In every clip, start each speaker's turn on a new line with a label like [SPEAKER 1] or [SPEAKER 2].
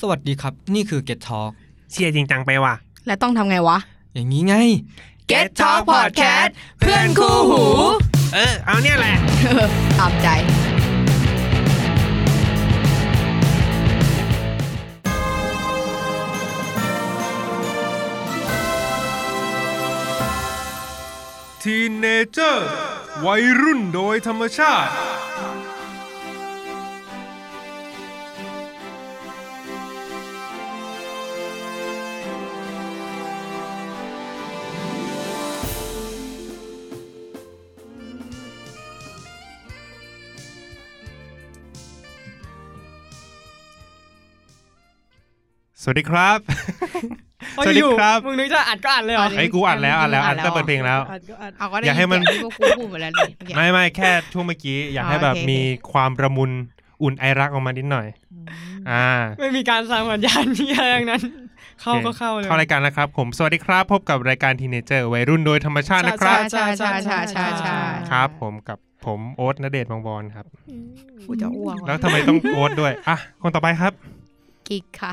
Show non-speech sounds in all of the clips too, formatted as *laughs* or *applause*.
[SPEAKER 1] สวัสดีครับ นี่คือ Get Talk
[SPEAKER 2] เชียร์จริงจังไปว่ะ
[SPEAKER 3] และต้องทำไงวะ
[SPEAKER 1] อย่างนี้ไง
[SPEAKER 2] Get Talk Podcast เพื่อนคู่หู เออ เอาเนี่ยแหละ
[SPEAKER 3] ตามใจ
[SPEAKER 4] ทีนเนเจอร์วัยรุ่นโดยธรรมชาติ สวัสดีครับ
[SPEAKER 1] เอ้ย
[SPEAKER 4] สวัสดี
[SPEAKER 1] อยู่
[SPEAKER 4] ครับ
[SPEAKER 1] มึงนึกจะอัดก็อัดเลยเหรอ
[SPEAKER 3] อัด
[SPEAKER 4] ไอ้ยกูอัดแล้วอัดแล้วอัด
[SPEAKER 3] อัดแล้ว
[SPEAKER 4] แต่เปิดเพลงแล้ว
[SPEAKER 1] อัดก็อัด
[SPEAKER 3] เอาก็ได้
[SPEAKER 4] อย่าให้มัน
[SPEAKER 3] เสีงที่พวกกูพูดหมดแล้วนี่เมื่อกี้
[SPEAKER 4] ไม่ไม่แค่ช่วงเมื่อกี้ อยากให้
[SPEAKER 3] อ๋อ
[SPEAKER 4] แบบ
[SPEAKER 3] โอเค
[SPEAKER 4] มีความระมุนอุ่นไอรักออกมานิดหน่อย อ่า
[SPEAKER 1] ไม่มีการสั่งสัญญาณที่อะไรทั้งนั้น เข้าก็เข้าเลย
[SPEAKER 4] เข้ารายการแล้วครับ ผมสวัสดีครับ พบกับรายการทีเนเจอร์วัยรุ่นโดยธรรมชาตินะค
[SPEAKER 1] ใช่
[SPEAKER 4] รับ
[SPEAKER 3] ชาชาชาชาชา
[SPEAKER 4] ครับ ผมกับผมโอ๊ตณเดชน์บางบอลครับ
[SPEAKER 3] กูจะอ้วก
[SPEAKER 4] แล้วทำไมต้องโอ๊ตด้วยอ่ะคนต่อไปครับ
[SPEAKER 3] กิกค่ะ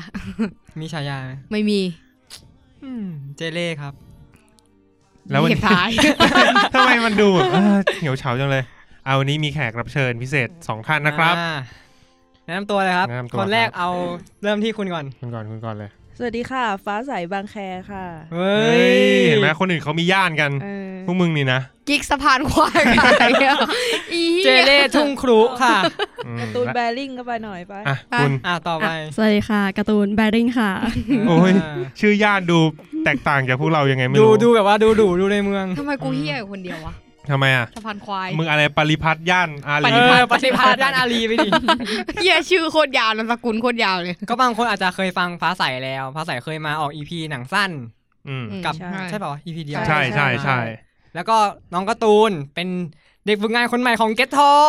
[SPEAKER 1] มีฉายาไหม
[SPEAKER 3] ไม่มี
[SPEAKER 1] อืมเจเล่ครับ
[SPEAKER 4] แล้ววัน
[SPEAKER 3] เก็บ
[SPEAKER 4] นี้
[SPEAKER 3] ท้าย
[SPEAKER 4] *laughs* ทำไมมันดูแบบเออเหี่ยวเฉาจังเลย เอาวันนี้มีแขกรับเชิญพิเศษสองท่านนะครับ
[SPEAKER 1] อ่าแนะนำตัวเลยครับ
[SPEAKER 4] แนะนำตัว
[SPEAKER 1] คนแรก
[SPEAKER 4] ครับ
[SPEAKER 1] เอาเริ่มที่คุณก่อน
[SPEAKER 4] คุณก่อนคุณก่อนเลย
[SPEAKER 5] สวัสดีค่ะ ฟ้าใสบางแคค่ะ
[SPEAKER 1] เฮ้ย
[SPEAKER 4] เห็นไหมคนอื่นเขามีย่านกัน
[SPEAKER 5] เออ
[SPEAKER 4] พวกมึงนี่นะ
[SPEAKER 3] กิกสะพานควายค่ะอี
[SPEAKER 1] เจเล่ทุ่งครุค่ะ
[SPEAKER 4] อืม
[SPEAKER 5] การ์ตูน
[SPEAKER 4] และ
[SPEAKER 5] แบริ่งก็ไปหน่อยไป
[SPEAKER 4] อ่ะคุณ
[SPEAKER 1] อ่ะต่อไป
[SPEAKER 6] สวัสดีค่ะการ์ตูนแบริง
[SPEAKER 1] *laughs*
[SPEAKER 6] ค่ะ
[SPEAKER 4] โอ้ย ชื่อย่านดูแตกต่างจากพวกเรายังไงไม่
[SPEAKER 1] ดู
[SPEAKER 4] รู้
[SPEAKER 1] ดูแบบว่าดูดูดูในเมือง
[SPEAKER 3] ทำไมกูเฮี้ยอยู่คนเดียววะ
[SPEAKER 4] ทำไมอ่ะ
[SPEAKER 3] สะพานควาย
[SPEAKER 4] มึงอะไรปริพัฒน์ย่านอา
[SPEAKER 3] ป
[SPEAKER 4] รี
[SPEAKER 3] ฏิพั
[SPEAKER 1] เอ
[SPEAKER 3] ท
[SPEAKER 1] อ
[SPEAKER 3] ธ์
[SPEAKER 1] ปฏิพัทธ์ด้านอารีไปดิ
[SPEAKER 3] เฮี้ยชื่อโคตรยาวนามสกุลโคตรยาวเลย
[SPEAKER 1] ก็บางคนอาจจะเคยฟังฟ้าใสแล้ว ฟ้าใสเคยมาออกอีพีหนังสั้น
[SPEAKER 4] อืม
[SPEAKER 1] กับ
[SPEAKER 5] ใช่
[SPEAKER 1] ใช่ป่าวอีพีเดียว
[SPEAKER 4] ใช่ใช่ใช่
[SPEAKER 1] แล้วก็น้องการ์ตูนเป็นเด็กฝึกงานคนใหม่ของเก็ตทอง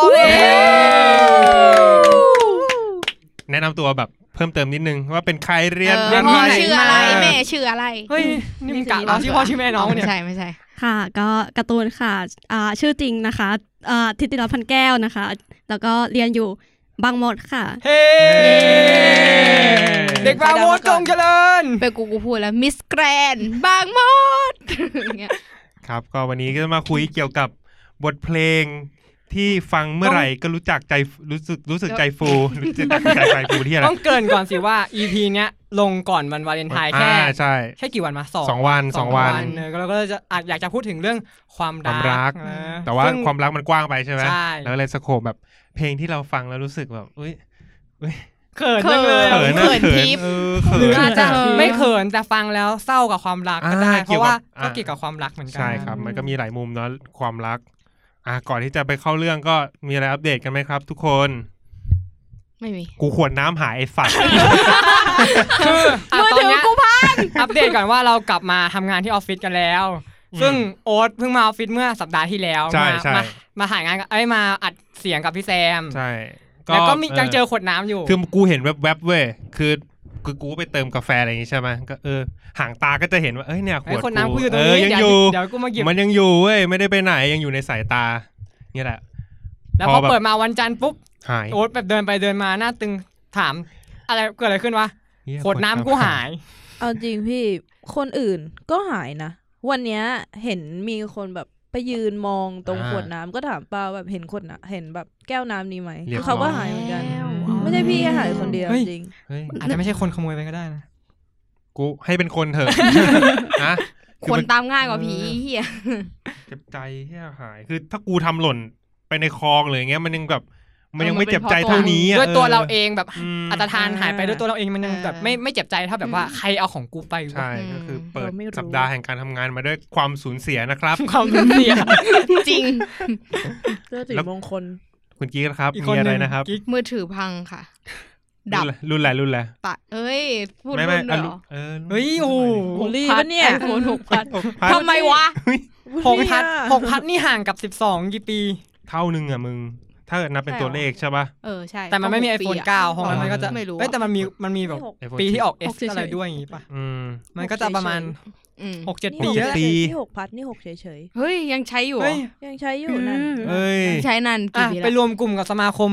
[SPEAKER 4] แนะนำตัวแบบเพิ่มเติมนิดนึงว่าเป็นใครเรียน
[SPEAKER 3] เออ
[SPEAKER 4] อะ
[SPEAKER 3] พ่อ
[SPEAKER 4] ไร
[SPEAKER 3] ชื่ออะไรแม่ชื่ออะไร
[SPEAKER 1] เฮ้ยนี่มึงกะเราชื่อพ่อชื่อแม่น้องเนี่ย
[SPEAKER 3] ไม่ใช่ไม่ใช่
[SPEAKER 6] ค่ะ ก็การ์ตูนค่ะอ่าชื่อจริงนะคะอ่าทิติรัตน์พันแก้วนะคะ แล้วก็เรียนอยู่บางมดค่ะ
[SPEAKER 1] เฮ้เด็กบาโมดกงเจริญ
[SPEAKER 3] เป็นกูกูพูดแล้วมิสแกรนบางมดอย่างเงี้ย
[SPEAKER 4] ครับ ก็วันนี้ก็จะมาคุยเกี่ยวกับบทเพลงที่ฟังเมื่อไหร่ก็รู้จักใจรู้สึกรู้สึกใจฟูรู้สึกใจใจฟูที่อะไร
[SPEAKER 1] ต้องเกริ่นก่อนสิว่าอีพีเนี้ยลงก่อนวันวาเลนไทน์แค่
[SPEAKER 4] อ่าใช่
[SPEAKER 1] แค่กี่วันมาสอง
[SPEAKER 4] สองวันสองวัน
[SPEAKER 1] เออเราก็จะอาจอยากจะพูดถึงเรื่องความรัก
[SPEAKER 4] ความรัก
[SPEAKER 1] เออ
[SPEAKER 4] แต่ว่า
[SPEAKER 1] ซึ่ง
[SPEAKER 4] ความรักมันกว้างไปใช่ไหม
[SPEAKER 1] ใช่
[SPEAKER 4] แล้วก็เลยสโคบแบบเพลงที่เราฟังแล้วรู้สึกแบบอุ้ย
[SPEAKER 1] เขินจังเลย
[SPEAKER 3] เขิ
[SPEAKER 1] อะ
[SPEAKER 3] น ทิพย์
[SPEAKER 4] เออเขิ
[SPEAKER 1] หรือน อาจจะ
[SPEAKER 3] เขิน
[SPEAKER 1] ไม่เขินแต่ฟังแล้วเศร้ากับความรักก็ได้
[SPEAKER 4] อ่า
[SPEAKER 1] เพราะว่าก็
[SPEAKER 4] เกี่ยวกับอ่า
[SPEAKER 1] เกี่ยวกับความรักเหมือนกั
[SPEAKER 4] ใช่ครับ มันก็มีหลายมุมเนาะความรัก อ่ะก่อนที่จะไปเข้าเรื่องก็มีอะไรอัปเดตกันไหมครับ ทุกคน
[SPEAKER 3] ไม่มี
[SPEAKER 4] กูขวดน้ำหายไอ้สัตว์
[SPEAKER 1] คืออ่ะ
[SPEAKER 3] มือ
[SPEAKER 1] ตอน
[SPEAKER 3] ถือ
[SPEAKER 1] เนี้ย
[SPEAKER 3] กูพัง
[SPEAKER 1] อัปเดตก่อนว่าเรากลับมาทำงานที่ออฟฟิศกันแล้ว ซึ่งโอ๊ตเพิ่งมาออฟฟิศเมื่อสัปดาห์ที่แล้ว
[SPEAKER 4] ใช่
[SPEAKER 1] มา
[SPEAKER 4] ใช่
[SPEAKER 1] มามาถ่ายงานกับเอ้ยมาอัดเสียงกับพี่แซม
[SPEAKER 4] ใช่
[SPEAKER 1] แล้วก็มียังเจอขวดน้ำอยู่
[SPEAKER 4] คือกูเห็นแวบๆเว้ยคือคือกูไปเติมกาแฟอะไรอย่างงี้ใช่ไหมก็เออห่างตาก็จะเห็นว่าเอ้ยเนี่ยข
[SPEAKER 1] ไอ้
[SPEAKER 4] วด
[SPEAKER 1] คนน้ำกูอยู่ตรง
[SPEAKER 4] เอ
[SPEAKER 1] นี้
[SPEAKER 4] อยัง
[SPEAKER 1] เดี๋ยว
[SPEAKER 4] อยู่
[SPEAKER 1] เดี๋ยวกูมาหยิบ
[SPEAKER 4] มันยังอยู่เว้ยไม่ได้ไปไหนยังอยู่ในสายตาเนี่ยแหละ
[SPEAKER 1] แล้ว
[SPEAKER 4] พอ
[SPEAKER 1] พอ
[SPEAKER 4] แบบ
[SPEAKER 1] เปิดมาวันจันทร์ปุ๊บ
[SPEAKER 4] หาย
[SPEAKER 1] โอ๊ตแบบเดินไปเดินมาหน้าตึงถาม อะไรเกิดอะไรขึ้นวะ
[SPEAKER 4] เย
[SPEAKER 1] ขวดน้ำกูหาย
[SPEAKER 5] เอาจริงพี่ คนอื่นก็หายนะ วันเนี้ยเห็นมีคนแบบไปยืนมองตรงขวดน้ำก็ถามป้าแบบเห็นขวดน้ำเห็นแบบแก้วน้ำนี้ไหม
[SPEAKER 4] รียบร้อ
[SPEAKER 5] เขาก็หายเหมือนกัน ไม่ใช่พี่แค่หายคนเดียว
[SPEAKER 1] เฮ้ย
[SPEAKER 5] จริง
[SPEAKER 4] เฮ้ย
[SPEAKER 1] อาจจะไม่ใช่คนขโมยไปก็ได้นะ
[SPEAKER 4] กูให้เป็นคน
[SPEAKER 1] *laughs*
[SPEAKER 4] เถอะ นะ
[SPEAKER 3] ค
[SPEAKER 4] อนมั
[SPEAKER 3] ตามง่ายกว่าผีเฮีย
[SPEAKER 4] เจ็บใจแค่หาย คือถ้ากูทำหล่นไปในคลองเลยางเงี้ยมันยังแบบมันยังไม่เจ็บใจเท่านี้อะ
[SPEAKER 1] ด้วยตัวเราเองแบบ
[SPEAKER 4] ม
[SPEAKER 1] อัตทานหายไปด้วยตัวเราเองมันยังแบบไม่ไม่เจ็บใจเท่าแบบว่าใครเอาของกูไปวะ
[SPEAKER 4] ใช่ก็คือเปิด
[SPEAKER 5] เราไม่รู้
[SPEAKER 4] สัปดาห์แห่งการทำงานมาด้วยความสูญเสียนะครับ
[SPEAKER 1] ความสูญเสีย
[SPEAKER 3] จริง
[SPEAKER 5] เสื้อสี
[SPEAKER 4] แล้ว
[SPEAKER 5] มงคล
[SPEAKER 4] คุณกี้ครับ
[SPEAKER 1] อีกค
[SPEAKER 4] มี
[SPEAKER 1] น
[SPEAKER 4] อะ
[SPEAKER 1] ห
[SPEAKER 4] ไร
[SPEAKER 1] นึ่ง
[SPEAKER 4] นะครับ
[SPEAKER 1] กิ๊ก
[SPEAKER 3] มือถือพังค่ะ ดั
[SPEAKER 4] รุ่น
[SPEAKER 3] บ
[SPEAKER 4] อะไรรุ่นอะไรรุ่นอะไร
[SPEAKER 3] ตะเอ้ย พูด
[SPEAKER 4] ไม่
[SPEAKER 3] รุ่น
[SPEAKER 4] ไม่
[SPEAKER 3] ด้วย
[SPEAKER 4] อ่ะ
[SPEAKER 3] เหร
[SPEAKER 4] รุ่น
[SPEAKER 3] อ
[SPEAKER 4] เออรุ่น
[SPEAKER 1] เฮ้ยโอ้โห
[SPEAKER 5] บุรีปะเนี่ย
[SPEAKER 3] โฟนหกพัน
[SPEAKER 4] หกพัน
[SPEAKER 3] ทำไมวะ
[SPEAKER 1] หก
[SPEAKER 5] บุรี
[SPEAKER 1] พั
[SPEAKER 5] อะ
[SPEAKER 1] นหกพันนี่ห่างกับสิบสองกี่ปี
[SPEAKER 4] เท่านึงอ่ะมึง ถ้าเกิดนับเป็น
[SPEAKER 3] ใช่
[SPEAKER 4] ตัวเลขใช่ปะ
[SPEAKER 3] เออใช่
[SPEAKER 1] แต่มันไม่มี
[SPEAKER 3] ต้องห
[SPEAKER 1] iPhone
[SPEAKER 3] ปีะ
[SPEAKER 1] 9ของมันมันก็จะ
[SPEAKER 3] ไม่รู้อะ
[SPEAKER 1] เอ้ยแต่มันมีมันมีแบบ
[SPEAKER 5] ไม่หก
[SPEAKER 4] iPhone
[SPEAKER 1] ปีที่ออก S
[SPEAKER 3] หกเฉยๆ
[SPEAKER 1] อะไรด้วยอย่างงี้ป่ะ
[SPEAKER 4] อืม
[SPEAKER 1] มันก็จะประมาณ
[SPEAKER 3] อืม
[SPEAKER 1] 6 7
[SPEAKER 4] ห
[SPEAKER 1] ปี
[SPEAKER 4] กเจ็ด
[SPEAKER 1] แล้ว
[SPEAKER 4] ปี
[SPEAKER 5] นี่หกพัดนี่หกเฉย
[SPEAKER 3] เฮ้ย ยังใช้อยู่เหร
[SPEAKER 1] เฮ้
[SPEAKER 3] อย
[SPEAKER 5] ๆยังใช้อยู่นั่น
[SPEAKER 4] เอ้ย
[SPEAKER 3] ใช้นาน
[SPEAKER 1] อ่ะ
[SPEAKER 3] กี่ปี
[SPEAKER 1] ไป
[SPEAKER 3] แล้ว
[SPEAKER 1] รวมกลุ่มกับสมาคม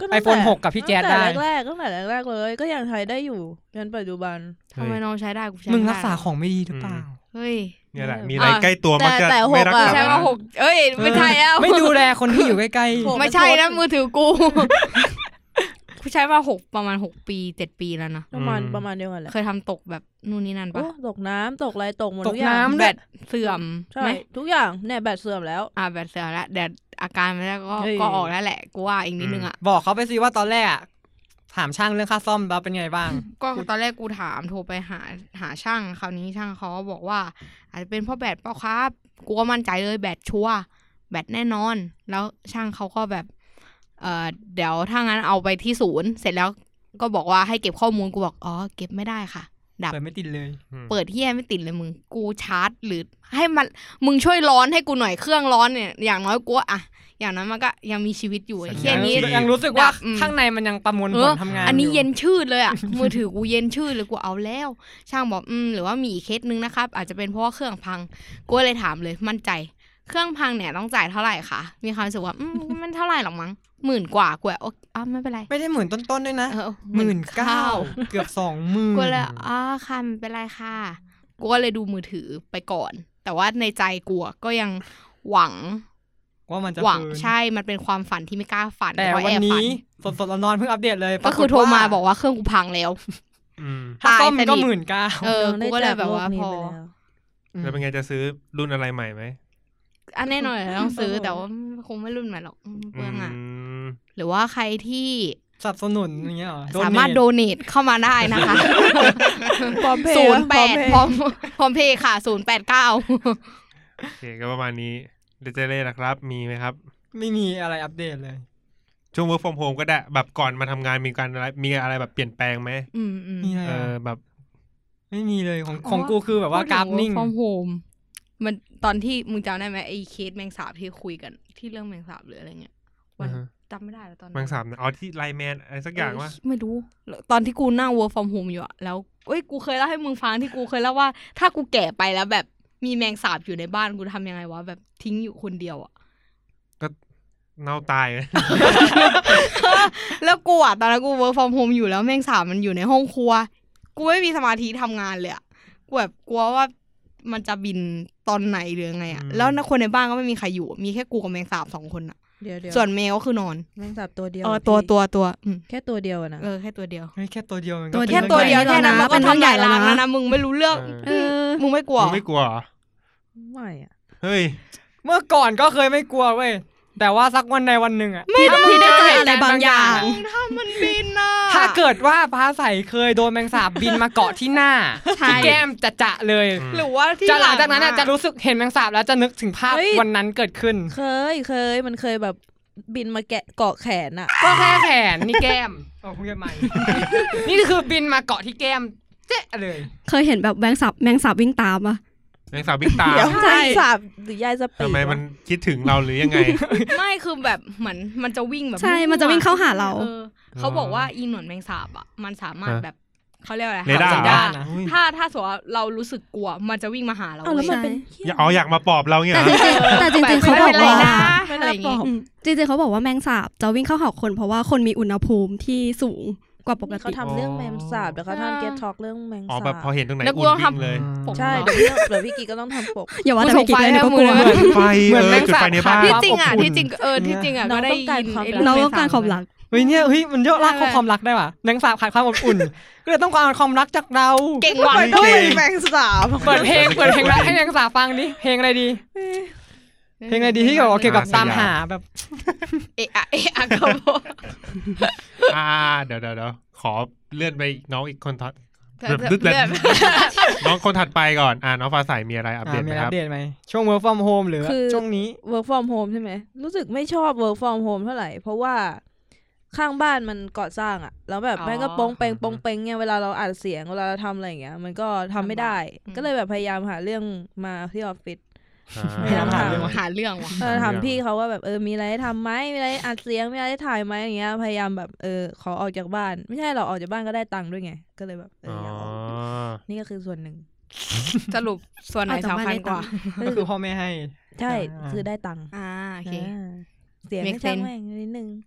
[SPEAKER 5] ก็ตั้งแต่
[SPEAKER 1] iPhone 6กับพี่แจ๊ดได้
[SPEAKER 5] ตั้งแต่แรกๆตั้งแต่แรกๆเลย ก็ยังใช้ได้อยู่จนปัจจุบัน
[SPEAKER 3] ทำไมน้องใช้ได้กูใช้
[SPEAKER 1] มึง
[SPEAKER 3] ไได้
[SPEAKER 1] รักษาของไม่ดีหรือเปล่า
[SPEAKER 3] เฮ้ย
[SPEAKER 4] เนี่ยแหละ
[SPEAKER 5] เออ
[SPEAKER 4] มีอะไรใกล้ตัว
[SPEAKER 5] แต่
[SPEAKER 4] มักจะ
[SPEAKER 5] แต่
[SPEAKER 4] ไม่รัก
[SPEAKER 5] หกอะ
[SPEAKER 4] ษา
[SPEAKER 3] ใช่ว่าหกเอ้ย ไม่ใช่แล้ว
[SPEAKER 1] ไม่ดูแลคนที่อยู่ใกล้
[SPEAKER 3] ไม่ใช่นะมือถือ
[SPEAKER 1] *laughs*
[SPEAKER 3] กู กูใช้มาหกประมาณหกปีเจ็ดปีแล้วนะ
[SPEAKER 5] ประมาณประมาณเดียวกันแหละ
[SPEAKER 3] เคยทำตกแบบนู่นนี่นั่น
[SPEAKER 5] โอ้
[SPEAKER 3] ปะ
[SPEAKER 5] ตกน้ำตกอะไรตกหมด
[SPEAKER 1] ๆ ต
[SPEAKER 5] ทุ
[SPEAKER 1] ก
[SPEAKER 5] กอย่าง
[SPEAKER 1] น้ำ
[SPEAKER 3] แบ
[SPEAKER 1] ด้วย
[SPEAKER 3] ตเสื่อม
[SPEAKER 5] ใช่
[SPEAKER 3] ไหม
[SPEAKER 5] ทุกอย่างเนี่ยแบตเสื่อมแล้ว
[SPEAKER 3] อ่าแบตเสื่อมแล้วแดดอาการมันแล้วก็
[SPEAKER 5] เฮ้ย
[SPEAKER 3] ก็ออกแล้วแหละกูว่าอีกนิดนึงอ่ะ
[SPEAKER 1] บอกเขาไปสิว่าตอนแรกอะถามช่างเรื่องค่าซ่อมแล้วเป็นไงบ้าง
[SPEAKER 3] ก็ตอนแรกกูถามโทรไปหาหาช่างคราวนี้ช่างเขาก็บอกว่า อาจจะเป็นเพราะแบตเปล่าครับกูก็มั่นใจเลยแบตชัวร์แบตแน่นอน แล้วช่างเขาก็แบบเออเดี๋ยวถ้างั้นเอาไปที่ศูนย์ เสร็จแล้วก็บอกว่าให้เก็บข้อมูลกูบอกอ๋อเก็บไม่ได้ค่ะ ดับ
[SPEAKER 1] เปิดไม่ติดเลย
[SPEAKER 3] เปิดเฮียไม่ติดเลยมึง กูชาร์จหรือให้มันมึงช่วยร้อนให้กูหน่อยเครื่องร้อนเนี่ย อย่างน้อยกูว่าอะอย่างนั้นมันก็ยังมีชีวิตอยู่ไอ้เฮียนี้
[SPEAKER 4] สัญญาณ
[SPEAKER 1] ยังรู้สึกว่า
[SPEAKER 3] ดับอืม
[SPEAKER 1] ข้างในมันยังประมวล
[SPEAKER 3] เอ
[SPEAKER 1] ผล
[SPEAKER 3] อ
[SPEAKER 1] ทำงาน
[SPEAKER 3] อันนี้
[SPEAKER 1] ยู่
[SPEAKER 3] เย็นชืดเลยอ่ะ มือถือกูเย็นชืดเลยกูเอาแล้ว ช่างบอกอืมหรือว่ามีอีกเคสนึงนะครับ อาจจะเป็นเพราะว่าเครื่องพัง กูเลยถามเลยมั่นใจ เครื่องพังเนี่ยต้องจ่ายเท่าไหร่คะ มีความรู้สึกว่าอืมมันเท่าไหร่หรอกมั้งหมื่นกว่ากูอะโอ๊ะอ้าวไม่เป็นไร
[SPEAKER 1] ไม่ได้หมื่นต้นๆด้วยนะ
[SPEAKER 3] เออ
[SPEAKER 1] หมื่นเก้าเกือบสองหมื่น
[SPEAKER 3] กูเลยอ๋อค่ะไม่เป็นไรค่ะกูก็เลยดูมือถือไปก่อน แต่ว่าในใจกูอะก็ยังหวัง
[SPEAKER 1] ว่ามันจะ
[SPEAKER 3] หวัง
[SPEAKER 1] ฟื้น
[SPEAKER 3] ใช่มันเป็นความฝันที่ไม่กล้าฝัน
[SPEAKER 1] แต่
[SPEAKER 3] ว่า
[SPEAKER 1] วัน
[SPEAKER 3] อบฝั
[SPEAKER 1] นี้สดๆร้อนๆเพิ่งอัปเดตเลย
[SPEAKER 3] ก็คือโทรมาบอกว่าเครื่องกูพังแล้ว
[SPEAKER 4] อืม
[SPEAKER 1] ถ้าซ่อม
[SPEAKER 3] ตายสนิท
[SPEAKER 1] ก็หมื่นเก้า
[SPEAKER 3] เออกูก็เลยแบบว่าพอ
[SPEAKER 4] แล้วเป็นไงจะซื้อรุ่นอะไรใหม่ไหม
[SPEAKER 3] อันแน่นอนแหละต้องซื้อ
[SPEAKER 5] โอ้โห
[SPEAKER 3] แต่ว่าคงไม่รุ่นใหม่หรอกเปลืองอ่ะ
[SPEAKER 4] อืม
[SPEAKER 3] หรือว่าใครที่
[SPEAKER 1] สนับสนุนอย่างเงี้ยเหรอ
[SPEAKER 3] สามารถโด
[SPEAKER 1] Donate
[SPEAKER 3] เนทเข้ามาได้นะคะ
[SPEAKER 5] พร้อมเพย์
[SPEAKER 3] ศูนย์แปดพ
[SPEAKER 5] พร้
[SPEAKER 3] ร้
[SPEAKER 5] อ
[SPEAKER 3] อ
[SPEAKER 5] ม
[SPEAKER 3] มพร้อมเพย์ค่ะศูนย์แปดเก้า
[SPEAKER 4] โอเคก็ประมาณนี้เดเจเล่นะครับ มีไหมครับ
[SPEAKER 1] ไม่มีอะไรอัปเดตเลย
[SPEAKER 4] ช่วง work from home ก็ได้แบบก่อนมาทำงานมีการอะไรมีอะไรแบบเปลี่ยนแปลงไหม
[SPEAKER 3] อืมอืม
[SPEAKER 1] มีอะไร
[SPEAKER 4] เอ
[SPEAKER 1] อ่ะ
[SPEAKER 4] อแบบ
[SPEAKER 1] ไม่มีเลยของของกูคือแบบว่ากราฟนิ่ง
[SPEAKER 3] ฟอร์มโฮมมันตอนที่มึงจำได้ไหมไอ้เคสแมงสาบที่คุยกันที่เรื่องแมงสาบหรืออะไรเงี้ยวันจำไม่ได้แล้วตอนนั้น
[SPEAKER 4] บางสามนะอ๋อที่ไลแมนอะไรสักอย่างว่า
[SPEAKER 3] เไม่รู้ ตอนที่กูนั่ง work from home อยู่อะแล้วเอ้ยกูเคยเล่าให้มึงฟังที่กูเคยเล่าว่า ถ้ากูแก่ไปแล้วแบบมีแมงสาบอยู่ในบ้านกูทำยังไงวะแบบทิ้งอยู่คนเดียวอะ
[SPEAKER 4] ก็เน่าตาย
[SPEAKER 3] แล้วกูอ่ะตอนนั้นกู work from home อยู่แล้วแมงสาบมันอยู่ในห้องครัว กูไม่มีสมาธิทำงานเลยอ่ะกูแบบกลัวว่ามันจะบินตอนไหนหรือไงอ่ะ
[SPEAKER 4] อืม
[SPEAKER 3] แล้วคนในบ้านก็ไม่มีใครอยู่ มีแค่กูกับแมงสาบสองคนอ่ะ
[SPEAKER 5] เดี๋ยวเดี๋ยว
[SPEAKER 3] ส่วนเมลก็คือนอน
[SPEAKER 5] แมงสาบตัวเดียว
[SPEAKER 3] เออตัวตัวตัวอืม
[SPEAKER 5] แค่ตัวเดียวอะนะ
[SPEAKER 3] เออแค่ตัวเดียว
[SPEAKER 1] เฮ้ยแค่ตัวเดียวมันก็
[SPEAKER 6] ตัว
[SPEAKER 1] ป็น
[SPEAKER 3] แค่ตัวเดียว
[SPEAKER 1] รื่องใหญ่
[SPEAKER 3] แค่นั้น
[SPEAKER 6] แล้
[SPEAKER 3] มั
[SPEAKER 6] วน นะ
[SPEAKER 3] ก็ทำใหญ่
[SPEAKER 6] เป็น
[SPEAKER 3] ลามแล้ว
[SPEAKER 6] เรื่องใหญ่แล้วนะ
[SPEAKER 3] นะมึงไม่รู้เรื่อง
[SPEAKER 6] เออ
[SPEAKER 3] มึงไม่กลัว
[SPEAKER 4] มึงไม่กลัวเหรอ
[SPEAKER 5] ไม่อะ
[SPEAKER 4] เฮ้ย
[SPEAKER 1] เมื่อก่อนก็เคยไม่กลัวเว้ยแต่ว่าสักวันใดวันหนึ่งอะ
[SPEAKER 6] ไม่ได้
[SPEAKER 1] ถ้ามึ
[SPEAKER 6] ไม่ได้
[SPEAKER 1] เหตุ
[SPEAKER 6] เจออะไรบางอย่าง
[SPEAKER 3] มึงถ้ามันบินน่ะ
[SPEAKER 1] ถ้าเกิดว่าพระใสเคยโดนแมงสาบบินมาเกาะที่หน้า
[SPEAKER 6] ใช่
[SPEAKER 1] ที่แก้มจะจะๆเลย
[SPEAKER 4] อืม
[SPEAKER 3] หรือว่าที่
[SPEAKER 1] จะหลังจากนั้นอะ
[SPEAKER 3] อ
[SPEAKER 1] จะรู้สึกเห็นแมงสาบแล้วจะนึกถึงภาพ
[SPEAKER 5] เฮ้ย
[SPEAKER 1] วันนั้นเกิดขึ้น
[SPEAKER 5] เคยเคยมันเคยแบบบินมาแกะเกาะแขนอะ
[SPEAKER 1] ก็แค่แขนนี่แก้มเอา *laughs* คุยกันใหม่ นี่คือบินมาเกาะที่แก้มเจ๊ะเลย
[SPEAKER 6] เคยเห็นแบบแมงสาบแมงสาบวิ่งตามปะ
[SPEAKER 4] นางสาวบิ๊กตา
[SPEAKER 5] เดี๋ยว
[SPEAKER 1] ใช่
[SPEAKER 5] แมงสาบหรือยายสปีด
[SPEAKER 4] ทำไมมัน
[SPEAKER 5] วะ
[SPEAKER 4] คิดถึงเราหรือยังไง
[SPEAKER 3] ไม่คือแบบเหมือนมันจะวิ่งแบบ
[SPEAKER 6] ใช่มันจะวิ่งเข้าหาเรา
[SPEAKER 3] ออเขาบอกว่าอีหนวดแมงสาบอ่ะมันสามารถ
[SPEAKER 4] ฮะ
[SPEAKER 3] แบบเขาเรียกอะไร
[SPEAKER 4] เรดาร์
[SPEAKER 3] ห
[SPEAKER 1] ได้
[SPEAKER 4] เหรอ
[SPEAKER 1] นะ
[SPEAKER 4] อุ้ย
[SPEAKER 3] ถ้าถ้าสมมติว่าเรารู้สึกกลัว มันจะวิ่งมาหาเรา
[SPEAKER 5] อ้าวแล้วมันเป็น
[SPEAKER 4] อยากอ๋ออยากมาปอบเราเนี่ย
[SPEAKER 6] แต่
[SPEAKER 4] เหรอ
[SPEAKER 6] จริงๆแต่จริงๆเขา
[SPEAKER 3] ไม่
[SPEAKER 6] บอ
[SPEAKER 3] เป็
[SPEAKER 6] ก
[SPEAKER 3] นไร
[SPEAKER 6] ว่า
[SPEAKER 3] นะ
[SPEAKER 5] ไม่
[SPEAKER 3] อะไร
[SPEAKER 5] น่า
[SPEAKER 3] อย่าง
[SPEAKER 5] ปล
[SPEAKER 3] งี้
[SPEAKER 5] อบ
[SPEAKER 6] อืมจริงๆเขาบอกว่าแมงสาบจะวิ่งเข้าหาคนเพราะว่าคนมีอุณหภูมิที่สูงกว่าปก
[SPEAKER 5] เขา
[SPEAKER 6] ติ
[SPEAKER 5] ทำเรื่องแมงสาบแล้วเขาทำเก็ตท็อกเรื่องแมง
[SPEAKER 4] อ๋อ
[SPEAKER 5] สา
[SPEAKER 4] แบบพอบ เห็นตรงไหน
[SPEAKER 3] แล้วกู
[SPEAKER 4] อุ่น
[SPEAKER 3] ต้อง
[SPEAKER 4] วิ่ง
[SPEAKER 3] ทำ
[SPEAKER 4] เลย
[SPEAKER 3] ผม
[SPEAKER 5] ใช่
[SPEAKER 3] เหรอ
[SPEAKER 5] เดี๋ยวเดี๋ยวพี่กีก็ต้องทำปก
[SPEAKER 6] อย่าว่าแต่
[SPEAKER 3] กูส
[SPEAKER 6] ไม่
[SPEAKER 3] ง
[SPEAKER 6] คิด
[SPEAKER 3] สัย
[SPEAKER 6] เลยนะ
[SPEAKER 3] นะ
[SPEAKER 6] ก็
[SPEAKER 3] มึ
[SPEAKER 6] ก
[SPEAKER 3] ง
[SPEAKER 6] ลัว
[SPEAKER 3] นะ
[SPEAKER 4] ไฟ
[SPEAKER 1] เหมือน
[SPEAKER 4] เออ
[SPEAKER 1] แมง
[SPEAKER 4] จุด
[SPEAKER 1] สาบ
[SPEAKER 4] ไฟในบ้าน
[SPEAKER 1] ที่
[SPEAKER 3] ที่จริงอ่ะ
[SPEAKER 1] ความอบอุ่น
[SPEAKER 3] ที่จริงเออที่จริงอ่ะ
[SPEAKER 5] น้
[SPEAKER 3] ก็
[SPEAKER 5] อง
[SPEAKER 3] ได้
[SPEAKER 5] ต้องการ
[SPEAKER 3] ยิน
[SPEAKER 5] ความรัก
[SPEAKER 3] ไเ
[SPEAKER 6] น้องต้องการความรัก
[SPEAKER 1] เฮ้ยเนี่ยเฮ้ยมันเยอะรักของความรักได้ว่ะแมงสาบขาดความอบอุ่น *laughs* ก็เลยต้องการความรักจากเรา
[SPEAKER 3] เก่งว่ะ
[SPEAKER 4] เฮ้ย
[SPEAKER 5] เฮ้ยแมงสาบ
[SPEAKER 1] เปิดเพลงเปิดเพลงรักให้แมงสาบฟังดิเพลงอะไรดี เพลงอะไรดีที่เกี่ยวกับเกี่ยวกับตามหาแบบ
[SPEAKER 3] เอะอะเอะอะก็บอก
[SPEAKER 4] อ่าเดี๋ยวเดี๋ยวเดี๋ยวขอเลื่อนไปน้องอีกคนทัด
[SPEAKER 3] แต่
[SPEAKER 4] แบบดึ๊ดเลย น้องคนถัดไปก่อนอ่าน้องฟ้าใสมีอะไรอัปเด
[SPEAKER 1] อ่า
[SPEAKER 4] ตไห
[SPEAKER 1] มีอะ
[SPEAKER 4] ม
[SPEAKER 1] ไร
[SPEAKER 4] ค
[SPEAKER 1] อั
[SPEAKER 4] รับ
[SPEAKER 1] ปเดตไหมช่วง work from home หรือ
[SPEAKER 5] คือ
[SPEAKER 1] ช่วงนี้
[SPEAKER 5] work from home ใช่ไหม รู้สึกไม่ชอบ work from home เท่าไหร่ เพราะว่าข้างบ้านมันก่อสร้างอะแล้วแบบแม่งก็โปองเปงโปองเปงเนี่ยเวลาเราอัดเสียงเวลาเราทำอะไรอย่างเงี้ย มันก็ทำไม่ได้ ก็เลยแบบพยายามหาเรื่องมาที่ออฟฟิศ
[SPEAKER 1] ไม่
[SPEAKER 5] ได้ถาม
[SPEAKER 3] หาเรื่องว่ะ
[SPEAKER 5] เออ
[SPEAKER 4] ทำ
[SPEAKER 5] ถาม
[SPEAKER 4] ยัง
[SPEAKER 5] พี่เขาว่าแบบเออมีอะไรให้ทำไหมมีอะไรให้อัดเสียงมีอะไรให้ถ่ายไหมอย่างเงี้ยพยายามแบบเออขอออกจากบ้าน ไม่ใช่หรอกออกจากบ้านก็ได้ตังค์ด้วยไง ก็เลยแบบเออ
[SPEAKER 4] อ๋อ
[SPEAKER 5] อยากออกนี่ก็คือส่วนหนึ่ง
[SPEAKER 3] สรุปส่วนไหนสำคัญกว่า
[SPEAKER 1] ก็คือพ่อแม่ให้
[SPEAKER 5] ใช่
[SPEAKER 1] อ่า
[SPEAKER 5] คือได้ตังค์
[SPEAKER 3] อ่าโอเค
[SPEAKER 5] อ่าเสียง
[SPEAKER 3] Make
[SPEAKER 5] ช่าง
[SPEAKER 3] sense
[SPEAKER 5] แม่งนิดนึง
[SPEAKER 4] เพ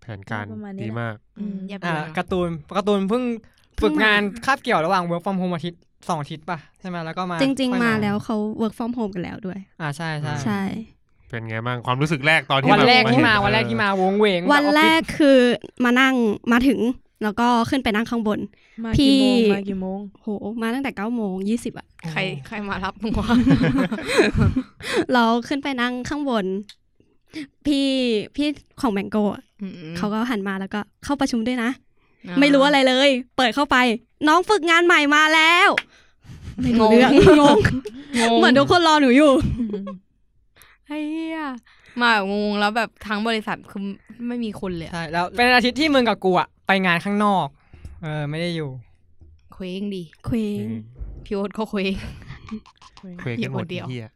[SPEAKER 4] แผนการ
[SPEAKER 5] ประมาณนี้
[SPEAKER 4] ดีมาก
[SPEAKER 3] อืมอย่าเบื่
[SPEAKER 1] อ่า
[SPEAKER 3] อ
[SPEAKER 1] การ์ตูนการ์ตูนเพิ่งฝึกงานคาบเกี่ยวระหว่าง work from home อาทิตย์สองอาทิตย์ป่ะใช่ไหมแล้วก็มา
[SPEAKER 6] จริง
[SPEAKER 1] ค่อย
[SPEAKER 6] ๆ มาแล้วเขา work from home กันแล้วด้วย
[SPEAKER 1] อ่าใช่ใช่
[SPEAKER 6] ใช่
[SPEAKER 4] เป็นไงบ้างความรู้สึกแรกตอนที่
[SPEAKER 1] วัน
[SPEAKER 4] บบ
[SPEAKER 1] แรกที่มา
[SPEAKER 4] เห็
[SPEAKER 1] วันแรกที่มาวงเวง
[SPEAKER 6] วันแรกคือมานั่งมาถึงแล้วก็ขึ้นไปนั่งข้างบน
[SPEAKER 5] มา
[SPEAKER 6] พี่
[SPEAKER 5] กี่โมงมากี่โมง
[SPEAKER 6] โห มาตั้งแต่9ก้าโมงยี่สิบอะ
[SPEAKER 3] ใครใครมารับมึงวะ
[SPEAKER 6] เราขึ้นไปนั่งข้างบน พี่พี่ของแมงโกะ
[SPEAKER 3] อืม
[SPEAKER 6] เขาก็หันมาแล้วก็เข้าประชุมด้วยนะ
[SPEAKER 3] อ่า
[SPEAKER 6] ไม่รู้อะไรเลย เปิดเข้าไป น้องฝึกงานใหม่มาแล้วไม่รู้เรื่องงง
[SPEAKER 3] งง
[SPEAKER 6] เหมือนทุกคนรอหนูอยู่
[SPEAKER 3] ไอ้เหี้ยมาแบบงงแล้วแบบทั้งบริษัทคือไม่มีคนเลยอะ
[SPEAKER 1] ใช่แล้วเป็นอาทิตย์ที่มึงกับกูอะไปงานข้างนอกเออไม่ได้อยู่
[SPEAKER 3] เคว้งดิ
[SPEAKER 6] เคว้
[SPEAKER 4] อื
[SPEAKER 6] ง
[SPEAKER 4] ม
[SPEAKER 3] พี่โอ๊ตเขาเคว้ง *laughs*
[SPEAKER 4] เคว้งกันหมด
[SPEAKER 3] อยู่คนเดียว
[SPEAKER 4] ไอ้เฮีย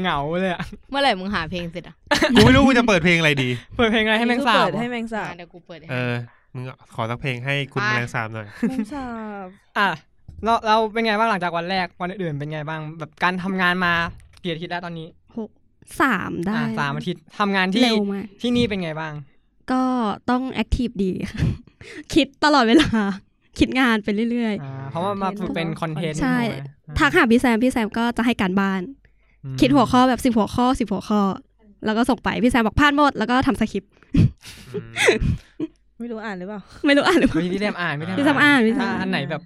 [SPEAKER 1] เหงาเลยอะ *laughs*
[SPEAKER 3] เมื่อไหร่มึงหาเพลงเสร็จอ่ะ
[SPEAKER 4] กูไม่รู้กูจะเปิดเพลงอะไรดี
[SPEAKER 1] เปิดเพลงอะไรให้แมงสา
[SPEAKER 5] เปิ
[SPEAKER 1] บ
[SPEAKER 5] ดให้แมงสา
[SPEAKER 3] อ่า
[SPEAKER 5] บ
[SPEAKER 3] เดี๋ยวกูเปิดให้
[SPEAKER 4] เออมึงขอสักเพลงให้คุณ
[SPEAKER 3] ไป
[SPEAKER 4] แมลงสาบหน่อย
[SPEAKER 5] แมงสาบ
[SPEAKER 1] อ่ะเราเราเป็นไงบ้างหลังจากวันแรกวันอื่นๆเป็นไงบ้างแบบการทำงานมากี่อาทิตย์แล้วตอนนี้
[SPEAKER 6] หกสามได้
[SPEAKER 1] อ่ะสามอาทิตย์ทำงานที่
[SPEAKER 6] เร็วมาก
[SPEAKER 1] ที่นี่เป็นไงบ้าง
[SPEAKER 6] ก็ต้องแอคทีฟดีค่ะคิดตลอดเวลา คิดงานไปเรื่อย
[SPEAKER 1] อ่าเพราะว่ามาฝึกเป็นคอนเทนต์
[SPEAKER 6] ใช่
[SPEAKER 1] ถูกไหม
[SPEAKER 6] ๆ ทักหาพี่แซมพี่แซมก็จะให้การบ้าน
[SPEAKER 1] อืม
[SPEAKER 6] คิดหัวข้อแบบสิบหัวข้อสิบหัวข้อ แล้วก็ส่งไปพี่แซมบอกพลาดหมดแล้วก็ทำสคริปต์
[SPEAKER 5] ไม่รู้อ่านหรือเปล่า
[SPEAKER 6] ไม่รู้อ่านหรือเปล่า
[SPEAKER 1] พี่พี่แซมอ่านพี่แซม
[SPEAKER 6] พี่แซมอ่านพี่แซ
[SPEAKER 1] ถ้าม อันไหนแบบ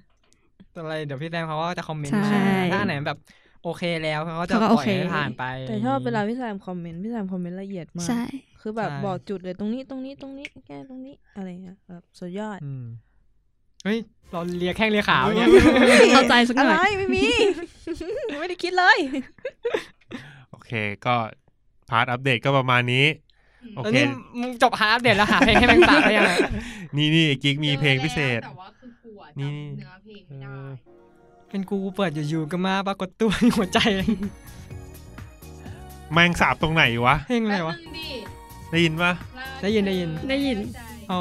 [SPEAKER 1] อะไรเดี๋ยวพี่แซมเขาก็จะคอมเมนต์
[SPEAKER 6] ใช่
[SPEAKER 1] มาถ้าอันไหนแบบโอเคแล้วเขาก็จะ
[SPEAKER 6] เขาก็
[SPEAKER 1] ปล่อย
[SPEAKER 6] โอเค
[SPEAKER 1] ให้ผ่านไป
[SPEAKER 5] แต่ชอบเวลาพี่แซมคอมเมนต์พี่แซมคอมเมนต์ละเอียดมาก
[SPEAKER 6] ใช่
[SPEAKER 5] คือแบบ
[SPEAKER 1] ใช่
[SPEAKER 5] บอกจุดเลยตรงนี้ตรงนี้ตรงนี้แก้ตรงนี้อะไรเงี้ยแบบสุดยอด
[SPEAKER 1] อืมเฮ้ยเราเลียแข้งเลียขาเนี่ย
[SPEAKER 6] เข้าใจสักห
[SPEAKER 5] อะ
[SPEAKER 6] น่
[SPEAKER 5] ไร
[SPEAKER 6] อย
[SPEAKER 5] ไม่มี ไม่ได้คิดเลย
[SPEAKER 4] โอเคก็พาร์ทอัปเดตก็ประมาณนี้ โอ
[SPEAKER 1] แล้ว
[SPEAKER 4] เค
[SPEAKER 1] นี่มึงจบฮาร์ดเดตแล้วหาเพลงให้แมงสาบได้ยังไง
[SPEAKER 4] นี่นี่กิ๊กมีเพลงพิเศษ
[SPEAKER 3] แต่ว่าคือกูอะ
[SPEAKER 4] นี่
[SPEAKER 3] จำเนื้อเพลงไม่ได้
[SPEAKER 1] เป็นกูเปิดอยู่ๆก็มาปรากฏตัวในหัวใจ *laughs* เลย
[SPEAKER 4] แมงสาบตรงไหนวะ
[SPEAKER 1] เพลงอะไรวะ
[SPEAKER 4] ได้ยินปะ
[SPEAKER 1] ได้ยินได้ยิน
[SPEAKER 6] ได้ยิน
[SPEAKER 1] อ๋อ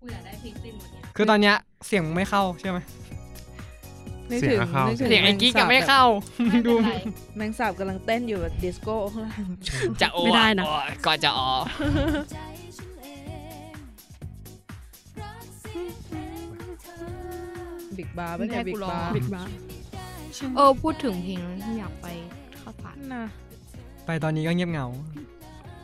[SPEAKER 3] กูอยากได้เพลงเต้นวันเนี้ย
[SPEAKER 1] คือตอนเนี้ยเสียงมึงไม่เข้าใช่ไหม
[SPEAKER 5] นึก
[SPEAKER 4] เสีย
[SPEAKER 5] ถึ
[SPEAKER 4] ง
[SPEAKER 5] ง
[SPEAKER 4] ก็เข้า
[SPEAKER 5] นึกถึ
[SPEAKER 1] เสียงไอ้กิ๊กกับไม่เข้า
[SPEAKER 3] ไม่เป็น
[SPEAKER 1] ดู
[SPEAKER 3] ไร
[SPEAKER 5] แมงสาบกำลังเต้นอยู่แบบดิสโก้ข้างล่าง
[SPEAKER 1] จะโอ้
[SPEAKER 6] ไม่ได้นะ
[SPEAKER 1] ก็จะอ๋อ
[SPEAKER 7] ใจฉันเองรักเสิเพลงเธอ
[SPEAKER 5] บิ๊กบาร์
[SPEAKER 3] ไม่
[SPEAKER 5] ไม่
[SPEAKER 3] ได้
[SPEAKER 5] ใช่บิ๊
[SPEAKER 3] กู
[SPEAKER 5] ก
[SPEAKER 3] ร้อง
[SPEAKER 5] บาร์
[SPEAKER 6] บิ๊กบ้า
[SPEAKER 3] เออพูดถึงเพลงนั้นกูอยากไปเข้าวผัด
[SPEAKER 5] นะ
[SPEAKER 1] ไปตอนนี้ก็เงียบเหงา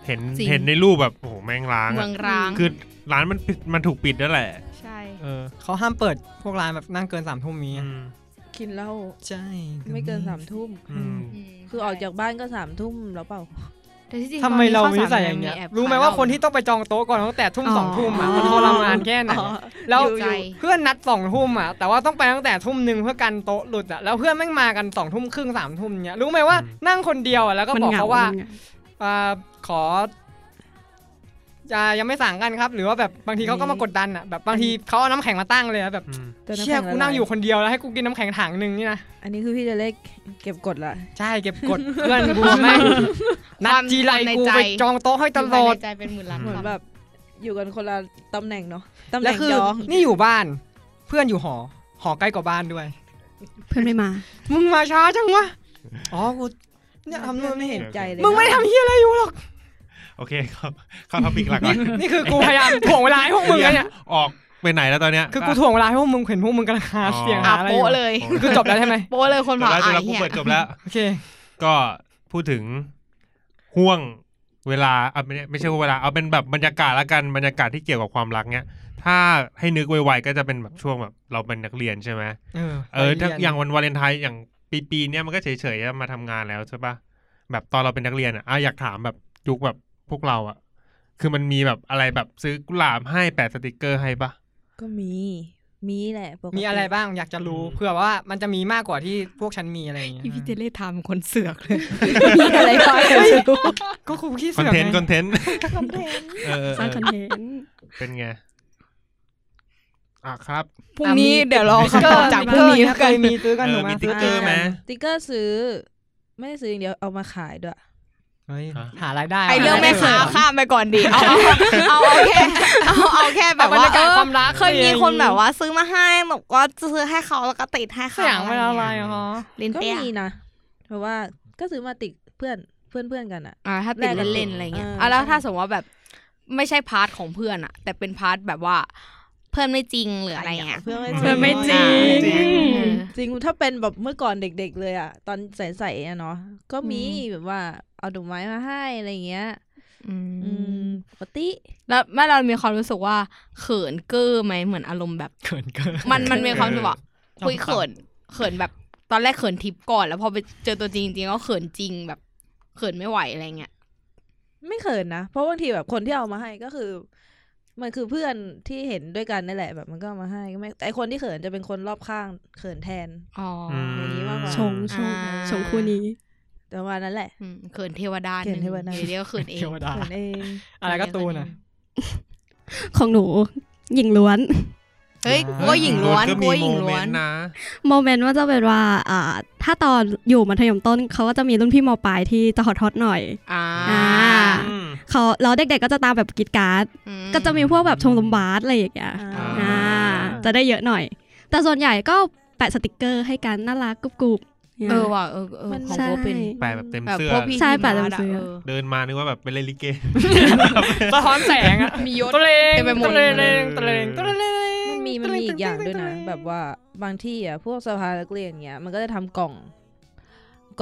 [SPEAKER 4] เห็น
[SPEAKER 3] จริง
[SPEAKER 4] เห็นในรูปแบบโอ้โหแมงล้าง
[SPEAKER 3] เมื
[SPEAKER 4] อะ
[SPEAKER 3] องร้าง
[SPEAKER 4] คือร้านมันปิดมันถูกปิดแล้วแหละ
[SPEAKER 3] ใช่
[SPEAKER 4] เออ
[SPEAKER 1] เขาห้ามเปิดพวกร้านแบบนั่งเกินสามทุ่มนี้
[SPEAKER 4] อื
[SPEAKER 1] อะ
[SPEAKER 4] ม
[SPEAKER 5] กินเหล้า
[SPEAKER 1] ใช่
[SPEAKER 5] ไม่เกินสามทุ่ม
[SPEAKER 4] อืม
[SPEAKER 3] ม
[SPEAKER 5] คือออกจากบ้านก็สามทุ่มแล้วเปล่า
[SPEAKER 3] แต่ที่จริง
[SPEAKER 1] ทำไม
[SPEAKER 3] ต
[SPEAKER 1] เรา
[SPEAKER 3] อน
[SPEAKER 1] ไม่
[SPEAKER 3] นี้ข้
[SPEAKER 1] ใส่อย่างเงี้ย
[SPEAKER 3] แบ
[SPEAKER 1] รู้ไหมว่าคนที่ต้องไปจองโต๊ะก่อนตั้งแต่ทุ่ม
[SPEAKER 6] อ๋อ
[SPEAKER 1] สองทุ่มอ่ะมันทรมานแค่ไหนอะแล้ว
[SPEAKER 3] ใจ
[SPEAKER 1] เพื่อนนัดสองทุ่มอ่ะ แต่ว่าต้องไปตั้งแต่ทุ่มหนึ่งเพื่อกันโต๊ะหลุดอ่ะแล้วเพื่อนแม่งมากันสองทุ่มครึ่งสามทุ่มเนี้ยรู้ไหมว่านั่งคนเดียวอ่ะแล้วก็บ
[SPEAKER 6] มัน
[SPEAKER 1] อก
[SPEAKER 6] เหงา
[SPEAKER 1] เขาว่าม
[SPEAKER 6] นเหง
[SPEAKER 1] อ่าขอจะยังไม่สั่งกันครับ หรือว่าแบบบางทีเขาก็มากดดันอ่ะแบบบางทีเขาเอาน้ำแข็งมาตั้งเลยอะแบบ
[SPEAKER 4] อืม
[SPEAKER 5] แต่ำ
[SPEAKER 1] เชี่ย
[SPEAKER 5] แข็
[SPEAKER 1] กู
[SPEAKER 5] ละลา
[SPEAKER 1] นั่งอยู่คนเดียวแล้วให้กูกินน้ำแข็งถังหนึ่งนี่นะ
[SPEAKER 5] อันนี้คือพี่จะเล็กเก็บกดละ
[SPEAKER 1] ใช่เก็บกด เพื่อนกูแม่งนัด
[SPEAKER 3] ความ
[SPEAKER 1] จีไร
[SPEAKER 3] ใน
[SPEAKER 1] กู
[SPEAKER 3] ใจ
[SPEAKER 1] ไปจองโต๊ะให้ตลอด
[SPEAKER 3] ใจเป็นหมื่นล้าน
[SPEAKER 5] เหมือน
[SPEAKER 3] คำ
[SPEAKER 5] แบบอยู่กันคนละตำแหน่งเนาะตำแห
[SPEAKER 1] แล้ว
[SPEAKER 5] น่ง
[SPEAKER 1] คือ
[SPEAKER 5] ยอง
[SPEAKER 1] นี่อยู่บ้าน เพื่อนอยู่หอ หอใกล้กว่าบ้านด้วย
[SPEAKER 6] เพื่อนไม่มา
[SPEAKER 1] มึงมาช้าจังวะอ๋อกูเนี่ยทำนู่นไม่เห็น
[SPEAKER 5] ใจเลย
[SPEAKER 1] มึงไม่ทำเฮียอะไรอยู่หรอก
[SPEAKER 4] โอเคเข้าเข้าท็อปิกหลักก่อน
[SPEAKER 1] นี่คือกูพยายามถ่วงเวลาให้พวกมึงนะเนี่ย
[SPEAKER 4] ออกไปไหนแล้วตอนเนี้ย
[SPEAKER 1] คือกูถ่วงเวลาให้พวกมึงเห็นพวกมึงกำลังหา
[SPEAKER 4] อ๋อ
[SPEAKER 1] เสียง
[SPEAKER 3] อ่ะ
[SPEAKER 1] หาอะไรอยู่
[SPEAKER 3] โป๊ะเลย
[SPEAKER 4] โอ้
[SPEAKER 1] คือจบแล้วใช่ไหม
[SPEAKER 3] โป๊ะเลยคน
[SPEAKER 4] จบ
[SPEAKER 3] ผ่า
[SPEAKER 4] แล้วจบ
[SPEAKER 3] ไอ้
[SPEAKER 4] แล้วกู
[SPEAKER 3] เนี่ย
[SPEAKER 4] เปิดจบแล้ว
[SPEAKER 1] โอเค
[SPEAKER 4] ก็พูดถึงห่วงเวลาเอาไม่ไม่ใช่ห่วงเวลาเอาเป็นแบบบรรยากาศละกันบรรยากาศที่เกี่ยวกับความรักเนี้ยถ้าให้นึกไวๆก็จะเป็นแบบช่วงแบบเราเป็นนักเรียนใช่ไหม
[SPEAKER 1] เออ
[SPEAKER 4] เออถ้าอย่างวันวาเลนไทน์อย่างปีปีๆเนี้ยมันก็เฉยๆมาทำงานแล้วใช่ปะแบบตอนเราเป็นนักเรียนอ่ะอ่ะอยากถามแบบยุคแบบพวกเราอ่ะ คือมันมีแบบอะไรแบบซื้อกุหลาบให้แปะสติกเกอร์ให้ปะ
[SPEAKER 5] ก็มีมีแหละปกติ
[SPEAKER 1] มีอะไรบ้างอยากจะรู้เผื่อว่ามันจะมีมากกว่าที่พวกฉันมีอะไรอย่างเงี้ย
[SPEAKER 3] พี่เจเล่ทำคนเสือกเลย
[SPEAKER 5] มีอะไรบ้างไม่รู้
[SPEAKER 1] ก็กูขี้
[SPEAKER 4] คอ
[SPEAKER 1] เสื
[SPEAKER 4] น
[SPEAKER 1] อก
[SPEAKER 4] เทน
[SPEAKER 1] ไง
[SPEAKER 4] ต์คอนเทนต์
[SPEAKER 5] คอนเทนต์
[SPEAKER 4] เออ
[SPEAKER 6] สร้างคอนเทนต์
[SPEAKER 4] เป็นไงอ่ะครับ
[SPEAKER 3] พรุ่งนี้
[SPEAKER 1] อ่ะมี
[SPEAKER 3] เดี๋ยวรอคำตอบจากพรุ่งนี้แล้ว
[SPEAKER 1] เค
[SPEAKER 3] กั
[SPEAKER 1] ย
[SPEAKER 3] น
[SPEAKER 1] มีซื้อกัน
[SPEAKER 4] เออ
[SPEAKER 1] ถูกไหม
[SPEAKER 4] มีติ๊กเกอร์ไหม
[SPEAKER 5] สติ๊กเกอร์ซื้อ ไม่ได้ซื้ออย่างเดียวเอามาขายด้วย
[SPEAKER 1] เฮ้ยหารายได้
[SPEAKER 3] ไอเรื่องแม่ค้าข้ามไปก่อนดีเอาเอาเอาแค่เอาเอาแค่แบบ
[SPEAKER 1] บร
[SPEAKER 3] ว่าย
[SPEAKER 1] รากาศความรัก
[SPEAKER 3] เคยมีคนแบบว่าซื้อมาให้บอกว่าซื้อให้เขาแล้วก็ติดให้เขา
[SPEAKER 1] เสียงเป็นอะไร
[SPEAKER 4] อะ
[SPEAKER 1] คะ
[SPEAKER 4] คะ
[SPEAKER 3] ลิน
[SPEAKER 5] ก็
[SPEAKER 3] เตี้ย
[SPEAKER 5] มีนะเพราะว่าก็ซื้อมาติดเพื่อนเพื่อนเพื่อนๆกันอะ
[SPEAKER 3] อ่าถ้าติดเล่นๆอะไรเงี้ยอ่ะแล้วถ้าสมมติว่าแบบ ไม่ใช่พาร์ทของเพื่อนอะแต่เป็นพาร์ทแบบว่า เพื่อนไม่จริงหรืออะไรเงี้ย
[SPEAKER 5] เพื่อนไม่
[SPEAKER 6] เพื่อนไม่จริง
[SPEAKER 4] จริง
[SPEAKER 5] จริงถ้าเป็นแบบเมื่อก่อนเด็ก ๆ เลยอ่ะ ตอนใสๆอะเนาะก็มี
[SPEAKER 3] อืม
[SPEAKER 5] แบบว่าเอาดอกไม้มาให้อะไรอย่างเงี้ย
[SPEAKER 3] อื
[SPEAKER 5] อื
[SPEAKER 3] ม
[SPEAKER 5] มปกติ
[SPEAKER 3] แล้วแม่เรามีความรู้สึกว่าเขินเก้อไหมเหมือนอารมณ์แบบ
[SPEAKER 1] เขินเกิน
[SPEAKER 3] มันมันมีความรู้สึกว่า
[SPEAKER 1] เออ
[SPEAKER 3] คุยเขินเขินแบบตอนแรกเขินทิปก่อนแล้วพอไปเจอตัวจริงจริงๆก็เขินจริงแบบเขินไม่ไหวอะไรเงี้ย
[SPEAKER 5] ไม่เขินนะ เพราะบางทีแบบคนที่เอามาให้ก็คือ มันคือเพื่อนที่เห็นด้วยกันนั่นแหละแบบมันก็เอามาให้ก็ไม่แต่ไอ้คนที่เขินจะเป็นคนรอบข้างเขินแทน
[SPEAKER 3] อ๋ออ
[SPEAKER 4] ม
[SPEAKER 5] ย่างนี้มากกว่า
[SPEAKER 6] ชงชง
[SPEAKER 3] อ่า
[SPEAKER 6] ชงคู่นี้
[SPEAKER 5] แต่ว่านั่นแหละ
[SPEAKER 3] อืมเขินเทวดา
[SPEAKER 5] เขินเทวดา
[SPEAKER 3] หงเดี๋ยวก็เขินเอง
[SPEAKER 1] เทวดา
[SPEAKER 5] เขินเอง
[SPEAKER 1] อะไรก็ตูนอ่ะ
[SPEAKER 6] ของหนูหญิงล้วน
[SPEAKER 3] เฮ้ยกูว่าหญิงล้วนกูว่าหญิงล้วน
[SPEAKER 4] นะ
[SPEAKER 6] โมเมนต์ว่าจะเป็นว่าอ่า ถ้าตอนอยู่มัธยมต้นเขาก็จะมีรุ่นพี่มปลายที่จะฮอตฮอตๆหน่อย
[SPEAKER 3] อ่า
[SPEAKER 6] อ่า เขาแล้วเด็กๆก็จะตามแบบกรีดกราร์ด
[SPEAKER 3] อืม
[SPEAKER 6] ก็จะมีพวกแบบชมรมบาสอะไรอย่างเงี้ย
[SPEAKER 5] อ่า
[SPEAKER 6] อ่า จะได้เยอะหน่อย แต่ส่วนใหญ่ก็แปะสติกเกอร์ให้กันน่ารักกรุบกรุบนี่ย
[SPEAKER 3] เออว่ะเออเออ
[SPEAKER 5] มัน
[SPEAKER 3] ของ
[SPEAKER 6] ใช่
[SPEAKER 3] โบเป็น
[SPEAKER 4] แปลแบบเต็ม
[SPEAKER 3] แบบ
[SPEAKER 4] เสื้อ
[SPEAKER 3] พวกพี่
[SPEAKER 6] ใช่
[SPEAKER 3] หิม
[SPEAKER 6] ป่ะเต็ม
[SPEAKER 3] ะ
[SPEAKER 6] เสื้อ
[SPEAKER 3] เออ
[SPEAKER 4] เดินมานึกว่าแบบเป็นเล่นลิเก
[SPEAKER 1] สะท้อนแสงอ่ะ
[SPEAKER 3] มียศ
[SPEAKER 1] ตะเลง
[SPEAKER 3] เต็มไปหมด
[SPEAKER 1] ตะเลงตะเลงตะเลง
[SPEAKER 5] มันมีมันมีอีกอย่างด้วยนะ แบบว่าบางที่อ่ะพวกสภานักเรียนเงี้ยมันก็จะทำกล่อง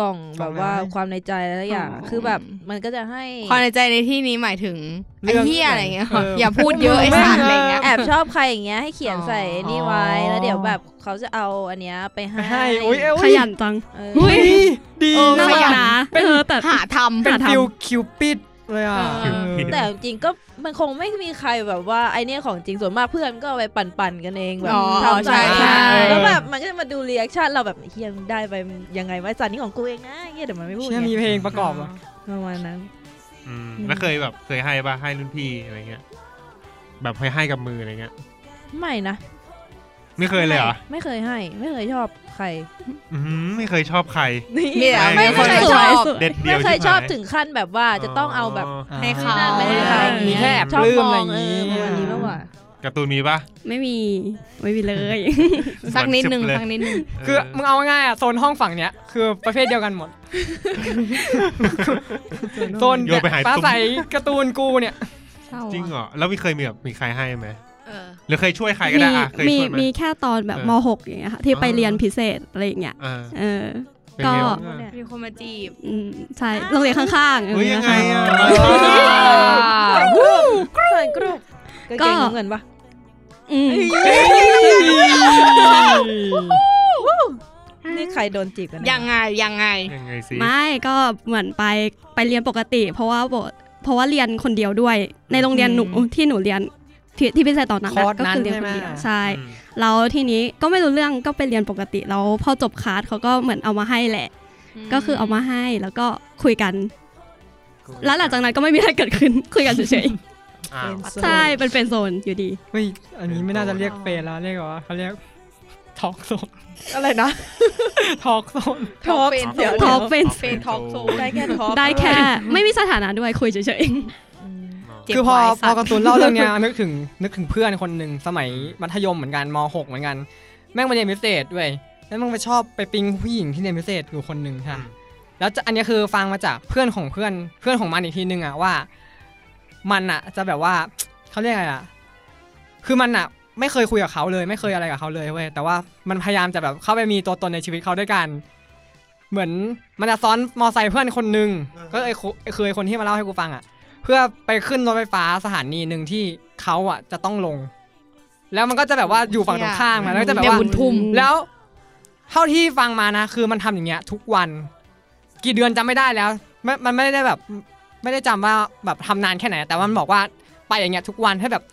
[SPEAKER 5] กล่องแบบว่าความในใจอะไรอย่าง
[SPEAKER 6] อ๋อ
[SPEAKER 5] คือแบบมันก็จะให้
[SPEAKER 3] ความในใจในที่นี้หมายถึงไอ้เหี้ยอะไรเงี้ยค่ะอย่าพูดเย
[SPEAKER 5] เย
[SPEAKER 3] อะ
[SPEAKER 5] อะ
[SPEAKER 3] ไอ้
[SPEAKER 5] ไอ้
[SPEAKER 3] สั
[SPEAKER 5] สา
[SPEAKER 3] ต
[SPEAKER 5] ร
[SPEAKER 3] ว์อะ
[SPEAKER 5] อะไรไร
[SPEAKER 3] เงี้
[SPEAKER 5] เงี้
[SPEAKER 3] ย
[SPEAKER 5] ยแอบชอบใครอย่างเงี้ยให้เขียน
[SPEAKER 3] อ๋อ
[SPEAKER 5] ใส่นี่ไว้แล้วเดี๋ยวแบบเขาจะเอาอันเนี้ยไป
[SPEAKER 1] ไป
[SPEAKER 5] ให้
[SPEAKER 1] ให้โอ้ยเอ้ย
[SPEAKER 6] ขยันจัง
[SPEAKER 5] เออ
[SPEAKER 1] อุ้ยดี
[SPEAKER 3] เออ
[SPEAKER 6] น่ารัก
[SPEAKER 1] มาก
[SPEAKER 6] นะ
[SPEAKER 1] เป็น
[SPEAKER 6] เออแต่
[SPEAKER 3] หาทำ
[SPEAKER 1] เป็น
[SPEAKER 6] หาทำ
[SPEAKER 1] ฟิลคิวปิดเลยอ่ะ
[SPEAKER 3] เออ
[SPEAKER 1] *laughs* เออ
[SPEAKER 5] แต่จริงๆก็มันคงไม่มีใครแบบว่าไอเนี้ยของจริงส่วนมากเพื่อนก็เอาไปปั่นๆกันเองแบบ
[SPEAKER 3] อ๋อ
[SPEAKER 5] ทำ
[SPEAKER 3] ใช่
[SPEAKER 5] ใส่
[SPEAKER 3] ใช่
[SPEAKER 5] แล้วแบบมันก็จะมาดูรีแอคชั่นเราแบบเฮียมึงได้ไปยังไงวะสันนี่ของกูเองนะเฮียเดี๋ยวมันไม่พูด
[SPEAKER 1] เชื่อ
[SPEAKER 5] ไง
[SPEAKER 1] มีเพลงประกอบเหรอ่ะ
[SPEAKER 5] ประมาณนั้น
[SPEAKER 4] อืมแล้วเคยแบบเคยให้ป่ะให้รุ่นพี่อะไรเงี้ย แบบให้ให้กับมืออะไรเงี้ย
[SPEAKER 5] ไม่นะ
[SPEAKER 4] ไม่เคยเลยเหรอ
[SPEAKER 5] ไม่เคยให้ ไม่เคยชอบใคร
[SPEAKER 4] อื้อหือไม่เคยชอบใคร
[SPEAKER 3] มีแต่
[SPEAKER 4] ไม่
[SPEAKER 3] ไม่
[SPEAKER 4] ไม่
[SPEAKER 3] เคย
[SPEAKER 5] เคย
[SPEAKER 3] ช
[SPEAKER 5] ช
[SPEAKER 3] อ
[SPEAKER 5] อ
[SPEAKER 3] บบ
[SPEAKER 4] เด็ดเดียว
[SPEAKER 5] ไม่เคยชอบ
[SPEAKER 4] หา
[SPEAKER 5] ถึงขั้นแบบว่าจะต้องเอาแบบ
[SPEAKER 3] ให้เขา
[SPEAKER 5] นั่นไม่ให้เขา
[SPEAKER 1] มีแค่แอบ
[SPEAKER 5] ชอบ
[SPEAKER 1] ปลื้ม
[SPEAKER 5] ม
[SPEAKER 1] อะ
[SPEAKER 5] อ
[SPEAKER 1] ไรง อย่าง
[SPEAKER 5] เออ
[SPEAKER 1] งี้
[SPEAKER 5] ประมาณนี้มากกว่า
[SPEAKER 4] การ์ตูนมีป่ะ
[SPEAKER 6] ไม่มีไม่มีเลย
[SPEAKER 3] สักนิดนึง
[SPEAKER 4] เหมือ
[SPEAKER 3] สักนิดนึง
[SPEAKER 4] เ
[SPEAKER 1] คือมึงเอาง่ายๆอ่ะโซนห้องฝั่งเนี้ยคือประเภทเดียวกันหมด โซน
[SPEAKER 4] โยนไปหาย
[SPEAKER 1] ปลา
[SPEAKER 4] ตุ้ม
[SPEAKER 1] ใสการ์ตูนกูเนี่ย
[SPEAKER 4] จริงเหรอแล้วมีเคยมีแบบมีใครให้ไหม
[SPEAKER 3] เออ
[SPEAKER 4] หรือเคยช่วยใครก็ได้อ่ะเคย
[SPEAKER 6] มี
[SPEAKER 4] ช่วยไหม
[SPEAKER 6] มีแค่ตอนแบบ
[SPEAKER 4] เออ
[SPEAKER 6] ม .6 อย่างเงี้ยค่ะที่ไป
[SPEAKER 4] อ่า
[SPEAKER 6] เรียนพิเศษอะไรอย่างเงี้ย
[SPEAKER 4] อ่า
[SPEAKER 6] เออ
[SPEAKER 4] เป็นไง
[SPEAKER 6] ก็
[SPEAKER 4] บ้างอะ
[SPEAKER 3] มีคนมาจีบ
[SPEAKER 6] อืมใช่โรงเรียนข้างๆ
[SPEAKER 4] เฮ้ยยังไงอ่ะ
[SPEAKER 6] เ
[SPEAKER 5] ใส่กรุบกางเกงน้ำเงินปะ
[SPEAKER 6] อืม
[SPEAKER 5] นี่ใครโดนจีบกันนะ
[SPEAKER 3] ยังไงยังไง
[SPEAKER 4] ยังไงสิ
[SPEAKER 6] ไม่ก็เหมือนไปไปเรียนปกติ เพราะว่าบทเพราะว่าเรียนคนเดียวด้วย ในโรงเรียนหนู
[SPEAKER 3] อืม
[SPEAKER 6] ที่หนูเรียนที่ที่พิเศษตอนนั้น
[SPEAKER 1] คอร์ส
[SPEAKER 6] ก็
[SPEAKER 1] นั้น
[SPEAKER 6] คือเรียน
[SPEAKER 1] ใช่ไหม
[SPEAKER 6] คนเดียวใช่
[SPEAKER 4] อืม
[SPEAKER 6] แล้วทีนี้ก็ไม่รู้เรื่องก็ไปเรียนปกติแล้วพอจบคลาสเขาก็เหมือนเอามาให้แหละ ก็คือเอามาให้แล้วก็คุยกัน แล้วหลังจากนั้นก็ไม่มีอะไรเกิดขึ้น *laughs* คุยกันเฉย
[SPEAKER 4] อ้าว
[SPEAKER 6] ๆใช่เป็นเป็นโซนอยู่ดี
[SPEAKER 1] เฮ้ยอันนี้ไม่น่าจะเรียกเฟนแล้วเรียกว่าเขาเรียกทอกโซน
[SPEAKER 5] อะไรนะ
[SPEAKER 1] ทอกโซน
[SPEAKER 5] ทอล์กเดี๋ยว
[SPEAKER 6] ทอล์กเป็น
[SPEAKER 3] เป็นทอล์กโชว์
[SPEAKER 5] ได้แค่ทอล์ก
[SPEAKER 6] ได้แค่ไม่มีสถานะด้วยคุยเฉย
[SPEAKER 5] อืม
[SPEAKER 3] เจ็บ
[SPEAKER 1] คือพอ
[SPEAKER 3] ไว้สัตว์
[SPEAKER 1] พอการ์ตูนเล่าเรื่องเนี้ย
[SPEAKER 3] *laughs*
[SPEAKER 1] นึกถึงนึกถึงเพื่อนคนหนึ่งสมัยมัธยมเหมือนกันม .6 เหมือนกัน แม่งไปเรียนพิเศษด้วยแล้วมึงไปชอบไปปิ๊งผู้หญิงที่เรียนพิเศษอยู่คนหนึ่งค่ะ แล้วจะอันเนี้ยคือฟังมาจากเพื่อนของเพื่อนเพื่อนของมันอีกทีนึงอะว่า มันอะจะแบบว่า เขาเรียกอะไรอะคือมันอะไม่เคยคุยกับเขาเลย ไม่เคยอะไรกับเขาเลยเว้ยแต่ว่ามันพยายามจะแบบเข้าไปมีตัวตนในชีวิตเขาด้วยกัน เหมือนมันจะซ้อนมอไซค์เพื่อนคนหนึ่งก็ไอ้คุไอ้เคยคนที่มาเล่าให้กูฟังอะเพื่อไปขึ้นรถไฟฟ้าสถานีหนึ่งที่เขาอะจะต้องลง แล้วมันก็จะแบบว่าอยู่ฝั่งตรงข้ามมันแล้วก็จะแบบ
[SPEAKER 3] เนี่ย
[SPEAKER 1] ว่า
[SPEAKER 3] บุญทุ่ม
[SPEAKER 1] แล้วเท่าที่ฟังมานะ คือมันทำอย่างเงี้ย ทุกวัน กี่เดือนจำไม่ได้แล้วไม่มันไม่ได้แบบ ไม่ได้จำว่าแบบทำนานแค่ไหน แต่ว่ามันบอกว่าไปอย่างเงี้ยทุกวันให้แบบ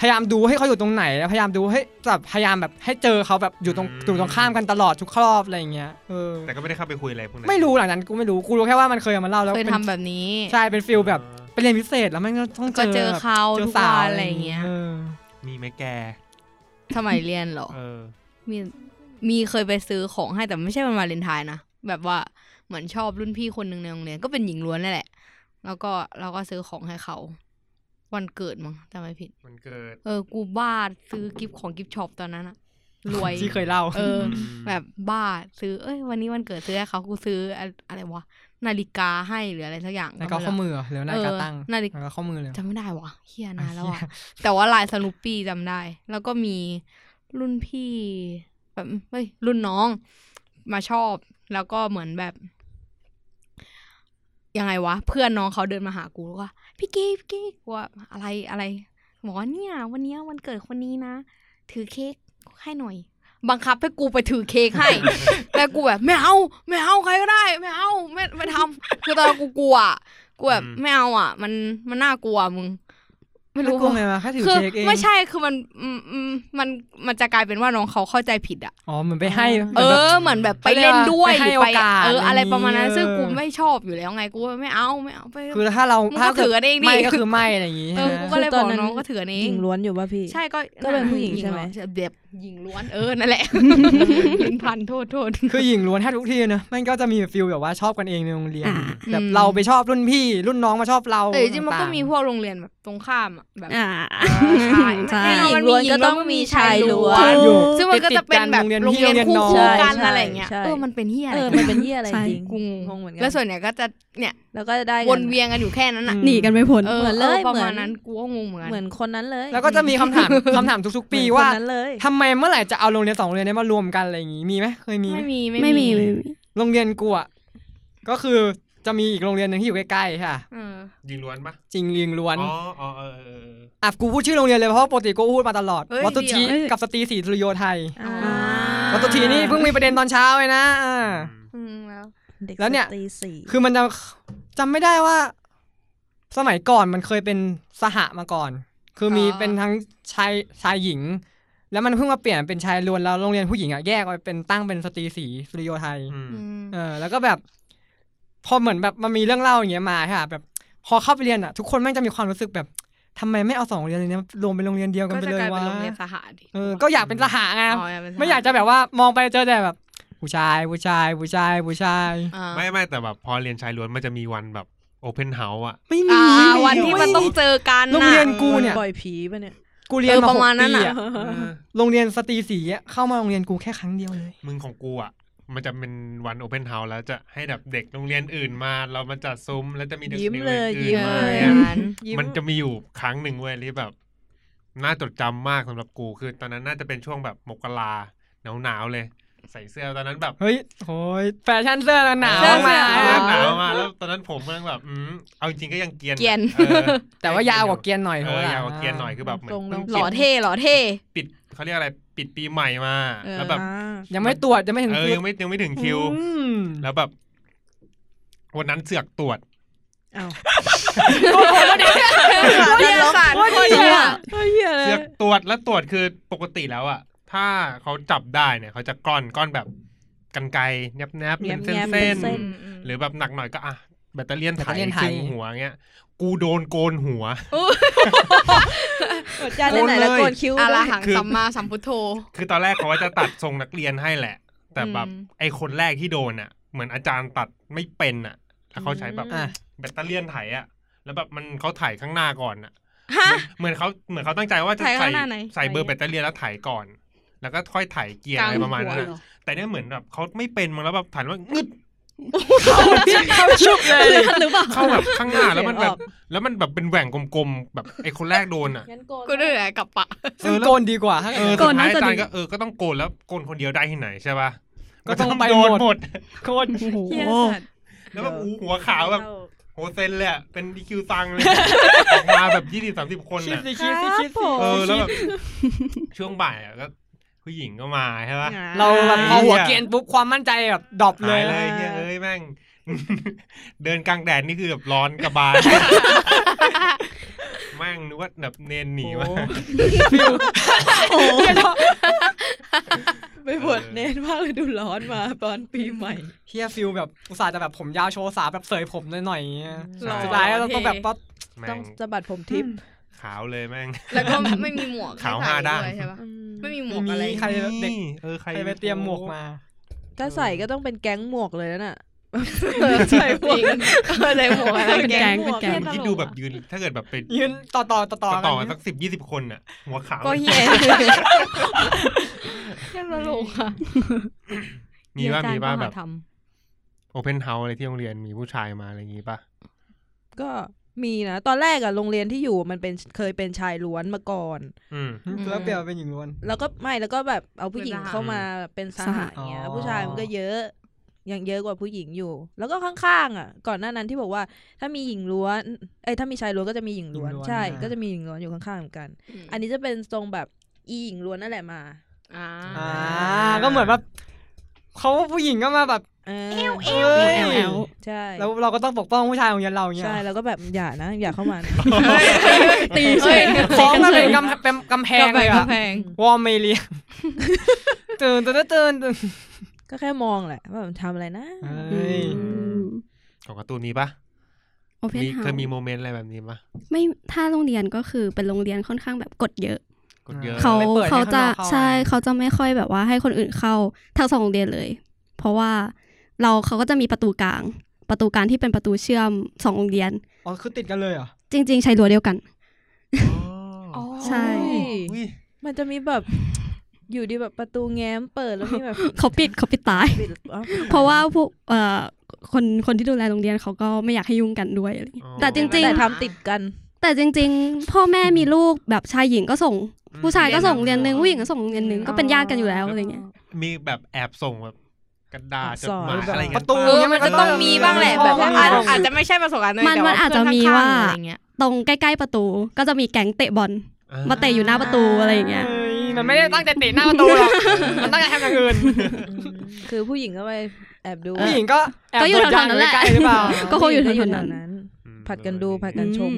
[SPEAKER 1] พยายามดูให้เขาอยู่ตรงไหนแล้วพยายามดูให้แบบพยายามแบบให้เจอเขาแบบอยู่ตรงอยู่ตรงข้ามกันตลอดทุกครอบอะไรอย่างเงี้ยเออ
[SPEAKER 4] แต่ก็ไม่ได้เข้าไปคุยอะไรพวกนั้น
[SPEAKER 1] ไม่รู้หลังนั้นกูไม่รู้กูรู้แค่ว่ามันเคยเอามาเล่าแล้ว
[SPEAKER 3] เคย
[SPEAKER 1] ป็น
[SPEAKER 3] ทำแบบนี้
[SPEAKER 1] ใช่เป็นฟิลแบบไปเรียนพิเศษแล้วมันก็ต้อง
[SPEAKER 3] ก็
[SPEAKER 1] เจอ
[SPEAKER 3] เจอ
[SPEAKER 1] แบบ
[SPEAKER 3] เขา
[SPEAKER 1] เจ
[SPEAKER 3] ทุ
[SPEAKER 1] อก สาว
[SPEAKER 3] วัน
[SPEAKER 1] อะ
[SPEAKER 3] อะไรไรอ
[SPEAKER 1] อา
[SPEAKER 3] ย่ย่างง
[SPEAKER 1] เงี้ย
[SPEAKER 3] เงี้ย
[SPEAKER 1] เออ
[SPEAKER 4] มีไหมแก
[SPEAKER 3] สมัยเรียนเหรอ
[SPEAKER 4] เออ
[SPEAKER 3] มีมีเคยไปซื้อของให้แต่ไม่ใช่วันวาเลนไทน์นะแบบว่าเหมือนชอบรุ่นพี่คนหนึ่งในโรงเรียนก็เป็นหญิงล้วนนั่นแหละ แล้วก็เราก็ซื้อของให้เขา วันเกิดมั้งจำไม่ผิด
[SPEAKER 4] มันเกิด
[SPEAKER 3] เออ กูบ้าซื้อกิฟต์ของกิฟต์ช็อปตอนนั้นอะรวย
[SPEAKER 1] ที่เคยเล่า
[SPEAKER 3] เออ แบบบ้าซื้อเอ้ย วันนี้วันเกิดซื้อให้เขากูซื้ออะอะไรวะ นาฬิกาให้หรืออะไรสักอย่าง
[SPEAKER 1] นาฬิกาข้อมือหรือนาฬิกาตั้ง
[SPEAKER 3] เออนาฬิกา
[SPEAKER 1] นาฬิกาข้อมือเลย
[SPEAKER 3] จำไม่ได้วะเฮียนานแล้ว
[SPEAKER 1] ไอ้
[SPEAKER 3] อะ
[SPEAKER 1] เหี้ย
[SPEAKER 3] แต่ว่าลายสนุปปี้จำได้ แล้วก็มีรุ่นพี่แบบเฮ้ยรุ่นน้องมาชอบ แล้วก็เหมือนแบบ ยังไงวะ เพื่อนน้องเขาเดินมาหากูแล้วก็พี่กี้พี่กี้กูว่าอะไรอะไรบอกว่าเนี่ย วันเนี้ยวันเกิดคนนี้นะ ถือเค้กให้หน่อย บังคับให้กูไปถือเค้ก
[SPEAKER 1] *laughs*
[SPEAKER 3] ให้ แต่กูแบบไม่เอาไม่เอาใครก็ได้ไม่เอาไม่ไม่ทำคือตอนนั้นกูกลัวอะกูแบบ
[SPEAKER 4] อืม
[SPEAKER 3] ไม่เอาอ่ะ มันมันน่ากลัวมึง ไม่รู้
[SPEAKER 1] น่ากลัว
[SPEAKER 3] ว่า
[SPEAKER 1] ไงวะแค่ถือ
[SPEAKER 3] คือ
[SPEAKER 1] เค้กเอง
[SPEAKER 3] ไม่ใช่คือมันอืมอืมมันมันจะกลายเป็นว่าน้องเขาเข้าใจผิดอ่ะ
[SPEAKER 1] อ๋อเหมือนไปให้
[SPEAKER 3] เอ
[SPEAKER 1] หมืนแบบ
[SPEAKER 3] อเหมือนแบบไปเล่นด้วย
[SPEAKER 1] ไปให้
[SPEAKER 3] หรือไป
[SPEAKER 1] โอกาส
[SPEAKER 3] เอออะไร
[SPEAKER 1] อะไรอย่างงี้
[SPEAKER 3] ประมาณนั้นซึ่ง
[SPEAKER 1] เออ
[SPEAKER 3] กูไม่ชอบอยู่แล้วไงกูว่าไม่เอาไม่เอาไป
[SPEAKER 1] คือถ้าเรา
[SPEAKER 3] มึง
[SPEAKER 1] ถ้า
[SPEAKER 3] ก็
[SPEAKER 1] เกิ
[SPEAKER 3] ถื
[SPEAKER 1] ด
[SPEAKER 3] อกันเองดิ
[SPEAKER 1] ไม่ก็คือไม่อะไรอย่างงี้
[SPEAKER 3] เอ
[SPEAKER 1] ใช่ไหม
[SPEAKER 3] อกูก็เลยบอก
[SPEAKER 5] คือตอนนั้น
[SPEAKER 3] น้องก็ถือกันเอ
[SPEAKER 5] หญิ
[SPEAKER 3] ง
[SPEAKER 5] งล้วนอยู่ป่ะพี่
[SPEAKER 3] ใช่ก็
[SPEAKER 5] ก็เป็นผู้หญิงใช่ไหม
[SPEAKER 3] เรอแบบหญิงล้วนเออนั่นแหละ ลิ้นพันโทษโทษ
[SPEAKER 1] คือหญิงล้วนแทบทุกทีนะแมันก็จะมีฟิลแบบว่าชอบกันเองในโรงเรียน
[SPEAKER 6] อ่า
[SPEAKER 1] แบบ
[SPEAKER 3] อืม
[SPEAKER 1] เราไปชอบรุ่นพี่ รุ่นน้องมาชอบเรา
[SPEAKER 3] แต่จริงๆมันก็
[SPEAKER 1] ต่าๆ
[SPEAKER 3] มีพวกโรงเรียนแบบตรงข้ามอะแบบ
[SPEAKER 6] อ่า
[SPEAKER 3] ใช่
[SPEAKER 6] ใช่
[SPEAKER 3] เออมันมีหญิงล้วนก็ต้องมีชายล้วน
[SPEAKER 1] บ้านอยู่
[SPEAKER 3] ซึ่งมันก็จะเป็นแบบ
[SPEAKER 1] ติดๆ
[SPEAKER 3] โรงเรียนคู่
[SPEAKER 1] อง
[SPEAKER 3] คู่
[SPEAKER 5] ใช่
[SPEAKER 3] กัน
[SPEAKER 5] ใช่
[SPEAKER 3] อะไรอย่างเงี้ย
[SPEAKER 5] ใช่
[SPEAKER 3] เออมันเป็นเฮียอะ
[SPEAKER 5] เอ
[SPEAKER 3] ไรกั
[SPEAKER 5] อมัน
[SPEAKER 3] น
[SPEAKER 5] เป็นเหี้ยอะไร
[SPEAKER 6] ใช่
[SPEAKER 5] จริง
[SPEAKER 3] กู
[SPEAKER 5] งงเหมือนกั
[SPEAKER 3] แล้วส่วนใหญ่ก็จะเนี่ย
[SPEAKER 5] แล้วก็ได้กั
[SPEAKER 3] วนเวียนกันอยู่แค่นั้นน่ะ
[SPEAKER 6] หนีกันไม่พ้น
[SPEAKER 5] เหมือนเลย
[SPEAKER 3] ประมาณนั้นกูก็งงเหมือน
[SPEAKER 5] เหมื
[SPEAKER 3] กั
[SPEAKER 5] อน นคนนั้นเลย
[SPEAKER 1] แล้วก็จะมีคำถาม
[SPEAKER 3] *laughs*
[SPEAKER 1] คำถามทุกๆ ปีว่า
[SPEAKER 5] เหมือนคนนั้นเลย
[SPEAKER 1] ทำไมเมื่อไหร่จะเอาโรงเรียนสองโรงเรียนเนี้มารวมกันอะไรอย่างงี้มีไหมเคยมีไหม
[SPEAKER 3] ไม่มี
[SPEAKER 6] ไม่มีไม่มี
[SPEAKER 1] โรงเรียนกูอ่ะก็คือจะมีอีกโรงเรียนหนึ่งที่อยู่ใกล้ๆค่ะ
[SPEAKER 3] เออ
[SPEAKER 4] ยิงล้วนปะ
[SPEAKER 1] จริงยิงล้วน
[SPEAKER 4] อ๋ออ๋อเออเออเออ
[SPEAKER 1] อ่ะกูพูดชื่อโรงเรียนเลยเพราะว่าปกติกูพูดมาตลอด
[SPEAKER 3] เฮ้ย
[SPEAKER 1] วัตถุชี
[SPEAKER 6] เดี๋ยว
[SPEAKER 1] กับสตรีศรีสุริโยไทย
[SPEAKER 5] อ่า
[SPEAKER 1] วัตถุชีนี่เพิ่งมีประเด็นตอนเช้าเลยนะอ่า
[SPEAKER 4] อืม
[SPEAKER 3] ืมแล้ว
[SPEAKER 5] ด็ก
[SPEAKER 1] แล้วเนี่ย
[SPEAKER 5] สตรีสี่
[SPEAKER 1] คือมันจะจำไม่ได้ว่า สมัยก่อนมันเคยเป็นสหะมาก่อน คือมี
[SPEAKER 3] อ๋อ
[SPEAKER 1] เป็นทั้งชายชายหญิง แล้วมันเพิ่งมาเปลี่ยนเป็นชายล้วนแล้วโรงเรียนผู้หญิงอะแยกไปเป็นตั้งเป็นสตรีสีสุริโยไทยเออแล้วก็แบบ พอเหมือนแบบมันมีเรื่องเล่าอย่างเงี้ยมาค่ะ แบบ พอเข้าไปเรียนอะทุกคนแม่งจะมีความรู้สึกแบบทำไมไม่เอาสองโรงเรียนเลยเนี่ยรวมเป็นโรงเรียนเดียวกัน
[SPEAKER 3] ก็
[SPEAKER 1] ไป
[SPEAKER 3] จะ
[SPEAKER 1] เลย
[SPEAKER 3] กลายเป็น
[SPEAKER 1] วะ
[SPEAKER 3] โรงเรียนสหะดิ
[SPEAKER 1] เออก็อยากเป็นสหะไง
[SPEAKER 3] อ๋อเป็นสห
[SPEAKER 1] ไม่อยากจะแบบว่ามองไปเจอแต่แบบ ผู้ชายผู้ชายผู้ชายผู้ชาย
[SPEAKER 3] อ่า
[SPEAKER 4] ไม่ไม่แต่แบบพอเรียนชายล้วนมันจะมีวันแบบโอเพนเฮาส์อ่ะ
[SPEAKER 1] ไม่มี
[SPEAKER 3] อ่า
[SPEAKER 1] ไม่มี
[SPEAKER 3] วันที่มันต้องเจอกันะ
[SPEAKER 1] โรงเรียน กูเย
[SPEAKER 5] ปล่อยผีป่ะเนี่ย
[SPEAKER 1] กูเรียน
[SPEAKER 3] ออ
[SPEAKER 1] มาห
[SPEAKER 3] ประ
[SPEAKER 1] ก
[SPEAKER 3] มาณนั้น
[SPEAKER 1] ปี
[SPEAKER 3] อ่ะ
[SPEAKER 1] อะ โรงเรียนสตรีสีอะเข้ามาโรงเรียนกูแค่ครั้งเดียวเลย
[SPEAKER 4] มึงของกูอ่ะ มันจะเป็นวันโอเพนเฮาส์แล้วจะให้แบบเด็กโรงเรียนอื่นมาเรามาจัดซุ้มแล้วจะมีเด็ก
[SPEAKER 5] ยิ้ม
[SPEAKER 4] โรงรีน
[SPEAKER 5] เลยยิ้
[SPEAKER 4] อื่น
[SPEAKER 5] ม
[SPEAKER 4] มา
[SPEAKER 5] เอ ลย
[SPEAKER 4] เนี่
[SPEAKER 3] ย่าย งนั้น
[SPEAKER 4] มันจะมีอยู่ครั้งหนึ่งเว้ยที่แบบ น่าจดจำมากสำหรับกูคือ ตอนนั้นน่าจะเป็นช่วงแบบมกราหนาวหนาวๆเลย ใส่เสื้อตอนนั้นแบบ
[SPEAKER 1] เฮ้ยโอ้ยแฟชั่นเสื้อหนาว
[SPEAKER 3] เสื้อ
[SPEAKER 1] มา
[SPEAKER 3] หนาว
[SPEAKER 4] เสื้อ
[SPEAKER 1] อะ
[SPEAKER 4] หนาวมาแล้วตอนนั้นผมกำลังแบบอืมเอาจริงๆก็ยังเกรียน
[SPEAKER 3] เกรียน
[SPEAKER 4] ออ
[SPEAKER 1] แต่ว่ายาวกว่าเกรียนหน่อย
[SPEAKER 4] เอ
[SPEAKER 1] โถ่
[SPEAKER 4] อ
[SPEAKER 1] ล่ะ
[SPEAKER 4] ยาวกว่าเกรียนหน่อยคือแบบเหมือน
[SPEAKER 5] ตรงลง
[SPEAKER 3] หล่อเท่หล่อเท่
[SPEAKER 4] ปิดเขาเรียกอะไรปิดปีใหม่มา
[SPEAKER 3] เออ
[SPEAKER 4] แล้วแบบ
[SPEAKER 5] อ่า
[SPEAKER 1] ยังไม่ตรวจยังไม่ถึง
[SPEAKER 4] เออ
[SPEAKER 1] คิว
[SPEAKER 4] ยังไม่ยังไม่ถึงคิว
[SPEAKER 1] อืม
[SPEAKER 4] แล้วแบบ วันนั้นเสือกตรวจ
[SPEAKER 5] อ้าว
[SPEAKER 3] เรียนศาสตร์คนเนี้ย
[SPEAKER 5] เฮ้ยเหี้ยเล
[SPEAKER 4] เสือย กตรวจแล้วตรวจคือปกติแล้วอะถ้าเขาจับได้เนี่ยเขาจะก้อนก้อนแบบกันไกลแนบแนบๆเป็นเส้น
[SPEAKER 5] ำ
[SPEAKER 4] ๆ
[SPEAKER 5] แยบๆเป็นเส้น
[SPEAKER 4] หรือแบบหนักหน่อยก็อ่ะแบตเตอรี่ยนไถครึ่งหัวเงี้ย กูโดนโกนหัว
[SPEAKER 5] เปิดจานได้ไหนแล้วโกนคิ้ว
[SPEAKER 3] อา
[SPEAKER 5] ด้
[SPEAKER 3] ลา
[SPEAKER 5] วย
[SPEAKER 3] หังสัมมาสัมพุทโธ
[SPEAKER 4] คือตอนแรกเขาว่าจะตัดทรงนักเรียนให้แหละ แต่แบบ
[SPEAKER 3] อืม
[SPEAKER 4] ไอคนแรกที่โดนอะเหมือนอาจารย์ตัดไม่เป็นอะแล้วเขาใช้แบบ
[SPEAKER 1] อ่ะ
[SPEAKER 4] แบตเตอรี่ยนไถอะแล้วแบบมันเขาไถข้างหน้าก่อนอะ
[SPEAKER 3] ฮะ
[SPEAKER 4] เหมือนเขาเหมือนเขาตั้งใจว่าจะ
[SPEAKER 3] ถ่าย
[SPEAKER 4] ใส่
[SPEAKER 3] ข้างหน้าไหน
[SPEAKER 4] ใส่เบอร์แบตเตอรี่แล้วถ่ายก่อน แล้วก็ค่อยถ่ายเกียร์อะไรประมาณนั้น
[SPEAKER 3] กลงหัวเหร
[SPEAKER 4] อะ
[SPEAKER 3] อ
[SPEAKER 4] แต่เนี่ยเหมือนแบบเขาไม่เป็นมั้งแล้วแบบถ่ายแล้วมันงึด
[SPEAKER 1] เข้าชุบเลย
[SPEAKER 6] หรือเปล่า
[SPEAKER 4] เข้าแบบข้างหน้าแล้วมันแบบแล้วมันแบบเป็นแหว่งกลมๆแบบไอ้คนแรกโดนอ่ะ
[SPEAKER 5] งั้นโกน
[SPEAKER 3] กูด้วยแหละกับปะ
[SPEAKER 1] ซึ่งโกนดีกว่าถ้า
[SPEAKER 4] เอ
[SPEAKER 1] เกิ
[SPEAKER 4] อ
[SPEAKER 1] ด
[SPEAKER 6] โก
[SPEAKER 4] สุดท้าย
[SPEAKER 6] นน่าจะ
[SPEAKER 4] อาจาร
[SPEAKER 6] ดี
[SPEAKER 4] ย์ก็เออก็ต้องโกนแล้วโกนคนเดียวได้ที่ไหนใช่ป่ะ
[SPEAKER 1] ก็ต้องไป
[SPEAKER 4] โดน
[SPEAKER 1] หมด
[SPEAKER 4] หมด
[SPEAKER 1] โกนโอ้โห
[SPEAKER 5] เหี้ยสัตว์
[SPEAKER 4] แล้วแบบอู้หัวขาวแบบโหเซนเลยอะเป็นดีคิวซังเลยออกมาแบบยี่สิบสามสิบคน
[SPEAKER 1] คิด
[SPEAKER 4] อ่ะ
[SPEAKER 1] สิคิดสิคิดสิ
[SPEAKER 4] เออแล้วแบบช่วงบ่ายอะก็ผู้หญิงก็มาใช่ป่ะ
[SPEAKER 1] เราแบบพอหัวเกรียนปุ๊บความมั่นใจแบบดรอปเล
[SPEAKER 4] หาย ยเลยเหี้ยเอ้ยแม่ง *laughs* เดินกลางแดดนี่คือแบบร้อนกระบาล แม่งนึกว่าแบบเนนหนีวะ
[SPEAKER 1] *laughs*
[SPEAKER 5] ไปบวชเน้นมากเลยดูร้อนมาตอนปีใหม่
[SPEAKER 1] เฮียฟิลแบบอุตส่าห์จะแบบผมยาวโชว์สาวแบบเสยผมหน่อยๆอย่างเงี้ย
[SPEAKER 3] หล่อ
[SPEAKER 1] สุดท้ายเราต้องแบบว่า
[SPEAKER 4] แม่
[SPEAKER 5] ต้อง
[SPEAKER 4] ง
[SPEAKER 5] สะบัดผมทิพย์
[SPEAKER 4] ขาวเลยแม่ง
[SPEAKER 3] แล้วก็ไม่มีหมวก
[SPEAKER 4] ขาว
[SPEAKER 3] ให้
[SPEAKER 4] ห้า
[SPEAKER 3] ใส่
[SPEAKER 4] ด้าน
[SPEAKER 3] วยใช่ปะไม่มีหมวก
[SPEAKER 1] ไม่
[SPEAKER 3] อะไร
[SPEAKER 1] มีใครเด็ก
[SPEAKER 4] เออใคร
[SPEAKER 1] ใครไปเตรียมหมวกมา
[SPEAKER 5] ถ้าใส่ก็ต้องเป็นแก๊งหมวกเลยนะน่ะ
[SPEAKER 3] ใส่หมวกใส่หมวกอะไร
[SPEAKER 6] เป็น
[SPEAKER 3] แก
[SPEAKER 6] แก๊
[SPEAKER 3] ง
[SPEAKER 6] งเป็นแก๊ง
[SPEAKER 4] คิดดูแบบยืน ถ้าเกิดแบบไป
[SPEAKER 1] ยืนต่อต่อต่อต่อกัน
[SPEAKER 4] ต่อต่อกัน
[SPEAKER 1] เนี่ย
[SPEAKER 4] สักสิบยี่สิบคนอ่ะ หัวขาว
[SPEAKER 3] ก็เฮียแค่ตลกอะ
[SPEAKER 4] มีว่ามีว่าแบบ
[SPEAKER 3] ท
[SPEAKER 4] โอเพนเฮาส์อะไรที่โรงเรียนมีผู้ชายมาอะไรอย่างงี้ปะ
[SPEAKER 5] ก็มีนะ ตอนแรกอะโรงเรียนที่อยู่มันเป็นเคยเป็นชายล้วนมาก่อน
[SPEAKER 4] อืม
[SPEAKER 1] แล้วเปลี่ยนมาเป็นหญิงล้วน
[SPEAKER 5] แล้วก็ไม่แล้วก็แบบเอาผู้หญิง
[SPEAKER 3] เป็นทหาร
[SPEAKER 5] เข้ามาเป็นสหายเงี้ย
[SPEAKER 1] อ๋อ
[SPEAKER 5] ผู้ชายมันก็เยอะยังเยอะกว่าผู้หญิงอยู่ แล้วก็ข้างๆอ่ะ ก่อนหน้านั้นที่บอกว่าถ้ามีหญิงล้วนเอ้ยถ้ามีชายล้วนก็จะมีหญิงล้ว
[SPEAKER 1] ห
[SPEAKER 5] น
[SPEAKER 1] ญิงล้วน
[SPEAKER 5] ใช่
[SPEAKER 1] อ่า
[SPEAKER 5] ก็จะมีหญิงล้วนอยู่ข้างๆเหมือนกัน
[SPEAKER 3] ม
[SPEAKER 5] อันนี้จะเป็นทรงแบบอีหญิงล้วนนั่นแหละมา
[SPEAKER 3] อ่า
[SPEAKER 1] อ่า ก็เหมือนแบบเขาผู้หญิงก็มาแบบ
[SPEAKER 5] เออ
[SPEAKER 1] เอ้ย
[SPEAKER 6] แอลแอล
[SPEAKER 5] ใช่
[SPEAKER 1] แล้วเราก็ต้องปกป้องผู้ชายของยันเราอย่างเงี้ย
[SPEAKER 5] ใช่แล้วก็แบบอย่านะอย่าเข้ามานะ
[SPEAKER 1] *laughs*
[SPEAKER 5] *laughs*
[SPEAKER 6] ตีเฉย
[SPEAKER 1] ฟ้องมันเป็นกำเป็นกำแพงเลยอะ
[SPEAKER 3] กำแพง
[SPEAKER 1] วอร์มเมเลียตื่นตื่นตื่นตื่น
[SPEAKER 5] ก็แค่มองแหละว่ามันทำอะไรนะ
[SPEAKER 1] เฮ้ย
[SPEAKER 4] ของการ์ตูนมีปะ
[SPEAKER 6] โอเพน
[SPEAKER 4] มี
[SPEAKER 6] เฮา
[SPEAKER 4] เคยมีโมเมนต์อะไรแบบนี้ปะ
[SPEAKER 6] ไม่ถ้าโรงเรียนก็คือเป็นโรงเรียนค่อนข้างแบบกดเยอะ
[SPEAKER 4] กดเยอะ
[SPEAKER 6] เขา
[SPEAKER 1] ไม่ปิดให้
[SPEAKER 6] เขาจะ
[SPEAKER 1] ข้งนอกเข้า
[SPEAKER 6] ใช่เขาจะไม่ค่อยแบบว่าให้คนอื่นเข้าทั้งสองโรงเรียนเลย เพราะว่าเราเขาก็จะมีประตูกลาง ประตูกลางที่เป็นประตูเชื่อมสองโรงเรียน
[SPEAKER 1] อ๋อคือติดกันเลยเหรอ
[SPEAKER 6] จริง ๆ ใช้รั้วเดียวกัน
[SPEAKER 4] อ๋อ
[SPEAKER 6] ใช่
[SPEAKER 4] อุ้ย
[SPEAKER 5] มันจะมีแบบ *sniffs* อยู่ดีแบบประตูแง้มเปิดแล้วมีแบบ
[SPEAKER 6] เขาปิดเขาปิดตาย
[SPEAKER 5] ปิดอ๋อ
[SPEAKER 6] เพราะว่าพวกเอ่อคนคนที่ดูแลโรงเรียนเขาก็ไม่อยากให้ยุ่งกันด้วยอะไรอย่างเงี้ยแต่จริง
[SPEAKER 5] แต่
[SPEAKER 6] ๆ
[SPEAKER 5] ทำติดกัน
[SPEAKER 6] แต่จริง ๆ พ่อแม่มีลูกแบบชายหญิงก็ส่ง ผู้ชายก็ส่งโรงเรียนหนึ่งผู้หญิงก็ส่งโรงเรียนหนึ่งก็เป็นญาติกันอยู่แล้วอะไรเงี้ย
[SPEAKER 4] มีแบบแอบส่งแบบกระดาษจดหมาย
[SPEAKER 5] สอน
[SPEAKER 4] อะไรอย่า
[SPEAKER 1] ป
[SPEAKER 4] งเงี้
[SPEAKER 1] ระ
[SPEAKER 4] ย
[SPEAKER 1] ตู
[SPEAKER 3] เออมันจะต้องมีบ้างแหละแบบว่าอาจอาจจะไม่ใช่ประสบการณ์ตัวเอง
[SPEAKER 6] มัน
[SPEAKER 3] แต่
[SPEAKER 6] มันอาจจะมี
[SPEAKER 3] เพื่นข้งๆ
[SPEAKER 6] ว่า
[SPEAKER 3] อะไรเงี้ย
[SPEAKER 6] ตรงใกล้ๆประตูก็จะมีแก๊งเตะบอล
[SPEAKER 4] อ่า
[SPEAKER 6] มาเตะอยู่หน้าประตูอะไรอย่างเงี้ย
[SPEAKER 1] เฮ้ยมันไม่ได้ตั้งใจเตะหน้าประตูหรอกมันตั้งใจทำอย่างอื่น
[SPEAKER 5] คือผู้หญิงก็ไปแอบดู
[SPEAKER 1] ผู้หญิงก็แอบ
[SPEAKER 6] ก็อยู่
[SPEAKER 1] โดด
[SPEAKER 6] แถวๆ
[SPEAKER 1] ง
[SPEAKER 6] นั้นแหละ
[SPEAKER 1] ใกล้ๆหรือเป
[SPEAKER 6] *laughs*
[SPEAKER 1] ล่า
[SPEAKER 6] ก็คงอยู่แถวๆ
[SPEAKER 5] ผู้หญิ
[SPEAKER 6] นั้น
[SPEAKER 4] อืม
[SPEAKER 5] ผัดกันดูผัดกันชม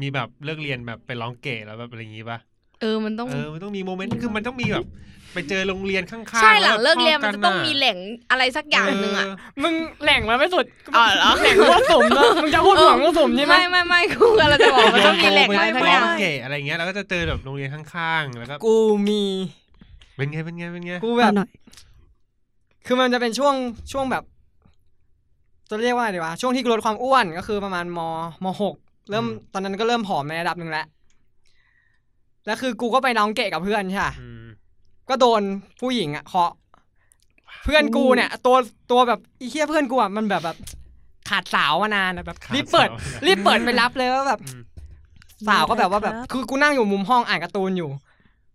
[SPEAKER 4] มีแบบเลิกเรียนแบบไปร้องเก๋แล้วแบบอะไรอย่างงี้ป่ะ
[SPEAKER 3] เออมันต้อง
[SPEAKER 4] เออมันต้องมีโมเมนต์คือมันต้องมีแบบไปเจอโรงเรียนข้างๆ
[SPEAKER 3] ใช่หลังเลิกเรียน
[SPEAKER 4] แว
[SPEAKER 3] มัน
[SPEAKER 4] แบบ
[SPEAKER 3] จะต้องมีแหล่งอะไรสักอย่างหนึ่งอ่ะ
[SPEAKER 1] มึงแหล่งมาไม่สุด
[SPEAKER 3] อ๋อเหรอ
[SPEAKER 1] แหล่งมั่วสุมเนอะมึงจะพูดหวังมั่วสุมใช่ไหม
[SPEAKER 3] ไม่ไม่ไม่กูกำลังจะบอกมันต้องมีแหล่งอะไรสัก
[SPEAKER 4] ไป
[SPEAKER 3] อย่า
[SPEAKER 4] ร้อ
[SPEAKER 3] ง
[SPEAKER 4] งเก๋อะไรอย่างเงี้ยแล้วก็จะเจอแบบโรงเรียนข้างๆแล้วก็
[SPEAKER 1] กูมี
[SPEAKER 4] เป็นไงเป็นไงเป็นไง
[SPEAKER 1] กู
[SPEAKER 6] เอา
[SPEAKER 1] แบบ
[SPEAKER 6] หน่อย
[SPEAKER 1] คือมันจะเป็นช่วงช่วงแบบจะเรียกว่าไงดีวะช่วงที่ลดความอ้วนก็คือประมาณมมหกเริ่มตอนนั้นก็เริ่มผอมในระดับหนึ่งแล้วแล้วคือกูก็ไปน้องเกะกับเพื่อนใช่ปะ
[SPEAKER 4] อืม
[SPEAKER 1] ก็โดนผู้หญิงอะเคาะเพื่อนกูเนี่ย ตัวตัวแบบอีเคียเพื่อนกูอะมันแบบแบบขาดสาวมานานอะแบบรีบเปิด รีบเปิดไปรับเลยว่าแบบ
[SPEAKER 4] อืม
[SPEAKER 1] สาวก็แบบว่าแบบ
[SPEAKER 5] ครับ
[SPEAKER 1] คือกูนั่งอยู่มุมห้องอ่านการ์ตูนอยู่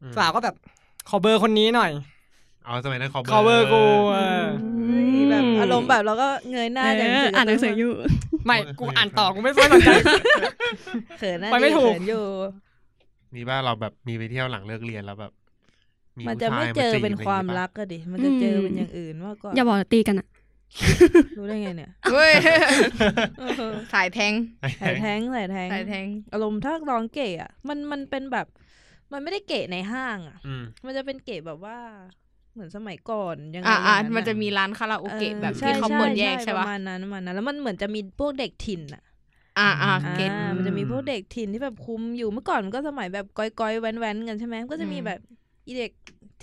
[SPEAKER 4] อืม
[SPEAKER 1] สาวก็แบบขอเบอร์คนนี้หน่อย
[SPEAKER 4] อ๋อสมัยนั้นขอเบอร์
[SPEAKER 1] ขอเบอร์กูเออ
[SPEAKER 5] แบบอารมณ์แบบเราก็เงยหน้า
[SPEAKER 6] เอออ่านหนังสืออยู่
[SPEAKER 1] ไม่กูอ่านต่อกูไม่ค่อยสนใจ
[SPEAKER 5] เขินหน้า
[SPEAKER 1] ไปไม่ถูก
[SPEAKER 5] เขินอยู่
[SPEAKER 4] มีป่ะเราแบบมีไปเที่ยวหลังเลิกเรียนแล้วแบบ
[SPEAKER 5] มันจะไม่
[SPEAKER 4] ผู้ชายา
[SPEAKER 5] เจอ
[SPEAKER 4] จีบ
[SPEAKER 5] เป็นความ
[SPEAKER 4] อะไอย่งงี้ปะ
[SPEAKER 5] รักก็ดิ มันจะเจอเป็นอย่างอื่นมากกว่า
[SPEAKER 6] อย่าบอกตีกันอะ
[SPEAKER 5] รู้ได้ไงเนี่ย
[SPEAKER 3] เฮ้ยสายแทง
[SPEAKER 5] ใส่แท้งใส่แท้ง
[SPEAKER 3] สายแทง
[SPEAKER 5] อารมณ์ถ้าร้องเก๋อะมันมันเป็นแบบ มันไม่ได้เก๋ในห้างอะ
[SPEAKER 4] อืม
[SPEAKER 5] มันจะเป็นเก๋แบบว่า เหมือนสมัยก่อนยังไง
[SPEAKER 3] อ่าอ่า
[SPEAKER 5] ย่ง
[SPEAKER 3] มันจะมีร้านคาราโอเกะแบบที่เขาเปิดแยกใช่
[SPEAKER 5] ป
[SPEAKER 3] ปะ
[SPEAKER 5] ระมาณนั้นประมาณนั้น แล้วมันเหมือนจะมีพวกเด็กถิ่นอะ
[SPEAKER 3] อ่าอ่า
[SPEAKER 5] อ่า
[SPEAKER 3] เก็ต
[SPEAKER 5] มันจะมีพวกเด็กถิ่นที่แบบคุมอยู่เมื่อก่อนมันก็สมัยแบบก้อยๆแว้นๆกันใช่ไหมมันก็จะมี
[SPEAKER 3] อืม
[SPEAKER 5] แบบอีเด็ก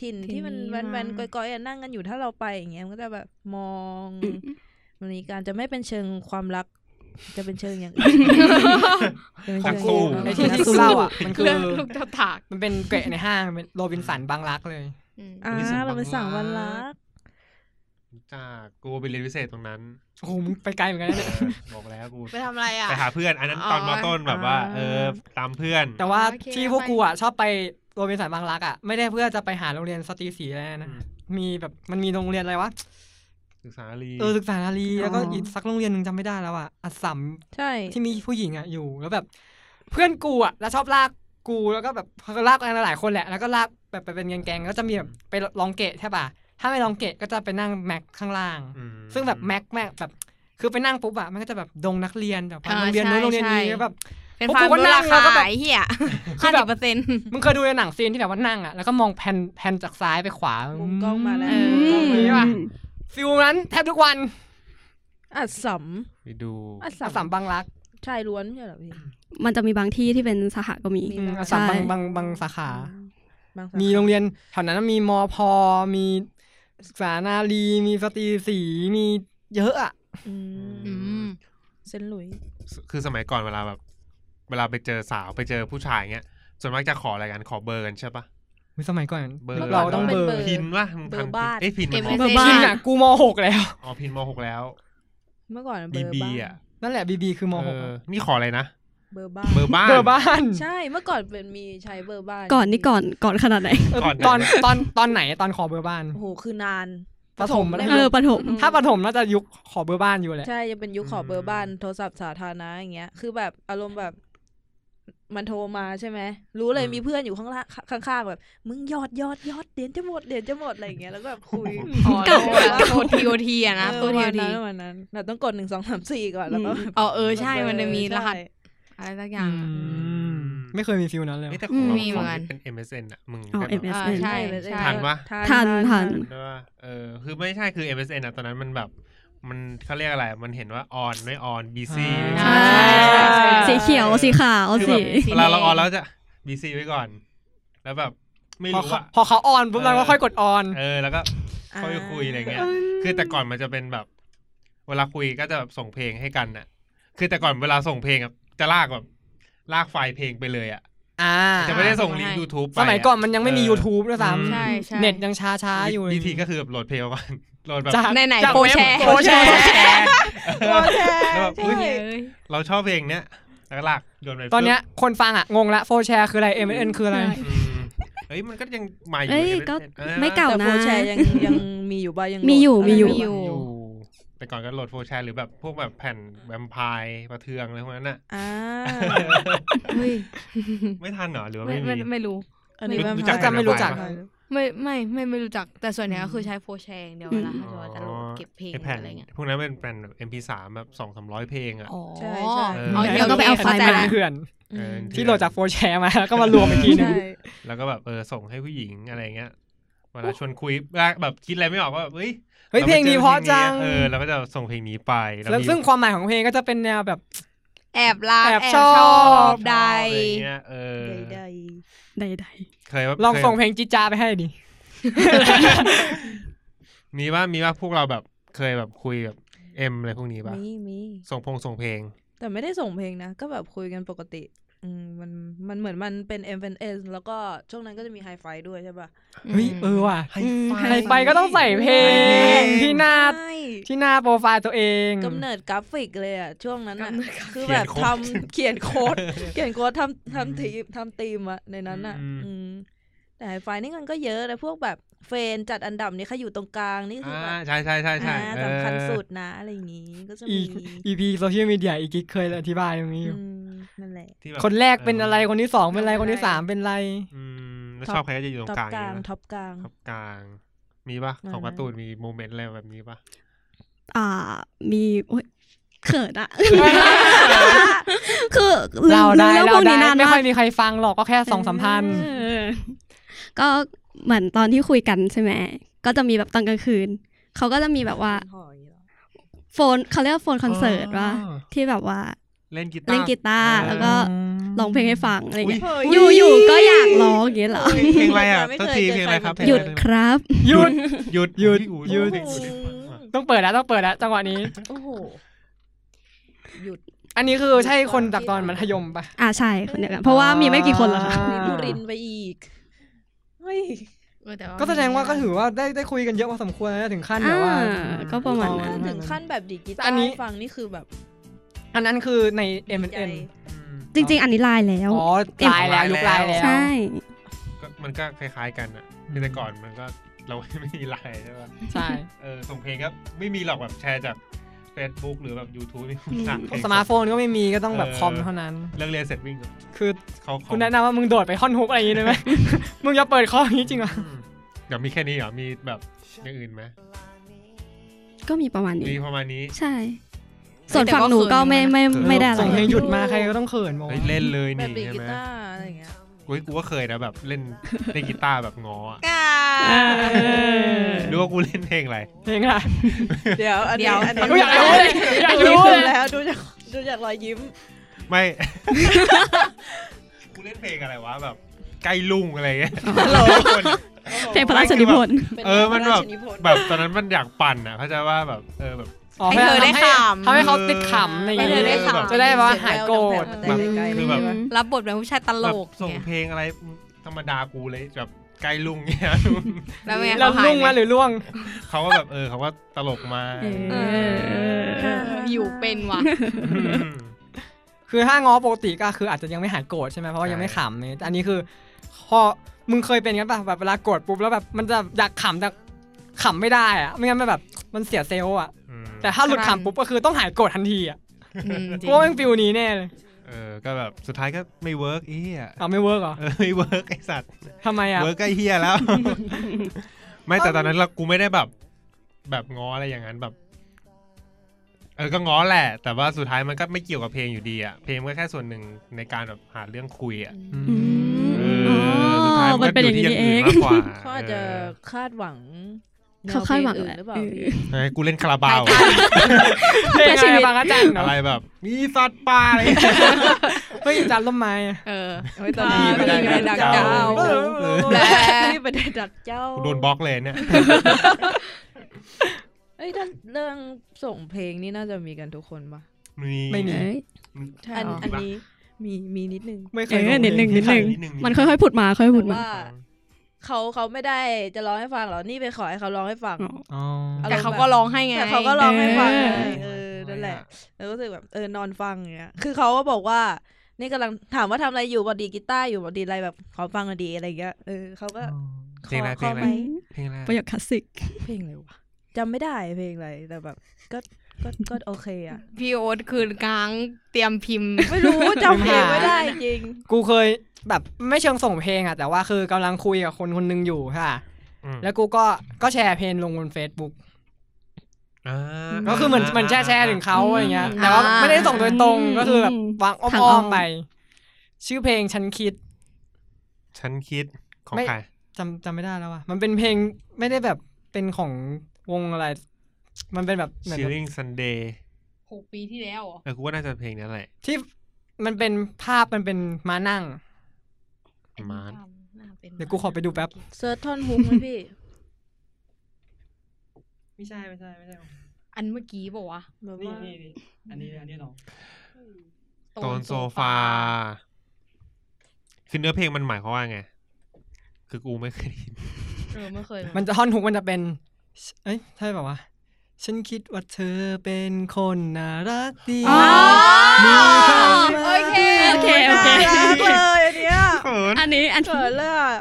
[SPEAKER 5] ถิ่น
[SPEAKER 3] ถิ่น
[SPEAKER 5] ที่มัน
[SPEAKER 3] นี้
[SPEAKER 5] แว้นๆ
[SPEAKER 3] มา
[SPEAKER 5] ก้อยๆอะนั่งกันอยู่ถ้าเราไปอย่างเงี้ยมันก็จะแบบมองมันมีการจะไม่เป็นเชิงความรัก จะเป็นเชิงอย่าง *laughs* อื่นจะเป็น
[SPEAKER 1] ของ
[SPEAKER 5] เชิ
[SPEAKER 1] กู
[SPEAKER 5] งอย่าง
[SPEAKER 1] ไอ้ที่
[SPEAKER 5] อื่น
[SPEAKER 1] ที่กูเล่าอ่ะมันคือ
[SPEAKER 3] เรื่องลูกเจ้าถาก
[SPEAKER 1] มันเป็นเกะในห้างเป็นโรบินสันบางรักเลย
[SPEAKER 3] อืม
[SPEAKER 5] อ่ามันเป็นสั่งวันรัก
[SPEAKER 4] จากกูไปเรียนพิเศษตรงนั้น
[SPEAKER 1] โอ้โหมึงไปไกลเหมือนกันนะ
[SPEAKER 4] เอ
[SPEAKER 1] *laughs* เนี่ย
[SPEAKER 4] อบอกแล้วกู
[SPEAKER 3] ไปทำอะไรอ่ะ
[SPEAKER 4] ไปหาเพื่อน อันนั้นตอนมต้นแบบว่า เออตามเพื่อน
[SPEAKER 1] แต่ว่า
[SPEAKER 3] โอเค
[SPEAKER 1] ที่พวก
[SPEAKER 3] ไป
[SPEAKER 1] กูอ่ะชอบไปโรบินสันบางรักอ่ะไม่ได้เพื่อจะไปหาโรงเรียนสตรีสีอะไรนะมีแบบมันมีโรงเรียนอะไรวะ
[SPEAKER 4] ศึกษาลี
[SPEAKER 1] เออศึกษานารีแล้วก็อีกสักโรงเรียนหนึ่งจำไม่ได้แล้วอ่ะอัสสัม
[SPEAKER 5] ใช่
[SPEAKER 1] ที่มีผู้หญิงอ่ะอยู่แล้วแบบ เพื่อนกูอ่ะแล้วชอบลากกูแล้วก็แบบเขาก็ลากกันหลายคนแหละแล้วก็ลากแบบไปเป็นแกงๆก็จะมีแบบไปลองเกะใช่ป่ะถ้าไม่ลองเกะก็จะไปนั่งแม็กข้างล่าง
[SPEAKER 4] ม
[SPEAKER 1] ซึ่งแบบแม็กแม็กแบบ คือไปนั่งปุ๊บอะมันก็จะแบบดงนักเรียนแบบ
[SPEAKER 3] อ่า
[SPEAKER 1] โรงเรียนนู้น
[SPEAKER 3] ใช่
[SPEAKER 1] โรงเรียนนี้
[SPEAKER 3] ใช่
[SPEAKER 1] แบบ
[SPEAKER 3] เป็น
[SPEAKER 1] พวก
[SPEAKER 3] ควา
[SPEAKER 1] กู
[SPEAKER 3] ม
[SPEAKER 1] ก็
[SPEAKER 3] รู้
[SPEAKER 1] นั่
[SPEAKER 3] ราง คา
[SPEAKER 1] แล้วก็แบบ
[SPEAKER 3] ไอ้เหี้ย
[SPEAKER 1] คือ
[SPEAKER 3] ห้า
[SPEAKER 1] แบ
[SPEAKER 3] สิบบ เปอร์เซ็นต์
[SPEAKER 1] มึงเคยดูในหนังซีนที่แบบว่านั่งอะแล้วก็มองแผ่นแผ่นจากซ้ายไปขวา
[SPEAKER 5] มุมกล้องมาแล้ว
[SPEAKER 3] เออ
[SPEAKER 5] มุมกล้องมาแล้ว
[SPEAKER 1] ะ ฟิลนั้นแทบทุกวัน
[SPEAKER 5] อัดสัม
[SPEAKER 4] ไปดู
[SPEAKER 5] อัด
[SPEAKER 1] อัส
[SPEAKER 5] สั
[SPEAKER 1] สั
[SPEAKER 5] ม
[SPEAKER 1] มบางรัก
[SPEAKER 5] ชายล้วนไม่ใช่เหรอพี่
[SPEAKER 6] มันจะมีบางที่ที่เป็นสหก็มี
[SPEAKER 5] มี
[SPEAKER 1] อืมอัสสัม
[SPEAKER 6] ใช่
[SPEAKER 1] บางบางบางสาขา
[SPEAKER 5] บางสา
[SPEAKER 1] มี
[SPEAKER 5] ขา
[SPEAKER 1] โรงเรียนแถวนั้นมีมอพอมีศึกษานารีมีสตรีสีมีเยอะอะ
[SPEAKER 5] อืม
[SPEAKER 3] อืม
[SPEAKER 5] เซนต์หลุย
[SPEAKER 4] คือสมัยก่อนเวลาแบบ เวลาไปเจอสาวไปเจอผู้ชายเงี้ย ส่วนมากจะขออะไรกันขอเบอร์กันใช่ปะ
[SPEAKER 1] อุ๊ยสมัยก่อน
[SPEAKER 4] เบอร์
[SPEAKER 1] เราต้อง
[SPEAKER 5] เป็
[SPEAKER 1] เบ
[SPEAKER 5] น
[SPEAKER 1] อ
[SPEAKER 5] เบ
[SPEAKER 1] ร์
[SPEAKER 5] อร์
[SPEAKER 4] พินวะมึง
[SPEAKER 5] เบอร์
[SPEAKER 4] ทำ
[SPEAKER 5] บ้าน
[SPEAKER 4] ไอ้ยพินมัน
[SPEAKER 3] เก็บ
[SPEAKER 4] มหก
[SPEAKER 3] ไว้บอร์บ้าน
[SPEAKER 1] พินอะกูมหกแล้ว
[SPEAKER 4] อ๋อพินมหกแล้ว
[SPEAKER 5] เมื่อก่อนเบ
[SPEAKER 4] บี
[SPEAKER 5] อร์
[SPEAKER 4] บี
[SPEAKER 5] บ้าน
[SPEAKER 4] อ่ะ
[SPEAKER 1] นั่นแหละบีบีคือมห
[SPEAKER 4] เอก อนี่ขออะไรนะ
[SPEAKER 5] เบอร์บ้าน
[SPEAKER 4] เบอร์บ้าน
[SPEAKER 1] เบอร์บ้าน
[SPEAKER 5] ใช่เมื่อก่อนเป็นมีใช้เบอร์บ้าน
[SPEAKER 6] ก่อนนี่ก่อนก่อนขนาดไหน
[SPEAKER 1] เออตอนตอนตอนไหนตอนขอเบอร์บ้าน
[SPEAKER 5] โอ้โหคือนาน
[SPEAKER 1] ปฐมอะไร
[SPEAKER 6] เออปฐม
[SPEAKER 1] ถ้าปฐมน่าจะยุคขอเบอร์บ้านอยู่แหละ
[SPEAKER 5] ใช่จะเป็นยุคขอเบอร์บ้านโทรศัพท์สาธารณะอย่างเงี้ย คือแบบอารมณ์แบบ มันโทรมาใช่ไหมรู้เลยมีเพื่อนอยู่ข้างล่างข้างๆแบบ มึงหยอดหยอดหยอดเดี๋ยวจะหมดเดี๋ยวจะหมดอะไรอย่างเงี้ยแล้วก็แบบคุย
[SPEAKER 3] อ๋อ
[SPEAKER 6] เก่า
[SPEAKER 3] แล้วแบบตัวทีโอทีอะนะ
[SPEAKER 5] เออ
[SPEAKER 3] ตัวทีโอ
[SPEAKER 5] ประ
[SPEAKER 3] ที
[SPEAKER 5] มาณนั้นประมาณนั้นเราต้องกดหนึ่งสองสามสี่ก่อนแล้วก็แบบ
[SPEAKER 3] อ๋อเออใช่มันจะมีรหัส
[SPEAKER 5] ใช่
[SPEAKER 3] อะไรสักอย่างอะ
[SPEAKER 1] ไม่เคยมีฟิลนั้นเลย
[SPEAKER 4] ไอ้ยแต่ของเราของ
[SPEAKER 6] อืม
[SPEAKER 3] มีเหมือน
[SPEAKER 4] เป็น MSN อ่ะมึง
[SPEAKER 6] อ๋อ
[SPEAKER 4] ได้ปะ
[SPEAKER 6] MSN
[SPEAKER 3] อ่าใช่ใช่
[SPEAKER 4] ทันปะ
[SPEAKER 6] ทันทัน
[SPEAKER 4] ใช่ป่ะเออ คือไม่ใช่ คือ MSN อ่ะ ตอนนั้นมันแบบ มันเขาเรียกอะไร มันเห็นว่า ออน ไม่ออน BC
[SPEAKER 1] อ่า
[SPEAKER 6] สีเขียวสีขาว
[SPEAKER 4] คือแบบ
[SPEAKER 6] สี
[SPEAKER 4] เวลาเราออนแล้วจะ BC ไว้ก่อน แล้วแบบ ไม่
[SPEAKER 1] พอ
[SPEAKER 4] รู้
[SPEAKER 1] เขา
[SPEAKER 4] อะ
[SPEAKER 1] พอเขาออนปุ๊บ
[SPEAKER 4] เออ
[SPEAKER 1] เราก็ค่อยกดออน
[SPEAKER 4] เออ แล้วก็ค่อยคุยอะไรเงี้ย คือแต่ก่อนมันจะเป็นแบบ เวลาคุยก็จะแบบส่งเพลงให้กันน่ะ คือแต่ก่อนเวลาส่งเพลงอะจะลากแบบ ลากไฟล์เพลงไปเลยอ่ะ
[SPEAKER 1] อ่า
[SPEAKER 4] จะไม่ได้ส่งลิงก์ YouTube ไป
[SPEAKER 1] ส
[SPEAKER 4] อะ
[SPEAKER 1] มัยก่อนมันยังไม่มี
[SPEAKER 4] เออ
[SPEAKER 1] YouTube ด้วยซ้
[SPEAKER 3] ใช่ใช่
[SPEAKER 1] ำเน็ตยังช้าช้าๆอยู่
[SPEAKER 4] วิธีก็คือแบบโหลดเพลงก่อน โหลดแบบ
[SPEAKER 1] จาก
[SPEAKER 3] ไหนไหน
[SPEAKER 1] จาก
[SPEAKER 3] โปร
[SPEAKER 1] เว็บ
[SPEAKER 3] แชร์
[SPEAKER 1] โปรแชร์
[SPEAKER 5] โอเค
[SPEAKER 4] แล้วแบบอุ๊ย
[SPEAKER 5] ใช่
[SPEAKER 4] เราชอบเพลงเนี้ยแล้วก็ลากโยนไป
[SPEAKER 1] ตอนเนี้ยคนฟังอ่ะ งงละโฟแชร์คืออะไร m n คืออะไร
[SPEAKER 4] อืมเอ้ย มันก็ยังใหม่อยู่
[SPEAKER 6] เอ้ย
[SPEAKER 4] ในประทศ
[SPEAKER 6] ก็
[SPEAKER 4] ออ
[SPEAKER 6] ไม่เก่า
[SPEAKER 5] แต่
[SPEAKER 6] นะ
[SPEAKER 5] โฟร์แชร์ยังยังมีอยู่บ้างยัง
[SPEAKER 6] มีอยู่
[SPEAKER 5] โหลด
[SPEAKER 6] มีอยู่
[SPEAKER 5] ะไร
[SPEAKER 4] อยู่ แต่ก่อนก็โหลดโฟร์แชร์หรือแบบพวกแบบแผ่นแวมไพร์ประเทืองอะไรพวกนั้นน่ะ
[SPEAKER 5] อ่า
[SPEAKER 3] เฮ้ย
[SPEAKER 4] ไม่ทันเหรอหรือว่า
[SPEAKER 3] ไม่
[SPEAKER 4] ไม่
[SPEAKER 3] ไม่
[SPEAKER 4] มี
[SPEAKER 3] ไม่รู้
[SPEAKER 5] อันนี้
[SPEAKER 4] รู้
[SPEAKER 5] แว
[SPEAKER 4] จัก
[SPEAKER 5] ไพ
[SPEAKER 1] กันไม่รู้จัก
[SPEAKER 3] ไม่ไม่ไม่ไม่รู้จักแต่ส่วนใหญ่ก็คือใช้โฟร์แชร์อย่างเดียวเวลา
[SPEAKER 4] อ๋อ
[SPEAKER 3] จะโหลดเก็บเพลง
[SPEAKER 4] ไอ้แผ่น
[SPEAKER 3] อะไรเงี้ย
[SPEAKER 4] พวกนั้นเป็นแผ่น MP3 แบบสองสามร้อยเพลงอ่ะ
[SPEAKER 3] อ๋อ
[SPEAKER 5] ใช่ใช่
[SPEAKER 4] อ๋อ
[SPEAKER 6] เดี๋ยวก็ไปเอาไฟล์มา
[SPEAKER 1] เพื่อน
[SPEAKER 4] เออ
[SPEAKER 1] ที่โหลดจากโฟแชร์มา *laughs* แล้วก็มารวมอีกทีหนึง
[SPEAKER 5] ใช่
[SPEAKER 4] แล้วก็แบบเออส่งให้ผู้หญิงอะไรเงี้ย เวลาชวนคุยแบบคิดอะไรไม่ออกก็แบบเฮ้ย
[SPEAKER 1] เฮ้ยเพลงนี้เพราะจัง
[SPEAKER 4] เออเราก็จะส่งเพลงนี้ไป
[SPEAKER 1] แล้ว
[SPEAKER 4] มี
[SPEAKER 1] ซึ่งความหมายของเพลงก็จะเป็นแนวแบบ
[SPEAKER 3] แอบรัก
[SPEAKER 1] แอบ
[SPEAKER 3] แอบ
[SPEAKER 1] ช
[SPEAKER 3] ช
[SPEAKER 1] อบ
[SPEAKER 3] อบใด
[SPEAKER 4] อะไรเงี้ยเออ
[SPEAKER 5] ได้
[SPEAKER 6] ใด
[SPEAKER 4] เคยว่า
[SPEAKER 1] ลอง
[SPEAKER 4] เคย
[SPEAKER 1] ส่งเพลงจิจาไปให้
[SPEAKER 4] *laughs*
[SPEAKER 1] ดิ
[SPEAKER 4] มีว่ามีว่าพวกเราแบบเคยแบบคุยแบบเอ็มอะไรพวกนี้ป่ะ
[SPEAKER 5] มีมี
[SPEAKER 4] ส่งพงส่งเพลง
[SPEAKER 5] แต่ไม่ได้ส่งเพลงนะ ก็แบบคุยกันปกติอืมมันมันเหมือนมันเป็น m อ s แล้วก็ช่วงนั้นก็จะมีไฮไฟด้วยใช่ป่ะ
[SPEAKER 1] เฮ้ยเออว่ะ
[SPEAKER 6] ๆอืม
[SPEAKER 1] ใครไปก็ต้องใส่เพลงที่หน้า
[SPEAKER 5] ใช่
[SPEAKER 1] ที่หน้าโปรไฟล์ตัวเอง
[SPEAKER 5] กำเนิดกราฟิกเลยอ่ะ ช่วงนั้นอ่ะ คือ
[SPEAKER 4] เขี
[SPEAKER 5] แบ
[SPEAKER 4] ยน
[SPEAKER 5] บ
[SPEAKER 4] โค้ด
[SPEAKER 5] ทำเขียนโค้ด เขียน
[SPEAKER 4] *laughs*
[SPEAKER 5] โค้ดทำทำทีมทำทีมอะในนั้นอะ
[SPEAKER 4] อืม
[SPEAKER 5] อืมแต่ไฮไฟนี่มันก็เยอะนะพวกแบบเฟรนจัดอันดับนี่ใครอยู่ตรงกลางนี่คือ
[SPEAKER 4] อ่า
[SPEAKER 5] แบบ
[SPEAKER 4] ใช่ใช่ใช่ใช่
[SPEAKER 5] อ่าสำคัญสุดนะอะไรอย่างนี้ก็จะ
[SPEAKER 1] อี
[SPEAKER 5] มี
[SPEAKER 1] อีพีโซเชียลมีเดียอีกิกเคยอธิบายตรงนี้อ
[SPEAKER 5] อื
[SPEAKER 1] ยู่
[SPEAKER 5] มนั่นแหละ
[SPEAKER 4] ที่แบบ
[SPEAKER 1] คนแรกเป็นอะไรคนที่สองเป็นอะไรคนที่สามเป็นอะไร
[SPEAKER 4] อืมแล้วชอบใครก็จะอยู่ตร
[SPEAKER 5] ท็อง ป
[SPEAKER 4] กลาง
[SPEAKER 5] ก
[SPEAKER 4] อย่า
[SPEAKER 5] ลาง ง
[SPEAKER 4] เงี้ยนะ
[SPEAKER 5] ท็อปกลาง
[SPEAKER 4] ท็อปกลาง มีป่ะ
[SPEAKER 5] อ่า
[SPEAKER 4] ของการ์ตูนมีโมเมนต์อะไรแบบนี้ป่ะ
[SPEAKER 6] อ่ามีโอ๊ยเขินอะ คือลืม
[SPEAKER 1] เราได้
[SPEAKER 6] ลืมเรื่องพ
[SPEAKER 1] เราได้
[SPEAKER 6] วกนี้นาน
[SPEAKER 1] ไม่
[SPEAKER 6] มา
[SPEAKER 1] ค่
[SPEAKER 6] ก
[SPEAKER 1] อยมีใครฟังหรอกก็แค่สองสามพัน
[SPEAKER 6] เออก็เหมือนตอนที่คุยกันใช่ไหม ก็จะมีแบบตอนกลางคืน เขาก็จะมีแบบว่า
[SPEAKER 5] หออย่างงี้เหรอ
[SPEAKER 6] โฟนเขาเรียกว่าโฟนคอนเสิร์ตว่าที่แบบว่า
[SPEAKER 4] เล่นกีตาร์
[SPEAKER 6] เล่นกีตาร์แล้วก็
[SPEAKER 1] อืม
[SPEAKER 6] ร้องเพลงให้ฟังอะไร
[SPEAKER 4] อุ๊ย
[SPEAKER 6] เงี้ยอยู่อยู่ๆก็อยากร้องอย่างเงี้ยเหรอ
[SPEAKER 4] เพลงอะไรอ่ะ
[SPEAKER 5] ม่
[SPEAKER 4] ต้น
[SPEAKER 5] ค
[SPEAKER 4] ที
[SPEAKER 5] จ
[SPEAKER 4] เพลงอะไรครับเพลง
[SPEAKER 6] หยุด
[SPEAKER 4] อะไร
[SPEAKER 6] ครับ
[SPEAKER 4] หยุดหยุด
[SPEAKER 1] หยุด
[SPEAKER 4] อุ๊
[SPEAKER 1] หยุด
[SPEAKER 4] เพลงหยุด
[SPEAKER 1] ต้องเปิดแล้วต้องเปิดแล้วจังหวะนี้
[SPEAKER 5] โอ้โหหยุด
[SPEAKER 1] อันนี้คือใช่คนจากตอนมัธยมปะ
[SPEAKER 6] อ่าใช่คนเดียวกัน เพราะว่ามีไม่กี่คนหรอกค่ะ
[SPEAKER 5] มีบุรินทร์ไปอีกเฮ้ย
[SPEAKER 3] เออต่
[SPEAKER 1] ก็แสดงว่าก็ถือว่าได้ได้คุยกันเยอะพอสมควรแล้วถึงขั้นแบบว่า
[SPEAKER 6] อ่าก็ประมาณนั้น
[SPEAKER 5] ถ้าถึงขั้นแบบดีดกีตา
[SPEAKER 1] อัน
[SPEAKER 5] ร์
[SPEAKER 1] นี้
[SPEAKER 5] ให้ฟังนี่คือแบบ
[SPEAKER 1] อันนั้นคือใน M
[SPEAKER 5] ใจ
[SPEAKER 1] N
[SPEAKER 6] จริง ๆ อันนี้ไลน์แล้ว
[SPEAKER 1] อ๋อลายแล้วยุคลายแล้ว
[SPEAKER 6] ใช่
[SPEAKER 4] ก็มันก็คล้าย ๆกันอ่ะคือแต่ก่อนมันก็เราไม่มีไลน์ใช่ป่ะ
[SPEAKER 1] ใช่
[SPEAKER 6] *laughs*
[SPEAKER 4] เออส่งเพลงก็ไม่มีหรอกแบบแชร์จาก Facebook หรือแบบ YouTube นี่คุณหนักเพลง
[SPEAKER 1] สมาร์ทโฟนก็ไม่มีก็ต้องแบบ
[SPEAKER 4] เ
[SPEAKER 1] คอมเท่านั้น
[SPEAKER 4] เลิกเรียนเสร็จวิ่ง
[SPEAKER 1] คือ
[SPEAKER 4] เขาเขา
[SPEAKER 1] คุณแนะนำว่ามึงโดดไปท่อนฮุกอะไรอย่างนี้เลยไหม มึงจะเปิดข้ออย่างนี้จริงเหรอ
[SPEAKER 4] อืมเดี๋ยวมีแค่นี้เหรอ มีแบบอย่างอื่นไหม
[SPEAKER 6] ก็มีประมาณนี้
[SPEAKER 4] มีประมาณนี้
[SPEAKER 6] ใช่ ส่วนฝั่งหนูก็ไม่ไม่ไม่ได้อะไร
[SPEAKER 1] ส่งเพลง
[SPEAKER 4] อ
[SPEAKER 1] หยุดมาใครก็ต้องเขินมอง
[SPEAKER 4] เฮ้ยเล่นเลย
[SPEAKER 5] แบบ
[SPEAKER 4] นี่
[SPEAKER 5] ดี
[SPEAKER 4] ใช่
[SPEAKER 5] ดกี
[SPEAKER 4] ไหม
[SPEAKER 5] ตาร์อะไรอย่างเงี้ย
[SPEAKER 4] เฮ้ยกูก็เคยนะแบบเล่นเล่นกีตาร์แบบงออะรู้ว่ากูเล่นเพลงอะไร
[SPEAKER 1] เพลงอะไร
[SPEAKER 5] เดี๋ยวอันนี้อันนี้
[SPEAKER 1] อยากรู้เลยอยากรู้เลย
[SPEAKER 5] ดูแล้วดูจากดูจากรอยยิ้ม
[SPEAKER 4] ไม่ *laughs* กูเล่นเพลงอะไรวะแบบใกล้ลุงอะไรเงี้ยคน
[SPEAKER 6] เพลงพระราชนิพนธ์
[SPEAKER 5] ป็
[SPEAKER 4] เออมันแบบ
[SPEAKER 5] พระราชพนธ์
[SPEAKER 4] แบบตอนนั้นมันอยากปั่นอ่ะเข้าใจว่าแบบเออแบบ
[SPEAKER 1] อ๋อ
[SPEAKER 3] ให้เธอได้ขำ
[SPEAKER 1] ทำให้เขาติดขำอะไรอย่าง
[SPEAKER 4] ให้
[SPEAKER 1] นี้
[SPEAKER 4] เธอได้ขำ
[SPEAKER 1] จะได้ว่าหายโกรธ
[SPEAKER 5] แต่ไกลๆ
[SPEAKER 4] คือแบบ
[SPEAKER 5] ใช่ปะ
[SPEAKER 3] รับบทเป็นผู้ชายตล
[SPEAKER 4] แบบ
[SPEAKER 3] ก
[SPEAKER 4] ส่ง
[SPEAKER 3] เนี่ย
[SPEAKER 4] เพลงอะไรธรรมดากูเลยแบบ ใกล้ลุงเนี่ย *laughs*
[SPEAKER 3] แล้วไง
[SPEAKER 1] เรา
[SPEAKER 3] เขาหาย
[SPEAKER 1] ลุ่งมาห
[SPEAKER 3] ไหม
[SPEAKER 1] รือล่วง
[SPEAKER 4] เขาก็แบบเออเขาก็ตลกมา
[SPEAKER 6] เออ
[SPEAKER 5] เออ
[SPEAKER 3] อยู่เป็นว่ะ
[SPEAKER 4] ม
[SPEAKER 1] คือถ้าง้อปกติก็คืออาจจะยังไม่หายโกรธใช่ไหมเพราะว่า
[SPEAKER 4] ใช่
[SPEAKER 1] ยังไม่ขำเนี่ยแต่อันนี้คือพอมึงเคยเป็นกันป่ะแบบเวลาโกรธปุ๊บแล้วแบบมันจะอยากขำแต่ขำไม่ได้อะไม่งั้นมันแบบมันเสียเซลล์อะ
[SPEAKER 4] อืม
[SPEAKER 1] แต่ถ้าหลุด
[SPEAKER 3] ครับ
[SPEAKER 1] ขำปุ๊บก็คือต้องหายโกรธทันทีอะ
[SPEAKER 3] อืม
[SPEAKER 1] เพ
[SPEAKER 3] จริ
[SPEAKER 1] ราะว่าแม่
[SPEAKER 3] ง
[SPEAKER 1] งฟิลนี้แน่เลย
[SPEAKER 4] เออก็แบบสุดท้ายก็ไม่เวิร์กเฮีย
[SPEAKER 1] เอาไม่เวิร์กเหรอ
[SPEAKER 4] เออไม่เวิร์กไอสัตว์
[SPEAKER 1] ทำไมอะ
[SPEAKER 4] เวิร์กก็เฮียแล้ว ไม่แต่ตอนนั้นเรากูไม่ได้แบบ แบบง้ออะไรอย่างนั้นแบบ เออก็ง้อแหละ แต่ว่าสุดท้ายมันก็ไม่เกี่ยวกับเพลงอยู่ดีอะเพลงมันก็แค่ส่วนหนึ่งในการแบบหาเรื่องคุยอะ
[SPEAKER 6] อืม
[SPEAKER 4] เอ
[SPEAKER 6] อ๋อ
[SPEAKER 4] อสุดท้าย
[SPEAKER 6] มั
[SPEAKER 4] มัน น
[SPEAKER 6] เป็น
[SPEAKER 4] อ
[SPEAKER 6] อย่
[SPEAKER 4] ที่
[SPEAKER 6] ย่างนี้
[SPEAKER 4] อย่าง
[SPEAKER 6] เอ
[SPEAKER 4] อื่น
[SPEAKER 6] ง
[SPEAKER 4] มากกว่า
[SPEAKER 5] *laughs* เขาอาจจะคาดหวังแน
[SPEAKER 6] เขาคาดหวัง
[SPEAKER 5] พล
[SPEAKER 6] แหละ
[SPEAKER 5] อื่นหรือเปล่า
[SPEAKER 6] เออ
[SPEAKER 4] เออกูเล่นคาราบาว
[SPEAKER 1] เพลง
[SPEAKER 6] เพื่อชี
[SPEAKER 1] อะไร
[SPEAKER 6] วิต
[SPEAKER 1] บางอาจารย์เนาะ
[SPEAKER 4] อะไรแบบนี่สัตว์ป่าอะไรอย่างเงี้ย
[SPEAKER 1] เฮ้ยอาจารย์ล้มไม้อะ
[SPEAKER 3] เออ
[SPEAKER 5] เฮ้ยตอนนี้
[SPEAKER 4] ไม่ได้
[SPEAKER 5] ไม่ได้
[SPEAKER 4] ดัก
[SPEAKER 5] ดัก
[SPEAKER 4] เจ้า
[SPEAKER 5] เจ้า
[SPEAKER 3] แหละ
[SPEAKER 5] นี่ไม่ได้ดักเจ้า
[SPEAKER 4] กูโดนบล็อกเลยเนี่ย
[SPEAKER 5] เอ้ยถ้าเรื่องส่งเพลงนี่น่าจะมีกันทุกคนปะ
[SPEAKER 4] มี
[SPEAKER 1] ไม่มี
[SPEAKER 6] เอ้ย
[SPEAKER 5] อัน
[SPEAKER 4] มีปะ
[SPEAKER 5] อันนี้มีมีนิดนึง
[SPEAKER 1] ไม่เค
[SPEAKER 6] เอย อนิดนึงนิดนึง มันค่อยๆผุดมาค่อยๆผุด
[SPEAKER 5] แต่
[SPEAKER 6] มา
[SPEAKER 5] ว่าเขาเขาไม่ได้จะร้องให้ฟังหรอ นี่ไปขอให้เขาร้องให้ฟัง
[SPEAKER 6] อ๋อ
[SPEAKER 1] อ๋อ
[SPEAKER 5] เอา
[SPEAKER 3] แต่เขาก็ร้องให้ไง
[SPEAKER 5] แต่เขาก็ร้องให้ฟัง
[SPEAKER 6] เออ
[SPEAKER 5] ไงเออนั่นแหละ แล้วรู้สึกแบบเออนอนฟังอย่างเงี้ย คือเขาก็บอกว่า นี่กำลังถามว่าทำอะไรอยู่บอดีกีตาร์อยู่บอดีอะไรแบบขอฟังหน่อยดีอะไรอย่างเงี้ย เออเขาก็
[SPEAKER 4] เพลงอะไร
[SPEAKER 5] ข
[SPEAKER 4] เพล
[SPEAKER 5] อง
[SPEAKER 4] อะไร
[SPEAKER 5] ขอ
[SPEAKER 4] เพลงอะไร
[SPEAKER 6] ประโยคคลาสสิก
[SPEAKER 5] เพลงอะไรวะจำไม่ได้เพลงอะไรแต่แบบ ก็ก็ก็โอเคอะ
[SPEAKER 3] พี่โอ๊ตคืนกลางเตรียมพิมพ์
[SPEAKER 5] ไม่
[SPEAKER 3] *laughs*
[SPEAKER 5] รู้จำเพลงไม่ได้จริง
[SPEAKER 1] กูเคยแบบไม่เชิงส่งเพลงอะแต่ว่าคือกำลังคุยกับคนคนหนึงอยู่ค่ะ
[SPEAKER 4] อืม
[SPEAKER 1] แล้วกูก็ก็แชร์เพลงลงบน Facebook
[SPEAKER 4] อ่า
[SPEAKER 1] ก็คือเหมือนเหมือนแชร์แชร์ถึงเขาอะไรเงี้ย แต่ว่า
[SPEAKER 3] อ่า
[SPEAKER 1] ไม่ได้ส่งโดยตรง
[SPEAKER 6] อืม
[SPEAKER 1] ก็คือแบบวาง
[SPEAKER 6] ทางอ้
[SPEAKER 1] อ้อ
[SPEAKER 6] อ
[SPEAKER 1] ม
[SPEAKER 6] ม
[SPEAKER 1] ๆไป ชื่อเพลงฉันคิด
[SPEAKER 4] ฉันคิดของ
[SPEAKER 1] ไม่
[SPEAKER 4] ใคร
[SPEAKER 1] จำจำไม่ได้แล้วว่ะมันเป็นเพลงไม่ได้แบบเป็นของวงอะไร มันเป็นแบบเหมือน
[SPEAKER 4] ชิล
[SPEAKER 1] แบบ
[SPEAKER 4] ลิ่งซันเดย์
[SPEAKER 3] หกปีที่แล้วเหรอ
[SPEAKER 4] เออกูว่าน่าจะเพลงนี้แหละ
[SPEAKER 1] ที่มันเป็นภาพมันเป็นม้านั่ง
[SPEAKER 4] มาร์ท
[SPEAKER 3] น่าเป็น
[SPEAKER 1] เดี๋ยวกูขอไปดูแป๊บ
[SPEAKER 5] เซิร์ชท่อนฮุกไหมพี่
[SPEAKER 1] ไม่ใช่ไม่ใช่ไม่ใช่
[SPEAKER 3] อันเมื่อกี้บอกว่าวะ
[SPEAKER 5] แบบว่า
[SPEAKER 1] อันนี้อันนี้หรอ
[SPEAKER 4] โตนโซฟาคือเนื้อเพลงมันหมายความว่าไง คือกูไม่เคยได้ยิน
[SPEAKER 3] เออไม่เคย
[SPEAKER 1] มันจะท่อนฮุกมันจะเป็น เอ้ยใช่เปล่าวะฉันคิดว่าเธอเป็นคนน่ารักดี
[SPEAKER 6] อ๋อ
[SPEAKER 1] มีเธอ
[SPEAKER 3] โอ
[SPEAKER 1] มา
[SPEAKER 3] เค
[SPEAKER 6] โอเคโอเค
[SPEAKER 5] น่ารักเลยอันเนี้ย
[SPEAKER 6] อันนี้อันที่
[SPEAKER 5] เขินเลยอะ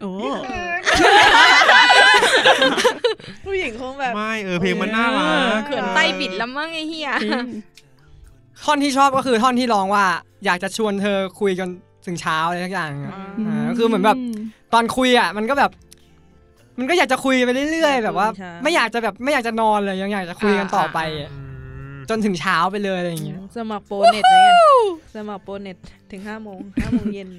[SPEAKER 6] โอ้
[SPEAKER 5] ผู้หญิงคงแบบ
[SPEAKER 4] ไม่เออเพลงมันน่ารัก
[SPEAKER 3] เขินไตบิดแล้วมั้งไอ้เหี้ย
[SPEAKER 1] ท่อนที่ชอบก็คือท่อนที่ร้องว่า อยากจะชวนเธอคุยจนถึงเช้าอะไรสักอย่างอะ อ่าก็คือเหมือนแบบ ตอนคุยอ่ะมันก็แบบ มันก็อยากจะคุยไปเรื่อยๆแบบว่า
[SPEAKER 5] ใช่
[SPEAKER 1] ไม่อยากจะแบบไม่อยากจะนอนเลยยังอยากจะคุยกันต่อไปอะ
[SPEAKER 4] อืม
[SPEAKER 1] จนถึงเช้าไปเลยอะไรอย่างเงี้ย
[SPEAKER 5] สมัครโปรเน็ตอะไรเงี้ยสมัครโปรเน็ตถึงห้าโมงห้าโมงเย็น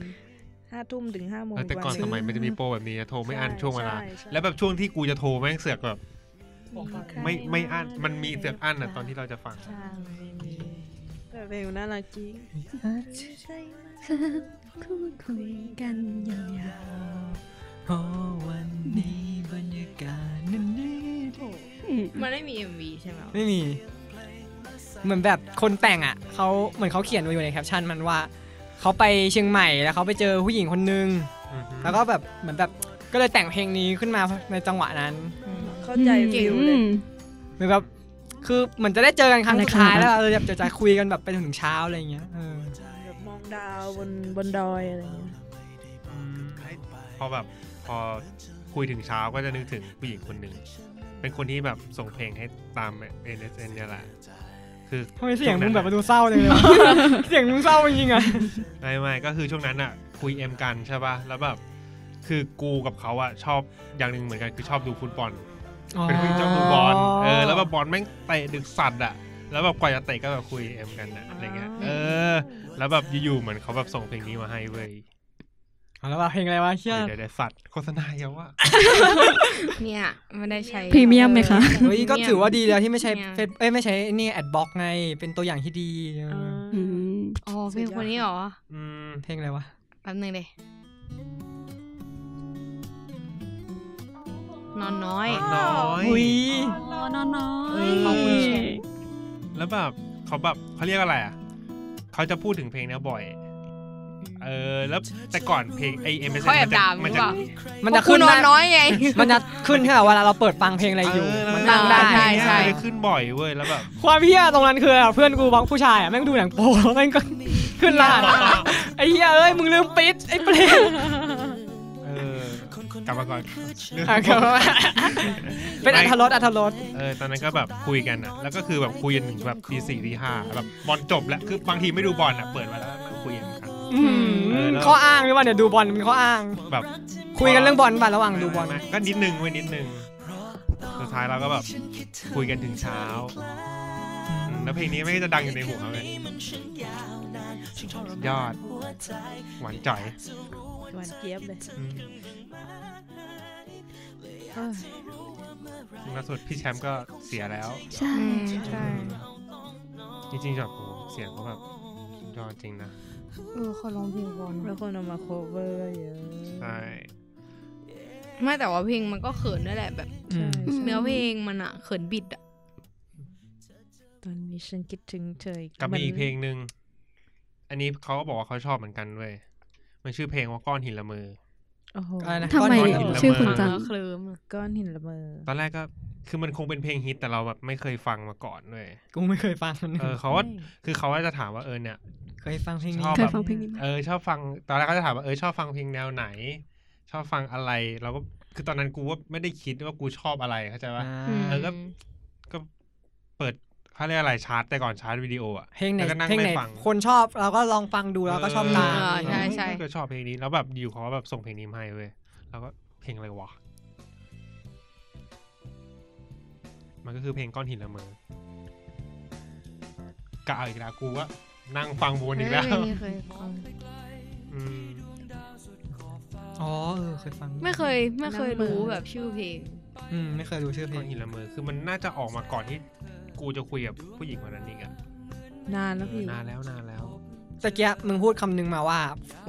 [SPEAKER 5] ห้าทุ่มถึงห้าโมง
[SPEAKER 4] เออแต่ก่อน
[SPEAKER 5] วัห
[SPEAKER 4] ส
[SPEAKER 5] ง
[SPEAKER 4] มัยมันจะมีโปรแบบนี้นะโทรไม่อัน
[SPEAKER 5] ใช่
[SPEAKER 4] ช่วงเวลา
[SPEAKER 5] ใช่ใช่
[SPEAKER 4] แล้วแบบช่วงที่กูจะโทรแม่งเสือกแบบไม่ไม่อันมันมีเสือกอันอ่ะตอนที่เราจะฟัง
[SPEAKER 5] ใช่ไม่มีแต่เพลงน่ารักจริง
[SPEAKER 6] คุยกันยาว
[SPEAKER 1] วันนี้บรรยากาศนั้นดี
[SPEAKER 6] ๆอืม
[SPEAKER 3] มันไม่มี MV ใช่ไหม
[SPEAKER 1] ไม่มี เหมือนแบบคนแต่งอ่ะเขาเหมือนเขาเขียนไว้อยู่ในแคปชั่นมันว่าเขาไปเชียงใหม่แล้วเขาไปเจอผู้หญิงคนนึง
[SPEAKER 4] อือฮึ
[SPEAKER 1] แล้วก็แบบเหมือนแบบก็เลยแต่งเพลงนี้ขึ้นมาในจังหวะนั้น
[SPEAKER 5] เข้าใจฟิลเล
[SPEAKER 6] อื
[SPEAKER 5] ย
[SPEAKER 6] ม
[SPEAKER 1] เหมือนแบบคือเหมือนจะได้เจอกันครั้งสุดท้าย
[SPEAKER 6] อะไรขนาดนั้
[SPEAKER 1] แล้ว
[SPEAKER 6] น
[SPEAKER 1] เออแบบจะจะคุยกันแบบไปจนถึงเช้าอะไรอย่างเงี้ยเออ
[SPEAKER 5] แบบมองดาวบนบนดอยอะไรเงี้ย
[SPEAKER 4] พอแบบพอคุยถึงเช้าก็จะนึกถึงผู้หญิงคนหนึ่ง เป็นคนที่แบบส่งเพลงให้ตาม NSN เนี่ยแหละ คือ
[SPEAKER 1] ทำไมเสียงมึงแบบมาดูเศร้าจังเลยวะ เสียงมึงเศร้าจริงๆอ่ะ
[SPEAKER 4] ไม่ไม่ก็คือช่วงนั้นอ่ะ คุยเอ็มกันใช่ป่ะ แล้วแบบ คือกูกับเขาอ่ะชอบอย่างหนึ่งเหมือนกันคือชอบดูฟุตบอล เป็นผู้หญิงชอบดูบอล เออ แล้วแบบบอลแม่งเตะดึกสัตว์อ่ะ แล้วแบบกว่าจะเตะก็แบบคุยเอ็มกันอะอะไรเงี้ย เออ แล้วแบบอยู่ๆเหมือนเขาแบบส่งเพลงนี้มาให้เว้ย
[SPEAKER 1] เอาแล้วแบบเพลงอะไรวะเชี่ย
[SPEAKER 4] เดี๋ยวได้สัตว์โฆษณาเยอะว่ะ
[SPEAKER 3] เนี่ยมันได้ใช้
[SPEAKER 6] พรีเมียมไหมคะ
[SPEAKER 1] เฮ้ย
[SPEAKER 3] *laughs*
[SPEAKER 1] ก็ถือว่าดีแล้วที่ไม่ใช่
[SPEAKER 3] เนี่ย
[SPEAKER 1] เฟซเอ้ยไม่ใช่นี่แอดบล็อกไง เป็นตัวอย่างที่ดีเออ
[SPEAKER 6] อืม
[SPEAKER 3] อ๋อเพลงคนนี้เหรอ
[SPEAKER 4] อืม
[SPEAKER 1] เพลงอะไรวะ
[SPEAKER 3] แป๊บหนึงเลยนอนน้อย
[SPEAKER 4] น้อย
[SPEAKER 1] อุ้ย
[SPEAKER 6] อ๋อนอนน้อย
[SPEAKER 3] ขอบคุณเชฟ
[SPEAKER 4] แล้วแบบเขาแบบเขาเรียกอะไรอ่ะเขาจะพูดถึงเพลงเนี้ยบ่อย เอ เออแล้วแต่ก่อนเพลงไอเอ็ม
[SPEAKER 3] เขาแอบด่า
[SPEAKER 4] มั
[SPEAKER 3] หรือ
[SPEAKER 4] จะ
[SPEAKER 3] เปล่า
[SPEAKER 1] มัน
[SPEAKER 3] พว
[SPEAKER 1] จะ
[SPEAKER 3] ก
[SPEAKER 1] ขึ้น
[SPEAKER 3] กูนอน
[SPEAKER 1] ได้
[SPEAKER 3] น้อยไง
[SPEAKER 1] มันจะขึ้นค่ะเวลาเราเปิดฟังเพลงอะไรอยู่
[SPEAKER 4] เ
[SPEAKER 1] มัน
[SPEAKER 3] นั่งได้
[SPEAKER 1] เพลง
[SPEAKER 3] ใช่
[SPEAKER 4] มันจะขึ้นบ่อยเว้ยแล้วแบบ
[SPEAKER 1] ความเฮี้ยตรงนั้นคือเพื่อนกูบางผู้ชายอ่ะแม่งดูหนังโป๊ *laughs* แม่งก็ ขึ้นลานไอ้เฮียเอ้ยมึงลืมปิดไอ้เปรต
[SPEAKER 4] เออกลับมาก่อน
[SPEAKER 1] อ่ะครับเป็นอัธรสอัธรส
[SPEAKER 4] เออตอนนั้นก็แบบคุยกันอ่ะ แล้วก็คือแบบคุยกันถึงแบบตีสี่ตีห้าแบบบอลจบแล้วคือบางทีไม่ดูบอลอ่ะเปิดมาแล้วก็คุยกันครับ
[SPEAKER 1] อืม
[SPEAKER 4] เออแล้ว
[SPEAKER 1] ข้ออ้างหรือว่าเนี่ยดูบอลเป็นข้ออ้าง
[SPEAKER 4] แบบ
[SPEAKER 1] คุยกันเรื่องบอลป่ะระหว่างดูบอล
[SPEAKER 4] ไม่ก็นิดนึงเว้ยนิดนึงสุดท้ายเราก็แบบคุยกันถึงเช้าอืมแล้วเพลงนี้ไม่งก็จะดังอยู่ในหัวเลยยอด หวานจ่อย
[SPEAKER 5] หวานเจี๊ยบเลย
[SPEAKER 4] อืม
[SPEAKER 5] เออ
[SPEAKER 4] ล่าสุดพี่แชมป์ก็เสียแล้ว
[SPEAKER 6] ใช่
[SPEAKER 3] ใช่
[SPEAKER 4] จริงๆแบบโหเสียงเขาแบบสุดยอดจริงนะ
[SPEAKER 3] เออเขาร้องเพลงบอล
[SPEAKER 5] แล้วคนเอามาโคเวอร์เยอะ
[SPEAKER 4] ใช่
[SPEAKER 3] ไม่แต่ว่าเพลงมันก็เขินด้วยแหละแบบ
[SPEAKER 1] อืม
[SPEAKER 5] ใช่
[SPEAKER 3] เนื้อเพลงมันอะเขินบิดอะ
[SPEAKER 5] ตอนนี้ฉันคิดถึงเธออีก
[SPEAKER 4] กับมีอีก
[SPEAKER 5] น
[SPEAKER 4] เพลงหนึ่ง อันนี้เขาก็บอกว่าเขาชอบเหมือนกันเว้ย มันชื่อเพลงว่าก้อนหินละเมอ
[SPEAKER 5] โอ้โห
[SPEAKER 1] อะไรนะ
[SPEAKER 6] ทำไม
[SPEAKER 1] ก้อนหิน
[SPEAKER 4] ละเมอ
[SPEAKER 6] ชื่อคุณจัง
[SPEAKER 3] เออเคลิ้มอะ
[SPEAKER 5] ก้อนหินละเมอ
[SPEAKER 4] ตอนแรกก็ คือมันคงเป็นเพลงฮิตแต่เราแบบไม่เคยฟังมาก่อนเว้ย
[SPEAKER 1] กูไม่เคยฟังมัน
[SPEAKER 4] เออเขาก็คือเขาก็จะถามว่าเออเนี่ย
[SPEAKER 1] เคยฟังเพลง
[SPEAKER 4] ช
[SPEAKER 1] นี้
[SPEAKER 4] อบ
[SPEAKER 6] เค
[SPEAKER 4] แบ
[SPEAKER 6] ย
[SPEAKER 4] บ
[SPEAKER 6] ฟังเพลงนี้ไหม
[SPEAKER 4] เออชอบฟัง ตอนแรกเขาจะถามว่าเออชอบฟังเพลงแนวไหน ชอบฟังอะไร เราก็ คือตอนนั้นกูว่าไม่ได้คิดว่ากูชอบอะไรเข้าใจปะ เออก็
[SPEAKER 3] ม
[SPEAKER 4] ก็เปิดเขาเรียกอะไรชาร์ตแต่ก่อนชาร์ตวิดีโออะ
[SPEAKER 1] เพลงไหน
[SPEAKER 4] แล้วก็นั่ง
[SPEAKER 1] เพลงไหน
[SPEAKER 4] ไปฟัง
[SPEAKER 1] คนชอบเราก็ลองฟังดูเราก็ชอบตาม
[SPEAKER 4] เ
[SPEAKER 3] าใช่ใช่
[SPEAKER 4] เออก็ชอบเพลงนี้แล้วแบบอยู่เขาก็แบบส่งเพลงนี้มาให้เว้ยแล้วก็เพลงอะไรวะมันก็คือเพลงก้อนหินละเมอกะเอาอีกแล้วกูว่านั่งฟังวนอีกแล้ว
[SPEAKER 3] เฮ้ยไม่เคยฟัง
[SPEAKER 4] อืม
[SPEAKER 1] อ๋อเออเคยฟัง
[SPEAKER 3] ไม่เคยไม่เคย
[SPEAKER 5] นั่งเบื่อ
[SPEAKER 3] รู้แบบชื่อเพลง
[SPEAKER 1] อืมไม่เคยดูชื่อเพล
[SPEAKER 4] ก้อง นหินละเมอคือมันน่าจะออกมาก่อนที่กูจะคุยกับผู้หญิงคนนั้นอีกอะ
[SPEAKER 5] นานแล้ว
[SPEAKER 4] เอ
[SPEAKER 5] พี่
[SPEAKER 4] อนานแล้วนานแล้ว
[SPEAKER 1] ตะเกียมึงพูดคำนึงมาว่า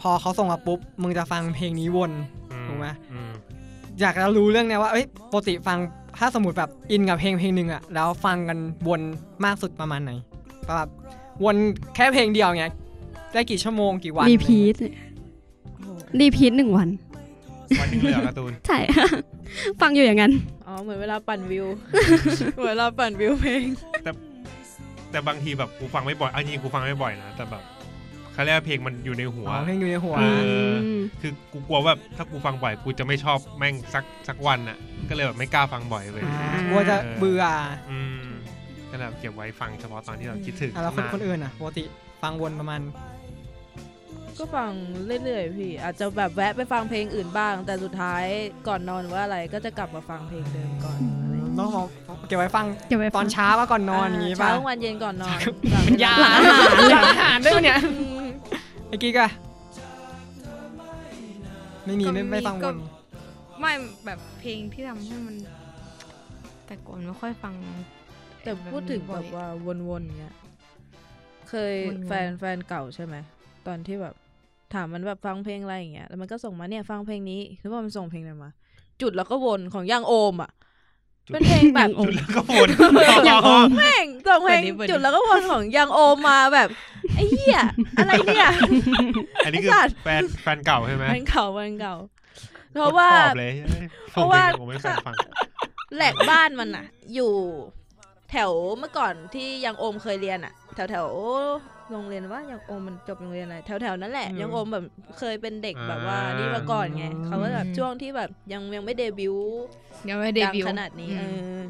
[SPEAKER 1] พอเขาส่งมาปุ๊บมึงจะฟังเพลงนี้วน
[SPEAKER 4] อื
[SPEAKER 1] ถูกไหม
[SPEAKER 4] อืม
[SPEAKER 1] อยากจะรู้เรื่องเนี้ยว่าเอ้ยปกติฟังถ้าสมมติแบบอินกับเพลงเพลงหนึ่งอะแล้วฟังกันวนมากสุดประมาณไหนแบบวนแค่เพลงเดียวเนี้ยได้กี่ชั่วโมงกี่วัน
[SPEAKER 6] รีพีทรีพีทหนึ่งวัน
[SPEAKER 4] วันหนึงเลยเหรอการ์ตูน
[SPEAKER 6] ใช่ *laughs* ฟังอยู่อย่างนั้น
[SPEAKER 5] อ๋อเหมือนเวลาปั่นวิว เหมือนเวลาปั่นวิวเพลง
[SPEAKER 4] แต่บางทีแบบกูฟังไม่บ่อยเอาจริงๆกูฟังไม่บ่อยนะแต่แบบเขาเรียกว่าเพลงมันอยู่ในหัว
[SPEAKER 1] อ๋อเพลงอยู่ในหัว
[SPEAKER 4] เออ คือกูกลัวว่าถ้ากูฟังบ่อยกูจะไม่ชอบแม่งสักสักวันน่ะ ก็เลยแบบไม่กล้าฟังบ่อยเลย
[SPEAKER 1] กลัวจะ
[SPEAKER 4] เออ
[SPEAKER 1] เบื่อ
[SPEAKER 4] อืมก็เลยแบบเก็บไว้ฟังเฉพาะตอนที่เราคิดถึง
[SPEAKER 1] อ่ะแล้วคน
[SPEAKER 4] มา
[SPEAKER 1] คนอื่นอ่ะปกติฟังวนประมาณ
[SPEAKER 5] ก็ฟังเรื่อยๆพี่ อาจจะแบบแวะไปฟังเพลงอื่นบ้าง แต่สุดท้ายก่อนนอนหรือว่าอะไรก็จะกลับมาฟังเพลงเดิมก่อนอะไรอย่างเงี้ย
[SPEAKER 1] ต้องมองเก็บไว้ฟัง
[SPEAKER 6] เก็บไว้
[SPEAKER 1] ต
[SPEAKER 6] ฟัง
[SPEAKER 1] อนเช้าว่าก่อนนอนอย่างงี้ป่ะ
[SPEAKER 5] เช้ากลางวันเย็นก่อนนอน
[SPEAKER 1] เป็นยาอาหารยาอาหารด้วยปะเนี่ยไอ้กิ๊กอะไม่มีไม่ไม่ฟังว
[SPEAKER 3] ก็
[SPEAKER 1] น
[SPEAKER 3] ไม่แบบเพลงที่ทำให้มัน แต่ก่อนไม่ค่อยฟัง
[SPEAKER 5] แต่พูดถึง
[SPEAKER 3] บ่
[SPEAKER 5] แบบ
[SPEAKER 3] อย
[SPEAKER 5] ว่าวนๆอย่างเงี้ย เคย
[SPEAKER 3] วนๆ
[SPEAKER 5] แฟนแฟนเก่าใช่ไหม ตอนที่แบบถามมันแบบฟังเพลงอะไรอย่างเงี้ย แล้วมันก็ส่งมาเนี่ยฟังเพลงนี้หรือว่ามันส่งเพลงอะไรมา จุดแล้วก็วนของยังโอมอ่ะ เป็นเพลงแบบ
[SPEAKER 6] ยังโอม
[SPEAKER 4] แล้วก็วน
[SPEAKER 6] อย่างโอม
[SPEAKER 5] แม่งส่งเพลง
[SPEAKER 3] เปิดดิเปิดดิ
[SPEAKER 5] จุดแล้วก็วนของยังโอมมาแบบไอ้เหี้ยอะไรเนี่ย
[SPEAKER 1] *laughs*
[SPEAKER 4] อันนี้คือแฟนแฟนเก่าใช่ไหม
[SPEAKER 5] มันเก่ามันเก่า เพราะว่า
[SPEAKER 4] ชอบเลย
[SPEAKER 5] เพราะว่า
[SPEAKER 4] ผมไม่เคยฟัง
[SPEAKER 5] แหลกบ้านมันอะอยู่แถวเมื่อก่อนที่ยังโอมเคยเรียนอะแถวแถวๆโรงเรียนว่ายังโอมมันจบโรงเรียนอะไรแถวแถวๆนั้นแหละยังโอมแบบเคยเป็นเด็กแบบว่านี่มาก่อนไงเขาก็แบบช่วงที่แบบยังยังไม่เดบิวต์
[SPEAKER 3] ๆยังไม่เด
[SPEAKER 5] ดัง
[SPEAKER 3] บิวต์
[SPEAKER 5] ขนาดนี้
[SPEAKER 3] อื
[SPEAKER 5] เอ
[SPEAKER 3] ม
[SPEAKER 5] อ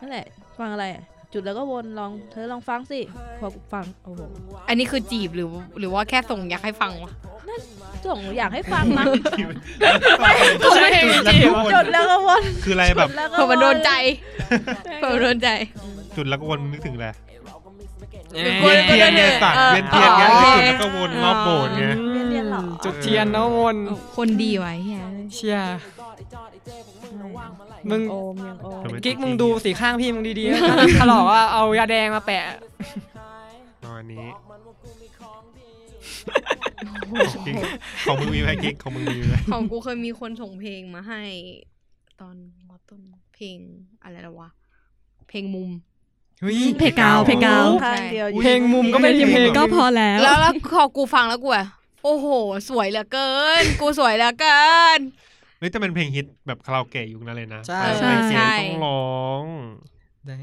[SPEAKER 5] นั่นแหละ ฟังอะไรอะจุดแล้วก็วนลองเธอลองฟังสิพอฟังโอ้โห
[SPEAKER 3] อันนี้คือจีบหรือ หรือว่าแค่ส่งอยากให้ฟังวะ
[SPEAKER 5] ส่งอยากให้ฟังนะ
[SPEAKER 1] ก็ใช่เพลง
[SPEAKER 4] จุด
[SPEAKER 1] จ
[SPEAKER 4] แล้ว
[SPEAKER 1] ริง
[SPEAKER 4] ก็
[SPEAKER 1] ๆ
[SPEAKER 4] ว
[SPEAKER 1] วะ
[SPEAKER 4] นคื
[SPEAKER 5] จุดแล้วก็วน
[SPEAKER 4] ออะไรแบบ
[SPEAKER 5] แล้วก็
[SPEAKER 3] เผื่อมันโดนใจเผื่อ
[SPEAKER 5] เปิ
[SPEAKER 3] มันโดนใจ
[SPEAKER 4] จุดแล้วก็วนนึกถึงอะไร
[SPEAKER 3] ว
[SPEAKER 4] เวีย
[SPEAKER 3] น
[SPEAKER 4] น
[SPEAKER 3] ก็
[SPEAKER 4] เทีย
[SPEAKER 3] ได้
[SPEAKER 4] น
[SPEAKER 3] เนี่
[SPEAKER 4] เนี่ย ยสัตว์
[SPEAKER 3] เออ
[SPEAKER 4] เวียนเทียนเนี่ย
[SPEAKER 3] อ๋อ
[SPEAKER 4] จุดแล้วก็วนรอบโบสถ์ไง
[SPEAKER 5] เรียนเหรอ
[SPEAKER 1] จุดเทียนนะวน
[SPEAKER 3] เอาคนดีไว้เฮีย
[SPEAKER 1] เชียมึง
[SPEAKER 5] โอมยังโอม
[SPEAKER 4] ทำไม
[SPEAKER 1] กิ๊กมึงดูสีข้างพี่มึงดีๆนะถลอกว่าเอายาแดงมาแปะ
[SPEAKER 4] ตอนนี้ของมึงมีไหมกิ๊กของมึงมีไหม
[SPEAKER 3] ของกูเคยมีคนส่งเพลงมาให้ ตอนมอต้นเพลงอะไรละวะ เพลงมุม
[SPEAKER 1] เฮ้ย
[SPEAKER 6] เพกาวเพกาว
[SPEAKER 5] ข้างเดียวอยู่
[SPEAKER 1] เพลงมุมก็ไม่ใช่เพลง
[SPEAKER 6] ก็พอแล้ว
[SPEAKER 3] แล้วแล้วพอกูฟังแล้วกูอะ โอ้โห สวยเหลือเกิน กูสวยเหลือเกิน
[SPEAKER 4] เฮ้ยแต่เป็นเพลงฮิตแบบคาราโอเกะยุคนั้นเลยนะ
[SPEAKER 1] ใช่
[SPEAKER 4] เออเพลงเสียง
[SPEAKER 3] ใช่
[SPEAKER 4] ต้องร้อง
[SPEAKER 1] ได้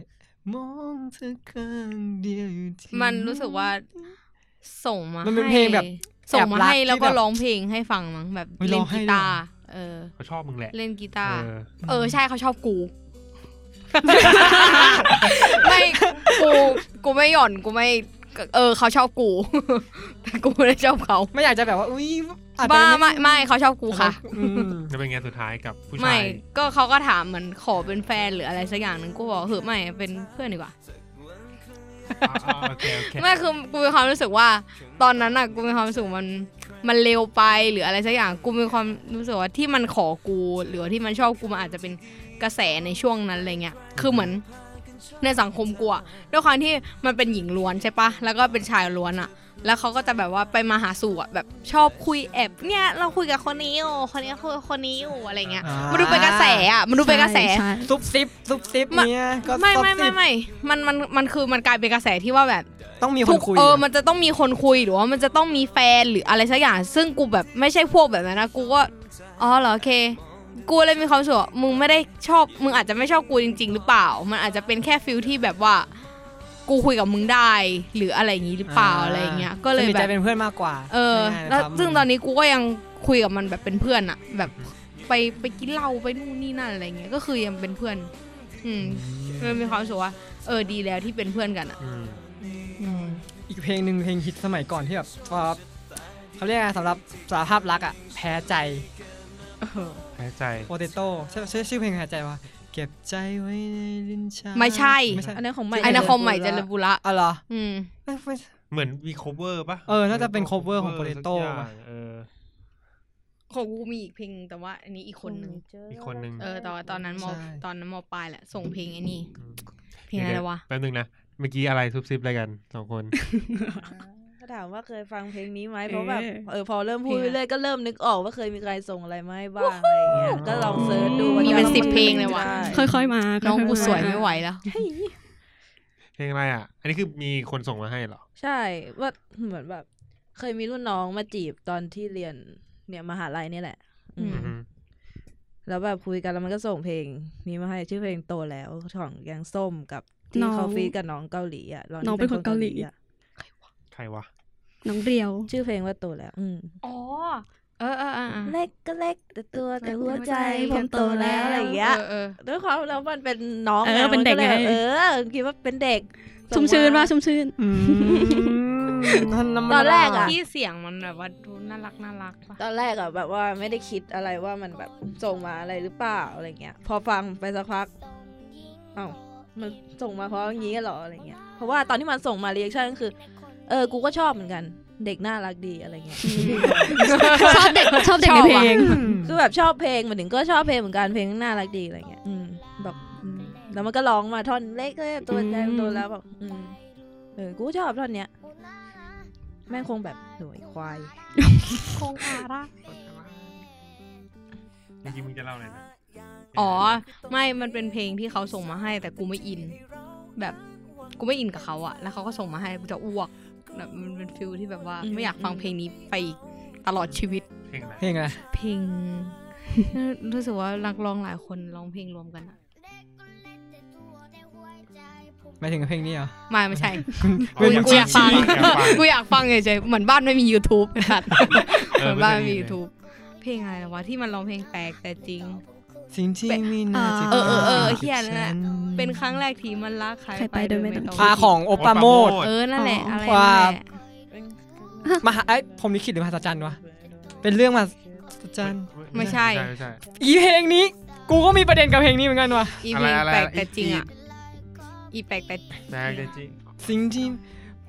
[SPEAKER 1] มองเธอข้างเดียวอยู่ที่
[SPEAKER 3] มันรู้สึกว่าส่งมา
[SPEAKER 1] มันเป็น
[SPEAKER 3] ให้
[SPEAKER 1] เพลงแบบ
[SPEAKER 3] ส่งมาให้
[SPEAKER 1] แอบรักที่
[SPEAKER 3] แล้วก็
[SPEAKER 1] แบบ
[SPEAKER 3] ร้องเพลงให้ฟังมั้งแบบ
[SPEAKER 1] เฮ้ยร้
[SPEAKER 3] เล่
[SPEAKER 1] อน งให้ด้
[SPEAKER 3] กี
[SPEAKER 1] วย
[SPEAKER 3] ตาร์เออ
[SPEAKER 4] เขาชอบมึงแหละ
[SPEAKER 3] เล่นกีตาร์
[SPEAKER 4] เออ
[SPEAKER 3] เออใช่เขาชอบ
[SPEAKER 1] *laughs*
[SPEAKER 3] กู ไม่กูกูไม่หย่อนกูไม่ เออเขาชอบกู *laughs* แต่กูไม่ได้ชอบเขา
[SPEAKER 1] ไม่อยากจะแบบว่าอุ้ยอจจะ
[SPEAKER 3] บ้า
[SPEAKER 1] เป็น
[SPEAKER 3] ไม่ไม่เขาชอบกูค่ะ
[SPEAKER 1] อืม
[SPEAKER 4] จะเป็นไงานสุดท้ายกับผู้
[SPEAKER 3] ไม่
[SPEAKER 4] ชาย
[SPEAKER 3] ก็เขาก็ถามเหมือนขอเป็นแฟนหรืออะไรสักอย่างหนึ่งกูบอกเฮ้ยไม่เป็นเพื่อนดีกว่า
[SPEAKER 4] อ่าๆโอเคโอเค
[SPEAKER 3] ไม่คือกูมีความรู้สึกว่า ตอนนั้นอ่ะกูมีความรู้สึกมันมันเร็วไปหรืออะไรสักอย่างกูมีความรู้สึกว่าที่มันขอกูหรือว่าที่มันชอบกูมันอาจจะเป็นกระแสในช่วงนั้นอะไรเงี้ยคือเหมือนในสังคมกูอะด้วยความที่มันเป็นหญิงล้วนใช่ปะแล้วก็เป็นชายล้วนอะแล้วเขาก็จะแบบว่าไปมาหาสู่อะแบบชอบคุยแอบเนี่ยเราคุยกับคนนี้อยู่คนนี้คุยกับคนนี้อยู่อะไรเงี้ยมันดูเป็นกระแสอะมันดูเป็นกระแส
[SPEAKER 6] ใช่
[SPEAKER 1] ซุบซิบซุบซิบ
[SPEAKER 3] ไม่
[SPEAKER 1] เนี่ยก็
[SPEAKER 3] ไม่
[SPEAKER 1] ซุบ
[SPEAKER 3] ไม่
[SPEAKER 1] ซิ
[SPEAKER 3] ไม่
[SPEAKER 1] บ
[SPEAKER 3] ไม่มันมันมันคือมันกลายเป็นกระแสที่ว่าแบบ
[SPEAKER 1] ต้องมีค
[SPEAKER 3] ทุ
[SPEAKER 1] น
[SPEAKER 3] ก
[SPEAKER 1] คุย
[SPEAKER 3] เออ มันจะต้องมีคนคุยหรือว่ามันจะต้องมีแฟนหรืออะไรสักอย่าง ซึ่งกูแบบไม่ใช่พวกแบบนั้นนะ กูก็ อ๋อเหรอโอเค กูเลยมีความรู้สึกว่ามึงไม่ได้ชอบ มึงอาจจะไม่ชอบกูจริง ๆ หรือเปล่า มันอาจจะเป็นแค่ฟิลที่แบบว่า กูคุยกับมึงได้ หรืออะไรอย่างนี้หรือเปล่าอะไรอย่างเงี้ย ก็เลย
[SPEAKER 1] สนิท
[SPEAKER 3] แบ
[SPEAKER 1] ใจ
[SPEAKER 3] บ
[SPEAKER 1] เป็นเพื่อนมากกว่า
[SPEAKER 3] เออ
[SPEAKER 1] ง่ายๆนะ
[SPEAKER 3] แล้ว
[SPEAKER 1] ครับ
[SPEAKER 3] ซึ่งตอนนี้กูก็ยังคุยกับมันแบบเป็นเพื่อนอะแบบไปไปกินเหล้าไปนู่นนี่นั่นอะไรเงี้ย ก็คือยังเป็นเพื่อน อืมมันมีความรู้สึกว่า เออ ดีแล้วที่เป็นเพื่อนกันอะ
[SPEAKER 4] อืม
[SPEAKER 1] อีกเพลงหนึ่งเพลงฮิตสมัยก่อนที่แบบเอ่อเขาเรียกอะไรสำหรับสารภาพรักอ่ะ แพ้ใจ
[SPEAKER 4] หายใจ
[SPEAKER 1] โปเตโต้ใช่ใช่ชื่อเพลงแพ้ใจวะเก็บใจไว้ในดินชา
[SPEAKER 3] ไม่ใช่
[SPEAKER 1] ไม่ใช่
[SPEAKER 5] อันนั้นของใหม่
[SPEAKER 3] ไอนาคมใหม่เจ
[SPEAKER 5] ญ
[SPEAKER 3] ริ
[SPEAKER 5] ญ
[SPEAKER 3] ญบุระ
[SPEAKER 1] อ๋อเหรอ
[SPEAKER 3] อืม
[SPEAKER 1] ไม่ไม่
[SPEAKER 4] เหมือนมี cover ปะ
[SPEAKER 1] เออน่าจะเป็น cover ของ
[SPEAKER 4] สัก
[SPEAKER 1] Potato
[SPEAKER 4] ย่าง
[SPEAKER 1] ปะ
[SPEAKER 4] เออ
[SPEAKER 3] ของกูมีอีกเพลงหนึ่งแต่ว่าอันนี้อีกคนหนึ่ง
[SPEAKER 4] อีกคนหนึ่ง
[SPEAKER 3] เออตอนตอนนั้นม
[SPEAKER 1] ใช่
[SPEAKER 3] ตอนนั้นมปลายแหละ ส่งเพลงไอ้นี่
[SPEAKER 4] อืม
[SPEAKER 3] เพลงอะไรวะ
[SPEAKER 4] แป๊บนึงนะ เมื่อกี้อะไรซุบซิบอะไรกันสองคน
[SPEAKER 5] ก็ถามว่าเคยฟังเพลงนี้ไหมเพราะแบบ
[SPEAKER 6] เออ
[SPEAKER 5] เออพอเริ่มพูด
[SPEAKER 3] เพลงอะไร
[SPEAKER 5] เรื่อยๆก็เริ่มนึกออกว่าเคยมีใครส่งอะไรมาให้บ้างอะไรอย่างเงี้ยก็ลองเซิร์ชดูว่า
[SPEAKER 3] มี
[SPEAKER 5] จะ
[SPEAKER 3] เป็น
[SPEAKER 5] อา
[SPEAKER 3] สิบเพลงเลย
[SPEAKER 5] ได้
[SPEAKER 3] ว่ะ
[SPEAKER 6] ค่อยๆมา
[SPEAKER 3] น้องกู
[SPEAKER 6] ค่ๆา
[SPEAKER 3] สวยไม่ไหวแล้ว
[SPEAKER 4] เพลงอะไรอ่ะ อันนี้คือมีคนส่งมาให้เหรอ
[SPEAKER 5] ใช่ว่าเหมือนแบบ เคยมีรุ่นน้องมาจีบตอนที่เรียนเนี่ยมหาลัยเนี่ยแหละ อืม
[SPEAKER 4] อื
[SPEAKER 3] อื
[SPEAKER 4] อฮึ
[SPEAKER 5] แล้วแบบคุยกันแล้วมันก็ส่งเพลงนี้มาให้ชื่อเพลงโตแล้วของแกงส้มกับที่เขาฟีดกับน้องเกาหลีอ่ะที่อะ
[SPEAKER 4] ใครวะ
[SPEAKER 6] น้องเรียว
[SPEAKER 5] ชื่อเพลงว่าโตแล้ว อืม
[SPEAKER 3] อ๋อ เออเออเออเออ
[SPEAKER 5] เล็กก็เล็กแต่ตัวแต่หัวใจผ
[SPEAKER 6] ผ
[SPEAKER 5] ม ม
[SPEAKER 6] โต
[SPEAKER 5] โต
[SPEAKER 6] แล้
[SPEAKER 5] แล้ว วอะไรอย่างเงี้ย
[SPEAKER 3] ออออ
[SPEAKER 5] ด้วยความแล้วมันเป็นน้อง
[SPEAKER 6] เออเป็นเด็ก
[SPEAKER 5] มัลย
[SPEAKER 6] ไง
[SPEAKER 5] เออคิดว่าเป็นเด็ก
[SPEAKER 6] ชุ่มชื้นว่า
[SPEAKER 5] ส่ง
[SPEAKER 6] ชุ่มชื้น
[SPEAKER 1] อืมท่านน้ำ
[SPEAKER 5] ตอนแรกอะ
[SPEAKER 3] ที่เสียงมันแบบว่าดูน่ารักน่ารักป่ะ
[SPEAKER 5] ตอนแรกอะแบบว่าไม่ได้คิดอะไรว่ามันแบบส่งมาอะไรหรือเปล่าอะไรเงี้ย พอฟังไปสักพักเอ้ามันส่งมาเพราะอย่างงี้เหรออะไรเงี้ยเพราะว่าตอนที่มันส่งมาเรียกชั่นก็คือ เออกูก็ชอบเหมือนกัน เด็กน่ารักดีอะไรเงี้ย
[SPEAKER 6] ชอบเด็กชอบเด็กในเพลง
[SPEAKER 5] คือแบบชอบเพลงเหมือนถึงก็ชอบเพลงเหมือนกันเพลงน่ารักดีอะไรเงี้ยอืมแบบอืมแล้วมันก็ร้องมาท่อนเล็กเลยตัวแดงตัวแล้วแบบอืมเออกูก็ชอบท่อนเนี้ยแม่งคงแบบโหยควาย
[SPEAKER 3] คงอารัก
[SPEAKER 4] เมื่อกี้มึงจะเล่าอะไรนะ
[SPEAKER 3] อ๋อ ไม่มันเป็นเพลงที่เขาส่งมาให้ แต่กูไม่อิน แบบกูไม่อินกับเขาอะแล้วเขาก็ส่งมาให้กูจะอ้วกแบบมันเป็นฟิลที่แบบว่า ไม่อยากฟังเพลงนี้ไปอีกตลอดชีวิต
[SPEAKER 4] เพลงอะไร
[SPEAKER 1] เพลงอะไร
[SPEAKER 3] เพลง รู้สึกว่านักร้องหลายคนร้องเพลงรวมกันอะ
[SPEAKER 1] หมายถึงเพลงนี้เหรอ
[SPEAKER 3] ไมาไม่ใช่
[SPEAKER 1] กูอยาก
[SPEAKER 3] กูอยากฟัง
[SPEAKER 4] อยากฟัง
[SPEAKER 3] กูอยากฟังเฉยๆเหมือนบ้านไม่มี YouTube เป็นสัตว์เห
[SPEAKER 4] เอ
[SPEAKER 3] มื
[SPEAKER 4] อ
[SPEAKER 3] อน
[SPEAKER 4] ไม่
[SPEAKER 3] บ้าน
[SPEAKER 4] เคย
[SPEAKER 3] ไม่มี
[SPEAKER 4] มีเลย
[SPEAKER 3] YouTube เพลงอะไรวะที่มันร้องเพลงแปลกแต่จริง
[SPEAKER 1] สิ่งที่ไม่น่าจะ
[SPEAKER 6] เออเออเออ
[SPEAKER 1] กิด
[SPEAKER 3] เหี้ยนั่นแหละ
[SPEAKER 1] ฉั
[SPEAKER 3] เป็นครั้งแรกที่มันรักใคร
[SPEAKER 6] ใครไปโดยไม่ต้อง
[SPEAKER 1] อ่าของโอปราโมด
[SPEAKER 3] เออนั่นแหละ
[SPEAKER 6] อ๋ออ
[SPEAKER 3] อะไร
[SPEAKER 1] ว่า
[SPEAKER 3] นั่นแหละ
[SPEAKER 1] มหาไอ้ยผมลิขิตหรือมหัศจรรย์วะ เป็นเรื่องมหัศจรรย์
[SPEAKER 4] ไม่ใช่
[SPEAKER 1] อีเพลงนี้ กูก็มีประเด็นกับเพลงนี้เหมือนกันวะ
[SPEAKER 3] อีเพลง
[SPEAKER 4] อะไรอะไร
[SPEAKER 3] แปลกแต่จริงอ่ะ
[SPEAKER 4] อี
[SPEAKER 3] อีแปลกแต่
[SPEAKER 4] แม่จริง
[SPEAKER 1] สิ่งที่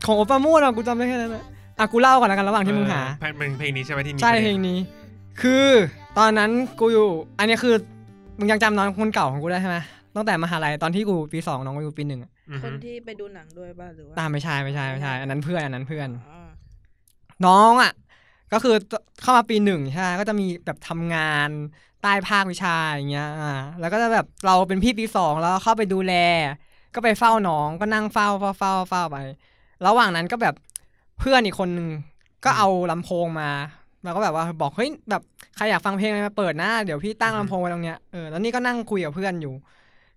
[SPEAKER 1] ของโอปราโมดอะกูจำได้แค่นั้นอะอ่ะกูเล่าก่อนแล้วกันระหว่างที่มึงหา
[SPEAKER 4] เออเพลงเพลงนี้ใช่ไหมที่มี
[SPEAKER 1] ใช่
[SPEAKER 4] ประ
[SPEAKER 1] เพ
[SPEAKER 4] ด็น
[SPEAKER 1] ลงนี้ คือตอนนั้นกูอยู่ อันนี้คือมึงยังจำน้องคนเก่าของกูได้ใช่ไหมตั้งแต่มหาลัยตอนที่กูปีสองน้องกูอยู่ปีหนึ่งอะ
[SPEAKER 4] อือ
[SPEAKER 5] ค
[SPEAKER 4] ฮึ
[SPEAKER 5] นที่ไปดูหนังด้วยป่ะหรือว่า
[SPEAKER 1] ตามไม่ใช่ไม่ใช่ไม่ใช่อันนั้นเพื่อนอันนั้นเพื่อน
[SPEAKER 5] อ๋อ
[SPEAKER 1] น้องอ่ะ ก็คือเข้ามาปีหนึ่งใช่ไหมก็จะมีแบบทำงานใต้ภาควิชาอย่างเงี้ยอ่าแล้วก็จะแบบเราเป็นพี่ปีสองแล้วเข้าไปดูแล ก็ไปเฝ้าน้องก็นั่งเฝ้าเฝ้าเฝ้าเฝ้าไป ระหว่างนั้นก็แบบเพื่อนอีกคนนึง ก็เอาลำโพงมาแล้วก็แบบว่าบอกเฮ้ยแบบใครอยากฟังเพลงอะไรมาเปิดนะเดี๋ยวพี่ตั้ง
[SPEAKER 4] อืม
[SPEAKER 1] ลำโพงไว้ตรงเนี้ยเออแล้วนี่ก็นั่งคุยกับเพื่อนอยู่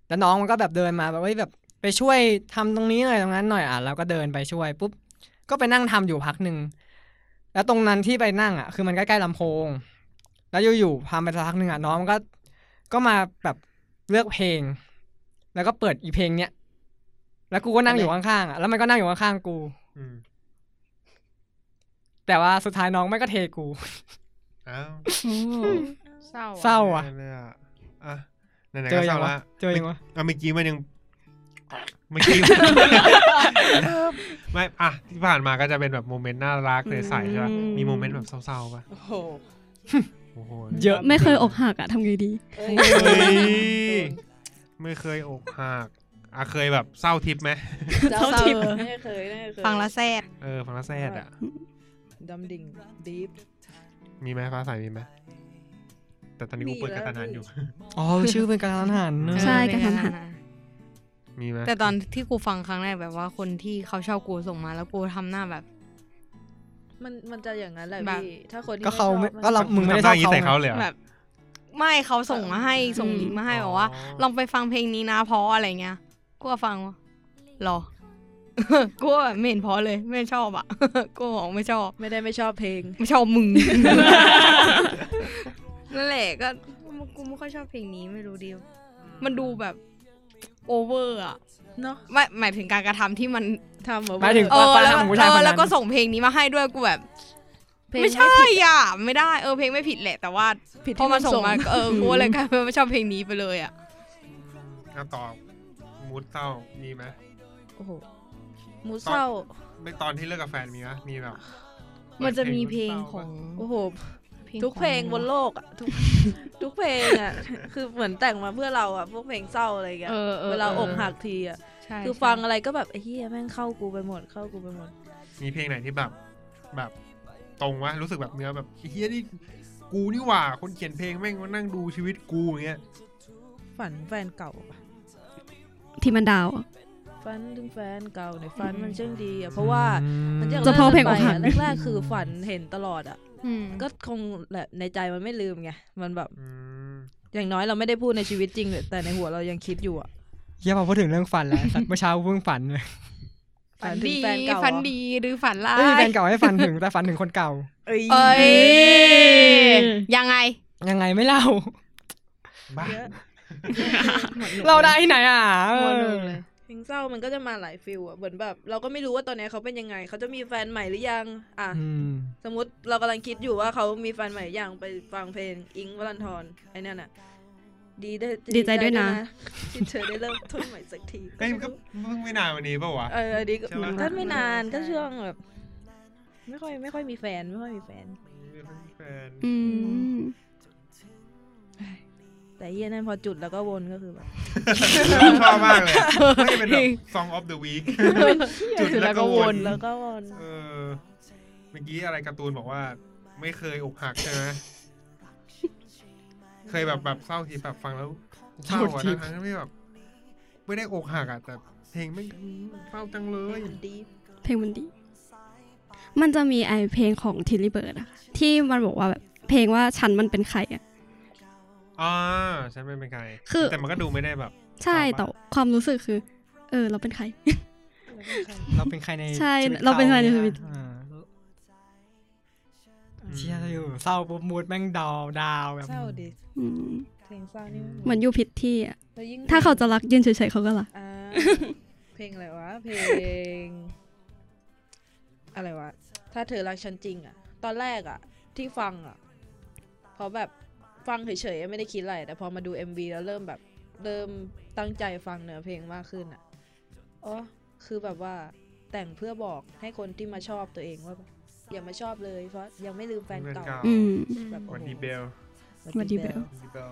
[SPEAKER 1] แล้วน้องมันก็แบบเดินมาแบบว่าแบบไปช่วยทำตรงนี้หน่อยตรงนั้นหน่อยอ่ะเราก็เดินไปช่วยปุ๊บก็ไปนั่งทำอยู่พักหนึ่งแล้วตรงนั้นที่ไปนั่งอ่ะคือมันใกล้ๆลำโพง แล้วอยู่ๆทำไปสักพักหนึ่งอ่ะน้องมันก็ก็มาแบบเลือกเพลง แล้วก็เปิดอีเพลงเนี้ยแล้วกูก็นั่งอยู่ข้างๆอ่ะแล้วมันก็นั่งอยู่ข้างๆกู
[SPEAKER 4] อืม
[SPEAKER 1] แต่ว่าสุดท้ายน้องไม่ก็เทกู
[SPEAKER 4] อ้าว
[SPEAKER 3] เศร้าอะ
[SPEAKER 1] เศร้าอ่ะ
[SPEAKER 4] เลยอ่ะอ่ะไหนๆ
[SPEAKER 1] เจ
[SPEAKER 4] ก็
[SPEAKER 1] อ
[SPEAKER 4] เศ
[SPEAKER 1] ยั
[SPEAKER 4] ร้าง
[SPEAKER 1] วะ
[SPEAKER 4] ละ
[SPEAKER 1] เจอยังวะ
[SPEAKER 4] เอาเมื่อกี้มันยังเมื่อกี้ ไม่อ่ะที่ผ่านมาก็จะเป็นแบบโมเมนต์น่ารักใสๆใช่ป่ะ
[SPEAKER 6] อืม
[SPEAKER 4] มีโมเมนต์แบบเศร้าๆป่ะ
[SPEAKER 5] โอ้โห
[SPEAKER 4] โอ้โห
[SPEAKER 1] เยอะ
[SPEAKER 6] ไม่เคยอกหักอะทำไงดี
[SPEAKER 5] เอ้ย
[SPEAKER 4] เฮ้ยไม่เคยอกหักอ่ะเคยแบบเศร้าทิพย์ไหม
[SPEAKER 5] เศร้าทิพย์ไม่เคยไม่เคย
[SPEAKER 3] ฟังและแซด
[SPEAKER 4] เออฟังแล้วแซดอ่ะ
[SPEAKER 5] ดำดิ่งดีฟ
[SPEAKER 4] มีไหมฟ้าใสมีไหมแต่ตอนนี้กู
[SPEAKER 5] มี
[SPEAKER 4] เปิด
[SPEAKER 5] แล้ว
[SPEAKER 4] กระตานหันอยู่
[SPEAKER 1] อ๋อชื่อเป็นการทานอาหารเนอะ
[SPEAKER 6] ใช่กระทันหัน
[SPEAKER 4] มีไหม
[SPEAKER 3] แต่ตอนที่กูฟังครั้งแรกแบบว่าคนที่เขาชอบกูส่งมาแล้วกูทำหน้าแบบ
[SPEAKER 5] มันมันจะอย่างนั้นแหละ
[SPEAKER 3] แบบ
[SPEAKER 5] พี่ถ้าคนที่
[SPEAKER 1] ก็เขาไม่
[SPEAKER 5] ไม่ชอบ
[SPEAKER 1] ก็เรามึงไม่ได้ชอบ
[SPEAKER 4] ทำหน้าย่างนี้ใส่เขา
[SPEAKER 1] เขา
[SPEAKER 4] เลยเหรอ
[SPEAKER 3] แบบ ไม่เขาส่งมาให้ส่งลิงก์มาให้
[SPEAKER 4] อ๋อ
[SPEAKER 3] บอกว่า ลองไปฟังเพลงนี้นะเพราะอะไรเงี้ยกูก็ฟังว่าหรอ *laughs* กูก็แบบไม่เห็นเพราะเลย ไม่ชอบอ่ะ *laughs* กูบอกไม่ชอบ
[SPEAKER 5] ไม่ได้ไม่ชอบเพลง
[SPEAKER 3] ไม่ชอบมึง *laughs* นั่นแหละก็กูไม่ค่อยชอบเพลงนี้ไม่รู้ดิวมันดูแบบโอเวอร์อ่ะ
[SPEAKER 5] เนอะ
[SPEAKER 3] ไม่หมายถึงการกระทำที่มัน
[SPEAKER 5] ทำเอ
[SPEAKER 1] หมายถึง
[SPEAKER 3] เออ
[SPEAKER 1] ปลา
[SPEAKER 3] แล้ว
[SPEAKER 1] ทำของผู้ชาย
[SPEAKER 3] เอ
[SPEAKER 1] ค
[SPEAKER 3] อนแล้
[SPEAKER 1] นั้
[SPEAKER 3] วน ก็ส่งเพลงนี้มาให้ด้วยกูแบบ
[SPEAKER 5] เพลง
[SPEAKER 3] ไม่ใช่อ่ะไม่ได้เออเพลงไม่ผิดแหละ แต่ว่า
[SPEAKER 5] ผิด
[SPEAKER 3] พอ
[SPEAKER 5] ที่
[SPEAKER 3] มา
[SPEAKER 5] มัน
[SPEAKER 3] ส่ง
[SPEAKER 5] ส่ง
[SPEAKER 3] มา
[SPEAKER 5] มา
[SPEAKER 3] ก็เออกูเลยกลายเป็นว่าชอบเพลงนี้ไปเลยอ่ะ
[SPEAKER 4] เอาต่อมูดเศร้ามีไหม
[SPEAKER 5] โอ้โหมูเศร้า
[SPEAKER 4] ไม่ตอนที่เลิกกับแฟนมีไหมมีแบบ
[SPEAKER 3] มันจะมีเพลงของ
[SPEAKER 5] โอ้โห ทุกเพลงบนโลกอ่ะทุกทุกเพลงอ่ะ คือเหมือนแต่งมาเพื่อเราอ่ะ พวกเพลงเศร้าอะไรอย่างเงี้ย
[SPEAKER 3] เออ
[SPEAKER 5] เวลาอกหักทีอ่ะ
[SPEAKER 3] ใช่
[SPEAKER 5] คือฟังอะไรก็แบบไอ้เหี้ยแม่งเข้ากูไปหมดเข้ากูไปหมด
[SPEAKER 4] มีเพลงไหนที่แบบ แบบตรงวะรู้สึกแบบเนื้อแบบเฮียนี่กูนี่หว่า คนเขียนเพลงแม่งมานั่งดูชีวิตกูอย่างเงี้ย
[SPEAKER 5] ฝันแฟนเก่าปะ
[SPEAKER 6] ที่มันดาวอะ
[SPEAKER 5] ฝันถึงแฟนเก่าในฝันมันช่างดีอ่ะเพราะว่ามัน
[SPEAKER 1] จะ
[SPEAKER 6] จะพอเพลงอกหัก
[SPEAKER 5] แรแรกๆคือฝันเห็นตลอดอ่ะ
[SPEAKER 3] อืม
[SPEAKER 5] ก็คงแบบในใจมันไม่ลืมไงมันแบบ
[SPEAKER 4] อืม
[SPEAKER 5] อย่างน้อยเราไม่ได้พูดในชีวิตจริงเลยแต่ในหัวเรายังคิดอยู่อ่ะ
[SPEAKER 1] เฮียพอพูดถึงเรื่องฝันแล้วสัตว์เมื่อเช้าเพิ่งฝันเลย
[SPEAKER 3] ฝัน
[SPEAKER 5] ฝันถึ
[SPEAKER 3] ดี
[SPEAKER 5] งแฟนเก่า
[SPEAKER 3] ฝันดีหรือฝันร้า
[SPEAKER 1] เอ้ยแฟ
[SPEAKER 3] ย
[SPEAKER 1] นเก่าให้ฝันถึงแต่ฝันถึงคนเก่า
[SPEAKER 5] เอ้ย
[SPEAKER 3] เอ้ยยังไง
[SPEAKER 1] ยังไงไม่เล่า
[SPEAKER 4] บ้า
[SPEAKER 5] เยอะ
[SPEAKER 1] เราได้ที่ไหนอ่ะเออ
[SPEAKER 3] หมดเลย
[SPEAKER 5] เพลงเศร้ามันก็จะมาหลายฟิลอ่ะเหมือนแบบ เราก็ไม่รู้ว่าตอนเนี้ยเขาเป็นยังไง เขาจะมีแฟนใหม่หรือยัง อ่ะ
[SPEAKER 1] อืม
[SPEAKER 5] สมมติเรากำลังคิดอยู่ว่าเขามีแฟนใหม่หรือยังไปฟังเพลงอิงค์วรันทรไอ้นั่นอ่ะ ดีได้
[SPEAKER 6] ดีใจด้วยนะ
[SPEAKER 5] ที่เธอได้เริ่มต้นใหม่สักที
[SPEAKER 4] เอ้ยมันก็เพิ่งไม่นานวันนี้เปล่าวะ
[SPEAKER 5] เออดีก็
[SPEAKER 4] ใช่ไหม
[SPEAKER 5] ถ้าไม่นานก็ช่วงแบบ ไม่ค่อยไม่ค่อยมีแฟนไม่ค่อยมีแฟน
[SPEAKER 4] แฟน
[SPEAKER 6] อืม
[SPEAKER 5] แต่เฮียนั่นพอจุดแล้วก็วนก็คือแบบ
[SPEAKER 4] ชอบมากเลยไม่าจะเป็นแบบ song of the week จุดแล้วก็วน
[SPEAKER 5] แล้วก็วน
[SPEAKER 4] เออเมื่อกี้อะไรการ์ตูนบอกว่า ไม่เคยอกหักใช่ไหมเคยแบบแบบเศร้าทีแบบฟังแล้วเศร้าอะนะทั้งที่แบบไม่ได้อกหักอะแต่เพลงไม่เศร้าจังเลย
[SPEAKER 5] ดี
[SPEAKER 6] เพลงมันดี มันจะมีไอเพลงของทิลลี่เบิร์ดอะค่ะที่มันบอกว่าแบบเพลงว่าฉันมันเป็นใครอะ
[SPEAKER 4] อ่าฉันไม่เป็นใคร
[SPEAKER 6] คือ
[SPEAKER 4] แต่มันก็ดูไม่ได้แบบ
[SPEAKER 6] ใช่
[SPEAKER 4] ชอบปะ
[SPEAKER 6] แต่ความรู้สึกคือ เออ เราเป็นใคร
[SPEAKER 1] เราเป็นใครใน
[SPEAKER 6] ใช่
[SPEAKER 1] ชีวิต
[SPEAKER 6] เราเป็นใครในชีวิต
[SPEAKER 1] อ่าเชียอยู่เศร้าปุ๊บมูดแม่งดาวดาวแบบ
[SPEAKER 5] เศร้าดี
[SPEAKER 6] อืม
[SPEAKER 5] เพลงเศร้านี่
[SPEAKER 6] เหมือนอยู่ผิดที่อะ
[SPEAKER 5] แล้วยิ่ง
[SPEAKER 6] ถ้าเขาจะรักยืนเฉยๆเขาก็รัก
[SPEAKER 5] อ่า *laughs* เพลงอะไรวะ เพลง อะไรวะ ถ้าเธอรักฉันจริงอะตอนแรกอะที่ฟังอะพอแบบฟังเฉยๆไม่ได้คิดอะไรแต่พอมาดู MV แล้วเริ่มแบบ เริ่มตั้งใจฟังเนื้อเพลงมากขึ้นอะอ๋อคือแบบว่าแต่งเพื่อบอกให้คนที่มาชอบตัวเองว่าแบบอย่ามาชอบเลยเพราะยังไม่ลืมแฟน
[SPEAKER 4] แฟน
[SPEAKER 5] เก่า
[SPEAKER 4] เก่า
[SPEAKER 6] อืม
[SPEAKER 5] แบบโอ้
[SPEAKER 4] วัน
[SPEAKER 5] โห
[SPEAKER 4] ดีเบล
[SPEAKER 6] วันดีเบล
[SPEAKER 4] วันดีเบล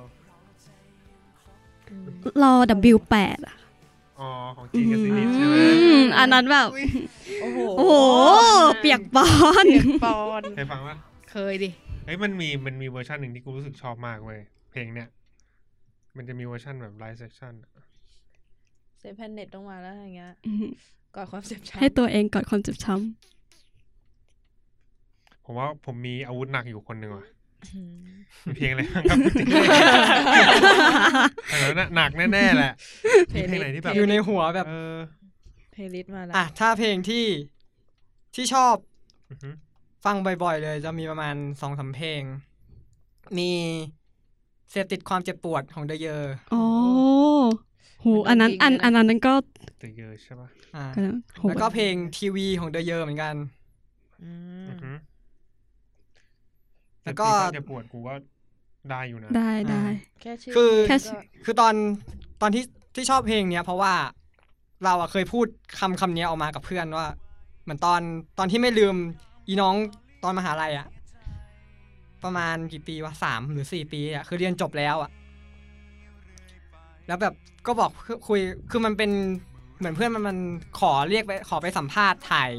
[SPEAKER 5] อืม
[SPEAKER 6] รอ W8 อะ
[SPEAKER 4] อ๋อของจีนกับซีรีส์ใช่ไหม
[SPEAKER 6] อืมอันนั้นแบบ
[SPEAKER 5] โอ้โห
[SPEAKER 6] โอ้โห เปียกปอน
[SPEAKER 3] ปอน
[SPEAKER 4] เคยฟังปะ
[SPEAKER 3] เคยดิ
[SPEAKER 4] เฮ้ยมันมีมันมีเวอร์ชันหนึ่งที่กูรู้สึกชอบมากเว้ยเพลงเนี้ยมันจะมีเวอร์ชันแบบไลฟ์เซสชั่น
[SPEAKER 5] เซฟแพนเน็ตต้องมาแล้วอย่างเงี้ยก่อนความเจ็บช้ำ
[SPEAKER 6] ให้ตัวเองกอดความเจ็บช้
[SPEAKER 4] ผมว่าผมมีอาวุธหนักอยู่คนหนึ่งว่ะ
[SPEAKER 5] อืม
[SPEAKER 4] มีเพลงอะไรบ้างครับจริงๆอันนั้นน่ะหนักแน่ๆแหละมีเพลงไหนที่แบบ
[SPEAKER 1] อยู่ในหัวแบบ
[SPEAKER 4] เออ *laughs*
[SPEAKER 5] เพลย์ลิสต์มาแล้ว
[SPEAKER 1] อ่ะถ้าเพลงที่ที่ชอบ
[SPEAKER 4] อือฮึ
[SPEAKER 1] ฟังบ่อยๆ เลย จะมีประมาณสองสามเพลง มีเสพติดความเจ็บปวดของเดเยอร์
[SPEAKER 6] อ๋อโหอันนั้นอันอันนั้นก็
[SPEAKER 4] แต่เยอะใช่ป่ะ
[SPEAKER 1] อ่า
[SPEAKER 6] โห
[SPEAKER 1] แล้วก็เพลงทีวีของเดเยอร์เหมือนกัน
[SPEAKER 5] อืม
[SPEAKER 4] อือฮึ
[SPEAKER 1] แล้วก็
[SPEAKER 4] ต่จะปวดกูว่าได้อยู่นะ
[SPEAKER 6] ได้ได้
[SPEAKER 5] แค่ชื่อ
[SPEAKER 1] คือ
[SPEAKER 6] แค่
[SPEAKER 5] ก็
[SPEAKER 1] คือตอนตอนที่ที่ชอบเพลงเนี้ย เพราะว่าเราอะเคยพูดคำคำเนี้ยออกมากับเพื่อนว่า เหมือนตอนตอนที่ไม่ลืมอีน้องตอนมหาลัยอะประมาณกี่ปีวะสามหรือสี่ปีอะคือเรียนจบแล้วอะแล้วแบบก็บอกคุยคือมันเป็นเหมือนเพื่อนมันมันขอเรียกไปขอไปสัมภาษณ์ถ่าย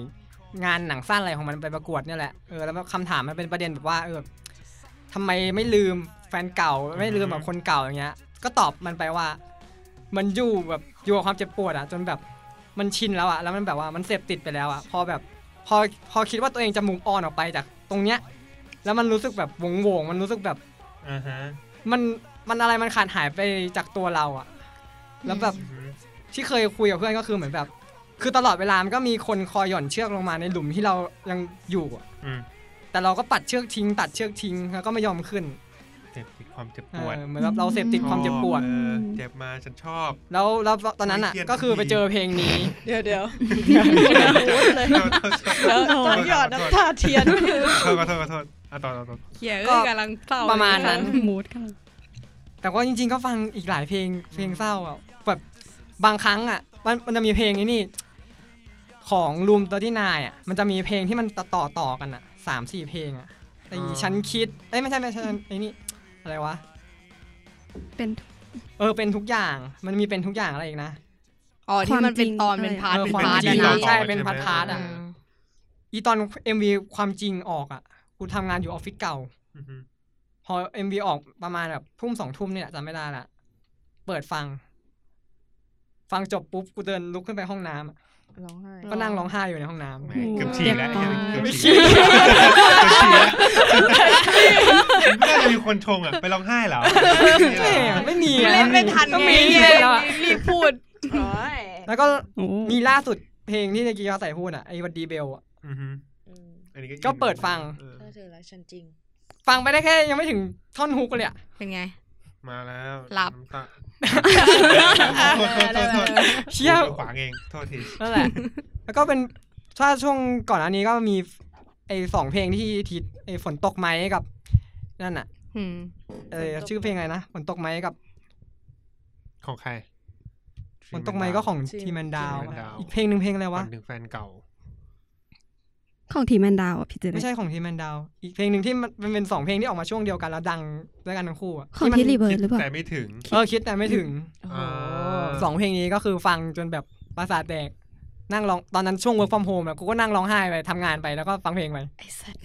[SPEAKER 1] งานหนังสั้นอะไรของมันไปประกวดเนี่ยแหละเออแล้วคำถามมันเป็นประเด็นแบบว่าเออทำไมไม่ลืมแฟนเก่าไม่ลืมแบบคนเก่าอย่างเงี้ย ก็ตอบมันไปว่า มันอยู่แบบอยู่กับความเจ็บปวดอะจนแบบมันชินแล้วอะแล้วมันแบบว่ามันเสพติดไปแล้วอะพอแบบพอพอคิดว่าตัวเองจะมุงออนออกไปจากตรงเนี้ย แล้วมันรู้สึกแบบวงวงๆมันรู้สึกแบบ
[SPEAKER 4] อ่าฮะ
[SPEAKER 1] มันมันอะไรมันขาดหายไปจากตัวเราอะแล้วแบบ
[SPEAKER 4] อือฮึ
[SPEAKER 1] ที่เคยคุยกับเพื่อนก็คือเหมือนแบบ คือตลอดเวลามันก็มีคนคอยหย่อนเชือกลงมาในหลุมที่เรายังอยู่อะ
[SPEAKER 4] อืม
[SPEAKER 1] แต่เราก็ปัดเชือกทิ้ง ตัดเชือกทิ้งแล้วก็ไม่ยอมขึ้น
[SPEAKER 4] เจ็บติดความเจ็บ
[SPEAKER 1] เอ
[SPEAKER 4] ปวด
[SPEAKER 1] อเหมือนแบบเราเสพติดความเจ็บปวด
[SPEAKER 4] ชอบออเจ็บมาฉันชอบ
[SPEAKER 1] แล้วแล้วตอนนั้นอะ
[SPEAKER 4] เครียด
[SPEAKER 1] ก็คือไปเจอเพลงนี้
[SPEAKER 5] เดี๋ยวเดี๋ยว
[SPEAKER 4] โทษโทษโทษ
[SPEAKER 5] แล้วต้องหยอดน้ำตาเทียน
[SPEAKER 4] โทษขอโทษขอโทษอ่ะต่อต่อต่อ
[SPEAKER 3] เขีย
[SPEAKER 1] ก็
[SPEAKER 3] ก็กำลังเศร้า
[SPEAKER 1] ประมาณนั้น
[SPEAKER 6] มูดกัน
[SPEAKER 1] แต่ว่าจริงๆก็ฟังอีกหลายเพลงเพลงเศร้าอ่ะแบบบางครั้งอ่ะมันมันจะมีเพลงไอ้นี่ ของรูมตัวที่นายอ่ะมันจะมีเพลงที่มันต่อต่อต่อกันอ่ะสามสี่เพลงอ่ะไอ้ฉันคิดเอ้ยไม่ใช่ไม่ใช่ไอ้นี่อะไรวะ
[SPEAKER 6] เป็น
[SPEAKER 1] เออเป็นทุกอย่างมันมีเป็นทุกอย่างอะไรอีกนะ
[SPEAKER 3] อ๋อที่มันเป็นตอน
[SPEAKER 6] ความจริง
[SPEAKER 3] เป็นพาร์ท
[SPEAKER 1] เออ
[SPEAKER 3] เป็น
[SPEAKER 1] ความจริงใช่เป็นพา
[SPEAKER 3] พาร์ทอะนะ
[SPEAKER 1] ร์ทพาร์ทอ่ะ
[SPEAKER 3] อืม
[SPEAKER 1] อีตอน MV ความจริงออกอ่ะกูทำงานอยู่ออฟฟิศเก่า
[SPEAKER 4] อือฮึ
[SPEAKER 1] พอ MV ออกประมาณแบบทุ่มสองทุ่มเนี่ยจำไม่ได้ละ เปิดฟัง ฟังจบปุ๊บ กูเดินลุกขึ้นไปห้องน้ำอะ
[SPEAKER 5] ร้องไห้
[SPEAKER 1] ก็นั่งร้องไห้อยู่ในห้องน้
[SPEAKER 4] แหมเกือบฉี่แล้ว
[SPEAKER 6] เจ็บปวด
[SPEAKER 4] เกือบฉี่แล้วเกือบฉี่แล้วไม่น่าจะมีคนชงอ่ะไปร้องไห้เหรอ
[SPEAKER 1] ำไม่ *laughs* ไม่มีอะ
[SPEAKER 3] เล่นไม่ทัน
[SPEAKER 1] ต้อง
[SPEAKER 3] ไง
[SPEAKER 1] มี
[SPEAKER 3] เลย
[SPEAKER 1] แล้วอะ
[SPEAKER 3] รีบพูด
[SPEAKER 1] แล้วก็
[SPEAKER 6] โอ้
[SPEAKER 1] มีล่าสุดเพลงที่ในกีฬาใส่พูดอ่ะไอ้วันดีเบลอ่ะ
[SPEAKER 4] อือฮึ
[SPEAKER 5] อืม
[SPEAKER 4] อันนี้
[SPEAKER 1] ก็เปิดฟัง
[SPEAKER 4] เออ
[SPEAKER 5] เธอเธอรักฉันจริง
[SPEAKER 1] ฟังไปได้แค่ยังไม่ถึงท่อนฮุกเลยอ่ะ
[SPEAKER 3] เป็นไง
[SPEAKER 4] มาแล้ว
[SPEAKER 3] หลับ
[SPEAKER 4] น้ำตาโทษโทษโทษโทษ
[SPEAKER 1] เชี่ย
[SPEAKER 4] ขวางเองโทษที
[SPEAKER 1] นั่น
[SPEAKER 3] *laughs*
[SPEAKER 1] แหละ แล้วก็เป็นถ้าช่วงก่อนอันนี้ก็มีไอ้สองเพลงที่ทีไอ้ฝนตกไหมกับ นั่นอ่ะ
[SPEAKER 3] อืม
[SPEAKER 1] เออชื่อเพลงอะไรนะฝนตกไหมกับ
[SPEAKER 4] ของใคร
[SPEAKER 1] ฝนตกไหมก็ของ
[SPEAKER 5] จริง
[SPEAKER 1] ทีแมนดาว
[SPEAKER 4] ทีแมนดาว
[SPEAKER 1] อีกเพลงหนึ่งเพลงอะไร
[SPEAKER 4] วั
[SPEAKER 1] วะ
[SPEAKER 4] นถึงแฟนเก่า
[SPEAKER 6] ของทีมแมนดาวอะพี่เจเล็
[SPEAKER 1] ไม่
[SPEAKER 6] ก
[SPEAKER 1] ใช่ของทีแมนดาว อีกเพลงหนึ่งที่มันมันเป็นสองเพลงที่ออกมาช่วงเดียวกันแล้วดังด้วยกันทั้งคู่อะ
[SPEAKER 6] ของที
[SPEAKER 1] มัน
[SPEAKER 6] รีเบิร์
[SPEAKER 4] คิ
[SPEAKER 6] ด
[SPEAKER 4] ด
[SPEAKER 6] หรือเปล่า
[SPEAKER 4] แต่ไม่ถึง
[SPEAKER 1] เออคิดแต่ไม่ถึง
[SPEAKER 4] อ่า
[SPEAKER 1] สองเพลงนี้ก็คือฟังจนแบบประสาทแตกนั่งร้องตอนนั้นช่วง work from home อะกูก็นั่งร้องไห้ไปทำงานไปแล้วก็ฟังเพลงไป
[SPEAKER 3] ไอ้สัตว์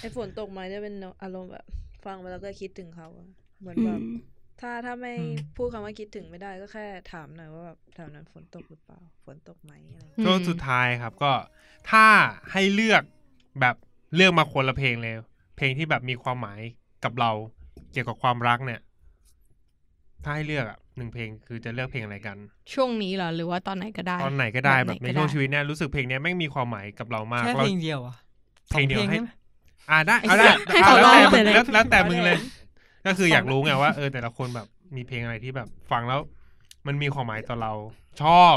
[SPEAKER 5] ไอฝนตกมาจะเป็นอารมณ์แบบ ฟังไปแล้วก็คิดถึงเขาอะเหมือน
[SPEAKER 6] อื
[SPEAKER 5] แบบ
[SPEAKER 6] ม
[SPEAKER 5] ถ้าถ้าไม่พูดคำว่าคิดถึงไม่ได้ก็แค่ถามหน่อยว่าแบบแถวนั้นฝนตกหรือเปล่า ฝนตกไหมอะไรอย่างเงี้ย
[SPEAKER 4] ช่วงสุดท้ายครับก็ถ้าให้เลือกแบบเลือกมาคนละเพลงเลย เพลงที่แบบมีความหมายกับเราเกี่ยวกับความรักเนี่ย ถ้าให้เลือกอะหนึ่งเพลงคือจะเลือกเพลงอะไรกัน
[SPEAKER 3] ช่วงนี้เหรอหรือว่าตอนไหนก็ได้
[SPEAKER 4] ตอนไหนก็ได้
[SPEAKER 3] แบ
[SPEAKER 4] แบบ บ
[SPEAKER 3] ไหน
[SPEAKER 4] ใน
[SPEAKER 3] ก็ได้
[SPEAKER 4] ช่วงชีวิตเนี่ยรู้สึกเพลงเนี้ยไม่งมีความหมายกับเรามาก
[SPEAKER 1] แค่
[SPEAKER 4] เรา
[SPEAKER 1] เพลงเดียวอะ
[SPEAKER 4] เพลงเดียว
[SPEAKER 1] สอ
[SPEAKER 4] ให้
[SPEAKER 1] ใช่ไม
[SPEAKER 4] อ่าได้เอาได้
[SPEAKER 6] ให้เขา
[SPEAKER 4] แล้วแต่
[SPEAKER 6] ร้อง
[SPEAKER 4] มึง
[SPEAKER 6] ไปเลย
[SPEAKER 4] แล้วแล้วแต่มึงเลย ก็คื
[SPEAKER 1] ส
[SPEAKER 4] อ
[SPEAKER 1] อง
[SPEAKER 4] อยากรู้ไงว่าเออแต่ละคนแบบมีเพลงอะไรที่แบบฟังแล้ว มันมีความหมายต่อเรา ชอบ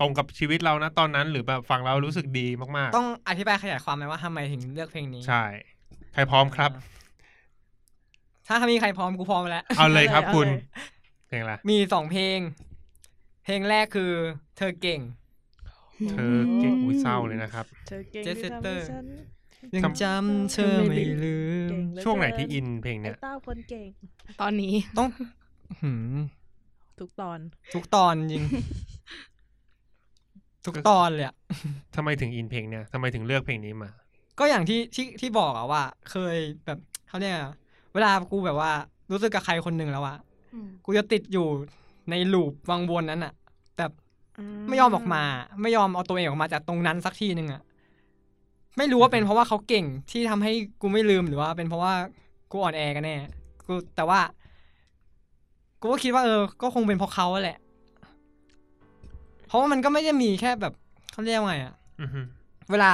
[SPEAKER 4] ตรงกับชีวิตเรานะตอนนั้นหรือแบบฟังแล้วรู้สึกดีมากๆ
[SPEAKER 1] ต้องอธิบายขยายความไหมว่าทำไมถึงเลือกเพลงนี้
[SPEAKER 4] ใช่ ใครพร้อมครับ
[SPEAKER 1] ถ้ามีใครพร้อมกูพร้อมแล้ว
[SPEAKER 4] เอาเลยครับ
[SPEAKER 5] อา
[SPEAKER 4] คุณ
[SPEAKER 5] เลย
[SPEAKER 4] เพลงอะไร
[SPEAKER 1] มีสองเพลง เพลงแรกคือเธอเก่ง
[SPEAKER 4] เธอเก่งอุ้ยเศร้าเลยนะครับ
[SPEAKER 5] เธอเก่ง
[SPEAKER 1] เจส
[SPEAKER 5] ที่ทำ
[SPEAKER 1] เตอ
[SPEAKER 5] ให้
[SPEAKER 1] ร์
[SPEAKER 5] ฉัน
[SPEAKER 1] ยังจำเธอไม่ลืม
[SPEAKER 5] เก่งเหลือ
[SPEAKER 4] ช่วงไหน
[SPEAKER 5] เกิ
[SPEAKER 4] ที่อินเพลง
[SPEAKER 5] ไอ
[SPEAKER 4] เนี้ย
[SPEAKER 5] เต้าคนเก่ง
[SPEAKER 3] ตอนนี้
[SPEAKER 1] ต้องหืม
[SPEAKER 5] ทุกตอน
[SPEAKER 1] ทุกตอนจริง ทุกตอนเลยอะ
[SPEAKER 4] ทำไมถึงอินเพลงเนี้ยทำไมถึงเลือกเพลงนี้มา
[SPEAKER 1] ก็อย่างที่ที่ที่บอกอะว่า เคยแบบเขาเนี่ยกอะไรอะเวลากูแบบว่า รู้สึกกับใครคนหนึ่งแล้วอะกูจะติดอยู่ในลูปวังวนนั้นอะแบบไม่ยอมออกมา ไม่ยอมเอาตัวเองออกมาจากตรงนั้นสักทีหนึ่งอะ ไม่รู้ว่าเป็นเพราะว่าเขาเก่งที่ทำให้กูไม่ลืมหรือว่าเป็นเพราะว่ากูอ่อนแอกันแน่กูแต่ว่า กูก็คิดว่าเออ ก็คงเป็นเพราะเขาแหละ เพราะว่ามันก็ไม่ได้มีแค่แบบเขาเรียกว่าไงอะ
[SPEAKER 4] อือฮึ
[SPEAKER 1] เวลา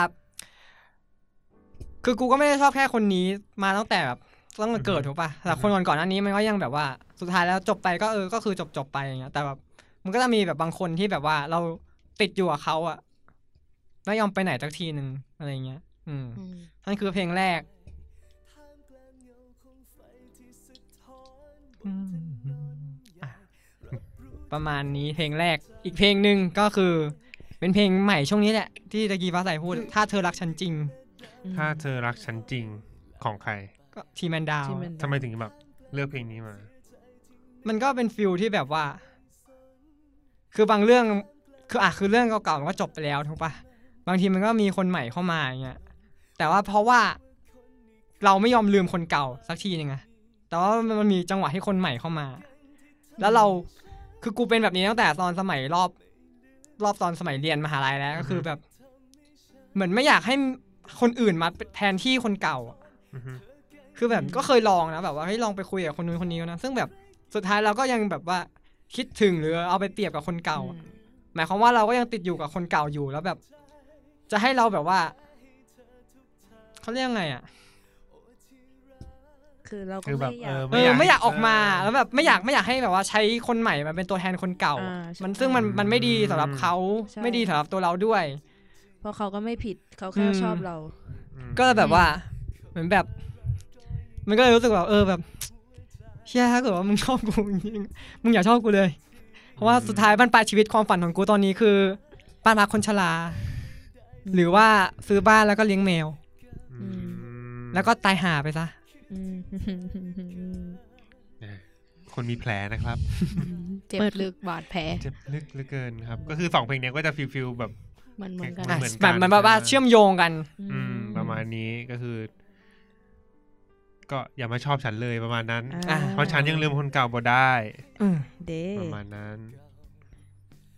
[SPEAKER 1] คือกูก็ไม่ได้ชอบแค่คนนี้ มาตั้งแต่แบบตั้งแต่เกิดถูกปะแต่คนก่อนก่อนๆหน้านี้มันก็ยังแบบว่า สุดท้ายแล้วจบไปก็เออ ก็คือจบจบๆไปอย่างเงี้ย แต่แบบมันก็จะมีแบบบางคนที่แบบว่าเราติดอยู่กับเขาอะไม่ยอมไปไหนสักทีหนึ่งอะไรเงี้ย อืม
[SPEAKER 3] อืม
[SPEAKER 1] นั่นคือเพลงแรก อ่ะประมาณนี้เพลงแรก อีกเพลงหนึ่งก็คือ เป็นเพลงใหม่ช่วงนี้แหละ ที่ตะกี้ฟ้าใสพูด ถ้าเธอรักฉันจริง
[SPEAKER 4] ถ้าเธอรักฉันจริงของใคร
[SPEAKER 1] ก็ทีแมนดาว
[SPEAKER 5] ที่มัน
[SPEAKER 4] ทำไมถึงแบบเลือกเพลงนี้มา
[SPEAKER 1] มันก็เป็นฟิลที่แบบว่า คือบางเรื่อง คืออ่ะคือเรื่องเก่าๆมันก็จบไปแล้วถูกปะบางทีมันก็มีคนใหม่เข้ามาอย่างเงี้ย แต่ว่าเพราะว่า เราไม่ยอมลืมคนเก่าสักทีนึงอะแต่ว่ามันมีจังหวะให้คนใหม่เข้ามา แล้วเรา คือกูเป็นแบบนี้ตั้งแต่ตอนสมัยรอบ รอบตอนสมัยเรียนมหาลัยแล้ว ก็คือแบบ เหมือนไม่อยากให้คนอื่นมาแทนที่คนเก่าอะ
[SPEAKER 4] อือฮึ
[SPEAKER 1] คือแบบก็เคยลองนะแบบว่าให้ยลองไปคุยกับคนนู้นคนนี้นะซึ่งแบบสุดท้ายเราก็ยังแบบว่าคิดถึงหรือเอาไปเปรียบกับคนเก่าอะหมายความว่าเราก็ยังติดอยู่กับคนเก่าอยู่แล้วแบบ จะให้เราแบบว่าเขาเรียกไงอ่ะ
[SPEAKER 5] คือเราก็
[SPEAKER 4] คือแบบ
[SPEAKER 5] ไม่
[SPEAKER 4] เอ
[SPEAKER 1] เอ
[SPEAKER 4] ยอ
[SPEAKER 5] อาก
[SPEAKER 1] อไม่อยากออกมา
[SPEAKER 4] เ
[SPEAKER 1] แล้วแบบไม่อยากไม่อยากให้แบบว่าใช้คนใหม่มาเป็นตัวแทนคนเก่าอะ
[SPEAKER 5] อ่าใช่
[SPEAKER 1] มันซึ่งมันมันไม่ดีสำหรับเขา
[SPEAKER 5] ใช่
[SPEAKER 1] ไม่ดีสำหรับตัวเราด้วย
[SPEAKER 5] เพราะเขาก็ไม่ผิดเขาแค่
[SPEAKER 1] อืม
[SPEAKER 5] ชอบเรา
[SPEAKER 4] อืม
[SPEAKER 1] ก็แบบว่า เหมือนแบบ มันก็เลยรู้สึกแบบเออแบบ เชี่ยถ้าเกิดว่ามึงชอบกูจริงๆมึงอย่าชอบกูเลย เพราะว่าสุดท้ายบ้านปลายชีวิตความฝันของกูตอนนี้คือบ้านพักคนชราหรือว่าซื้อบ้านแล้วก็เลี้ยงแมว
[SPEAKER 4] อืม
[SPEAKER 1] แล้วก็ตายหาไปซะ
[SPEAKER 5] อืม
[SPEAKER 4] คนมีแผลนะครับ
[SPEAKER 3] เจ็บลึกบาดแผล
[SPEAKER 4] เจ็บลึกเหลือเกินครับ ก็คือสองเพลงเนี้ยก็จะฟิลฟิลแบบ
[SPEAKER 3] เหมันเหมือนกัน
[SPEAKER 1] อ่ะ
[SPEAKER 4] เหมือนกัน
[SPEAKER 1] แบบมันแบบว่า
[SPEAKER 4] ใช่ไหม
[SPEAKER 1] เชื่อมโยงกัน
[SPEAKER 4] อืม ประมาณนี้ก็คือ ก็อย่ามาชอบฉันเลยประมาณนั้น
[SPEAKER 1] อ่ะ
[SPEAKER 4] เพราะฉันยังลืมคนเก่าบ่ได้
[SPEAKER 1] อืม
[SPEAKER 5] เด้
[SPEAKER 4] ประมาณนั้น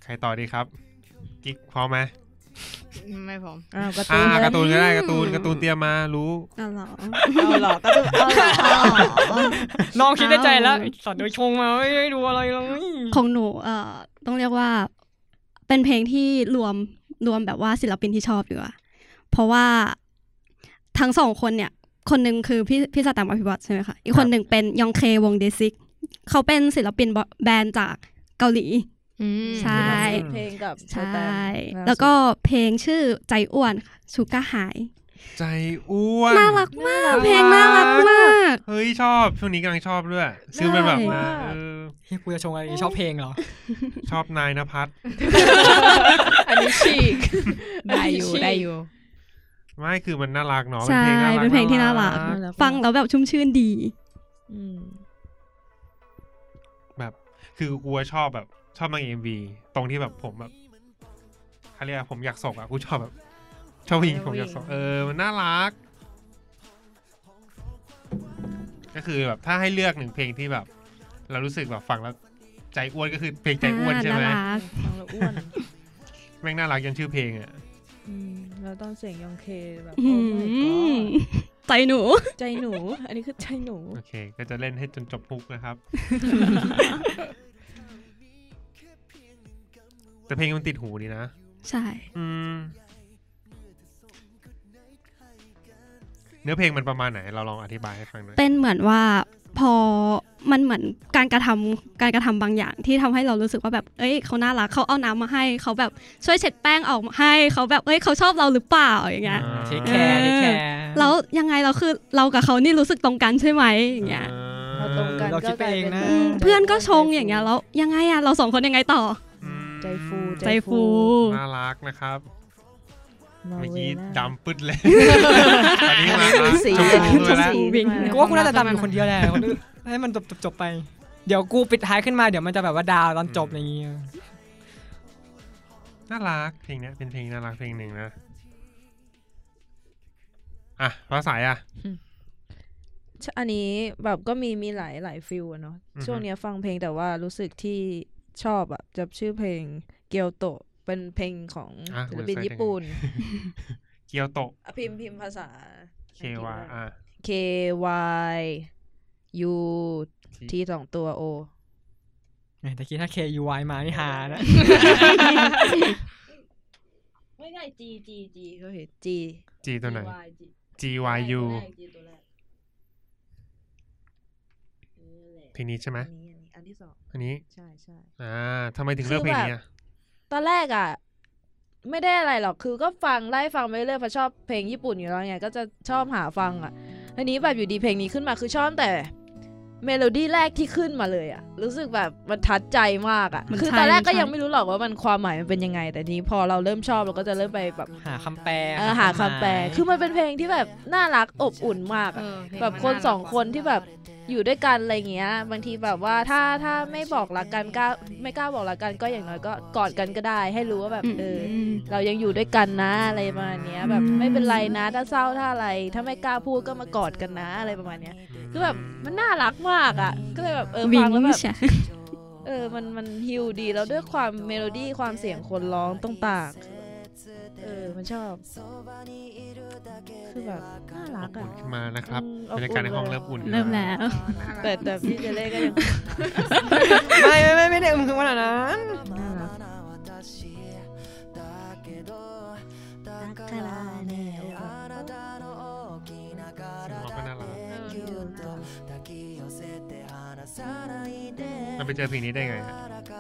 [SPEAKER 4] ใครต่อดีครับ กิ๊กพร้อมไหม
[SPEAKER 3] ไม่พร้อม
[SPEAKER 5] อ้าวการ์ตู
[SPEAKER 4] อ่าน การ์ตูนก็ได้การ์ตูนการ์ตูนเตรียมมารู้
[SPEAKER 6] อ๋อเหรอ
[SPEAKER 5] เอาเหรอการ์ตูนเอาเหรอ
[SPEAKER 1] น้องคิดในใจแล้วสอนโดยชงมาไม่ได้ดูอะไรเลย
[SPEAKER 6] ของหนูเอ่อต้องเรียกว่า เป็นเพลงที่รวมรวมแบบว่าศิลปินที่ชอบดีกว่า เพราะว่าทั้งสองคนเนี่ย คนหนึ่งคือพี่พี่สแตมอภิวัตใช่ไหมคะอีกคนหนึ่งเป็นยองเควงเดซิกเขาเป็นศิลปินแบรนด์จากเกาหลี
[SPEAKER 3] อืม
[SPEAKER 6] ใช่
[SPEAKER 5] เพลงกับ
[SPEAKER 6] ใช
[SPEAKER 5] สแตม่ ป์าสุด
[SPEAKER 6] แล้วก็เพลงชื่อใจอ้วนค่ะชูก้าหาย
[SPEAKER 4] ใจอ้วน
[SPEAKER 6] น่ารักมาก เพลงน่ารักมาก
[SPEAKER 4] เฮ้ยชอบช่วงนี้กำลังชอบด้วยซื้อมาแบบมาเออ
[SPEAKER 1] เฮ้ยกูจะชงอะไรอย่างงี้ชอบเพลงเหรอ
[SPEAKER 4] ชอบนายนภัส
[SPEAKER 5] อันนี้ฉีก
[SPEAKER 3] ได้อยู่ได้อยู่
[SPEAKER 4] ไม่คือมันน่ารักเนาะ
[SPEAKER 6] ใช่ เป็นเพลงที่น่ารัก
[SPEAKER 5] น่ารัก
[SPEAKER 6] ฟังแล้วแบบชุ่มชื่นดี
[SPEAKER 5] อืม
[SPEAKER 4] แบบ คือกูอะชอบแบบ ชอบนางเอ็มวีตรงที่แบบผมแบบเขาเรียกว่าผมอยากศกอ่ะกูชอบแบบ ชอบผู้หญิงผมอยากศกเออมันน่ารัก ก็คือแบบถ้าให้เลือกหนึ่งเพลงที่แบบ เรารู้สึกแบบฟังแล้ว ใจอ้วนก็คือเพลงใจอ้วนใช่ไหม
[SPEAKER 6] น่ารัก
[SPEAKER 5] ฟังแล้วอ้วน
[SPEAKER 4] แม่งน่ารักยันชื่อเพลงอ่ะ
[SPEAKER 5] อืมแล้วตอนเสียงยองเคแบบ
[SPEAKER 6] อื
[SPEAKER 5] โอ้ my god
[SPEAKER 6] มใจหนู
[SPEAKER 5] ใจหนู อันนี้คือใจหนู
[SPEAKER 4] โอเค ก็จะเล่นให้จนจบฮุก *laughs* นะครับ แต่เพลงมันติดหูดีนะ
[SPEAKER 6] ใช่
[SPEAKER 4] อืมเนื้อเพลงมันประมาณไหน เราลองอธิบายให้ฟังหน่อย
[SPEAKER 6] เป็นเหมือนว่าพอมันเหมือนการกระทำการกระทำบางอย่างที่ทำให้เรารู้สึกว่าแบบ เอ้ยเขาน่ารักเขาเอาน้ำมาให้เขาแบบช่วยเช็ดแป้งออกมาให้เขาแบบเอ้ยเขาชอบเราหรือเปล่าอย่างเงี้ย
[SPEAKER 4] อ่า
[SPEAKER 1] เทคแคร์เทคแคร์
[SPEAKER 6] แล้วยังไงเราคือเรากับเขานี่รู้สึกตรงกันใช่ไหมอย่างเงี้ย
[SPEAKER 5] พอตรงกัน
[SPEAKER 1] เรา
[SPEAKER 5] ก็
[SPEAKER 1] คิดไป
[SPEAKER 5] กลาย
[SPEAKER 1] เอง
[SPEAKER 5] เป็น
[SPEAKER 1] นะ
[SPEAKER 6] อืมเพื่อนก็ชงอย่างเงี้ยแล้วยังไงอะเราสองคนยังไงต่อ
[SPEAKER 4] อืม
[SPEAKER 5] ใจฟู
[SPEAKER 6] ใจฟู
[SPEAKER 4] น่ารักนะครับ
[SPEAKER 5] นร์
[SPEAKER 4] เมื่อ
[SPEAKER 5] ว
[SPEAKER 4] กี้
[SPEAKER 5] ย์น่า
[SPEAKER 4] ดำปึ๊ดเลยอันนี้มาแล้ว
[SPEAKER 5] สี
[SPEAKER 4] ชมพูด้วยแล้ว
[SPEAKER 6] ชมพู วิ่ง
[SPEAKER 1] กูว่ากูน่าจะดำอยู่คนเดียวแหละคนอื่นให้มันจบจบจบไป เดี๋ยวกูปิดท้ายขึ้นมาเดี๋ยวมันจะแบบว่าดาวตอนจบอะไรอย่างเงี้ย
[SPEAKER 4] น่ารักเพลงเนี้ยเป็นเพลงน่ารักเพลงหนึ่งนะ อ่ะภาษาอ่ะ
[SPEAKER 5] ใช่อันนี้แบบก็มีมีหลายหลายฟิลอะเนาะ
[SPEAKER 4] อือฮึ
[SPEAKER 5] ช่วงเนี้ยฟังเพลงแต่ว่ารู้สึกที่ชอบอะจะชื่อเพลงเกียวโตเป็นเพลงของศิลปินญี่ปุ่น
[SPEAKER 4] เกียวโตะ
[SPEAKER 5] อ่ะพิมพ์พิมพ์ภาษา
[SPEAKER 4] K Y R
[SPEAKER 5] K Y U ทีสองตัว O
[SPEAKER 1] แหมแต่คิดถ้า KUY มานี่หานะ
[SPEAKER 5] ไม่ใช่ G G G ก็เห็น G
[SPEAKER 4] G ตัวไหน
[SPEAKER 5] Y G
[SPEAKER 4] G Y U
[SPEAKER 5] ตัวแรก
[SPEAKER 4] เพลงนี้ใช่ไหม
[SPEAKER 5] อันนี้อันที่สอง
[SPEAKER 4] อันนี้
[SPEAKER 5] ใช่ใช่
[SPEAKER 4] อ่าทำไมถึงเลือกเพลงนี้อะ
[SPEAKER 5] ตอนแรกอ่ะ ไม่ได้อะไรหรอกคือก็ฟังไล่ฟังไปเรื่อยเพราะชอบเพลงญี่ปุ่นอยู่แล้วไงก็จะชอบหาฟังอ่ะทีนี้แบบอยู่ดีเพลงนี้ขึ้นมาคือชอบตั้งแต่เมโลดี้แรกที่ขึ้นมาเลยอ่ะ รู้สึกแบบมันทัดใจมากอ่ะ
[SPEAKER 6] มัน
[SPEAKER 5] คือ
[SPEAKER 6] ใช่
[SPEAKER 5] ตอนแรกก็
[SPEAKER 6] ใช่
[SPEAKER 5] ยังไม่รู้หรอกว่ามันความหมายมันเป็นยังไง แต่ทีนี้พอเราเริ่มชอบเราก็จะเริ่มไปแบบ
[SPEAKER 1] หาคำแปล
[SPEAKER 5] เออหาคำแปลคือมันเป็นเพลงที่แบบน่ารักอบอุ่นมาก
[SPEAKER 3] เอ
[SPEAKER 5] อะ
[SPEAKER 3] อเพล
[SPEAKER 5] แบบ
[SPEAKER 3] มั
[SPEAKER 5] คนสอง
[SPEAKER 3] ารัก
[SPEAKER 5] คนที่แบบอยู่ด้วยกันอะไรเงี้ย บางทีแบบว่าถ้าถ้าไม่บอกรักกันกล้าไม่กล้าบอกรักกันก็อย่างน้อยก็กอดกันก็ได้ ให้รู้ว่าแบบเอออ
[SPEAKER 6] ม
[SPEAKER 5] เรายังอยู่ด้วยกันนะอะไรประมาณเนี้ย แบบ
[SPEAKER 6] อืม
[SPEAKER 5] ไม่เป็นไรนะถ้าเศร้าถ้าอะไร ถ้าไม่กล้าพูดก็มากอดกันนะอะไรประมาณเนี้ยคือแบบมันน่ารักมากอ่ะ ก็เลยแบบเออ
[SPEAKER 6] วิ
[SPEAKER 5] ฟั
[SPEAKER 6] ง
[SPEAKER 5] งแล้วแบบ
[SPEAKER 6] ใช่
[SPEAKER 5] เออมันมันฮิวดีแล้วด้วยความเมโลดี้ความเสียงคนร้องต่างๆเออมันชอบคือแบบน่ารักอ่ะ
[SPEAKER 4] ขึ้นมานะครับ
[SPEAKER 5] อื
[SPEAKER 4] บร
[SPEAKER 5] ม
[SPEAKER 4] รยากาศในห้อง
[SPEAKER 5] อบอุ่น
[SPEAKER 4] เริ่มอุ่น
[SPEAKER 6] เริ่มแล้ว
[SPEAKER 5] แต่แต่พี่เจเล่ก็ยัง
[SPEAKER 1] ไม่ไม่ไม่ไม่ได้มึงคือว่านะ
[SPEAKER 5] น่ารัก
[SPEAKER 4] เราก็น่ารัก
[SPEAKER 3] เออ
[SPEAKER 4] เราไปเจอเพลงนี้ได้ไงฮะ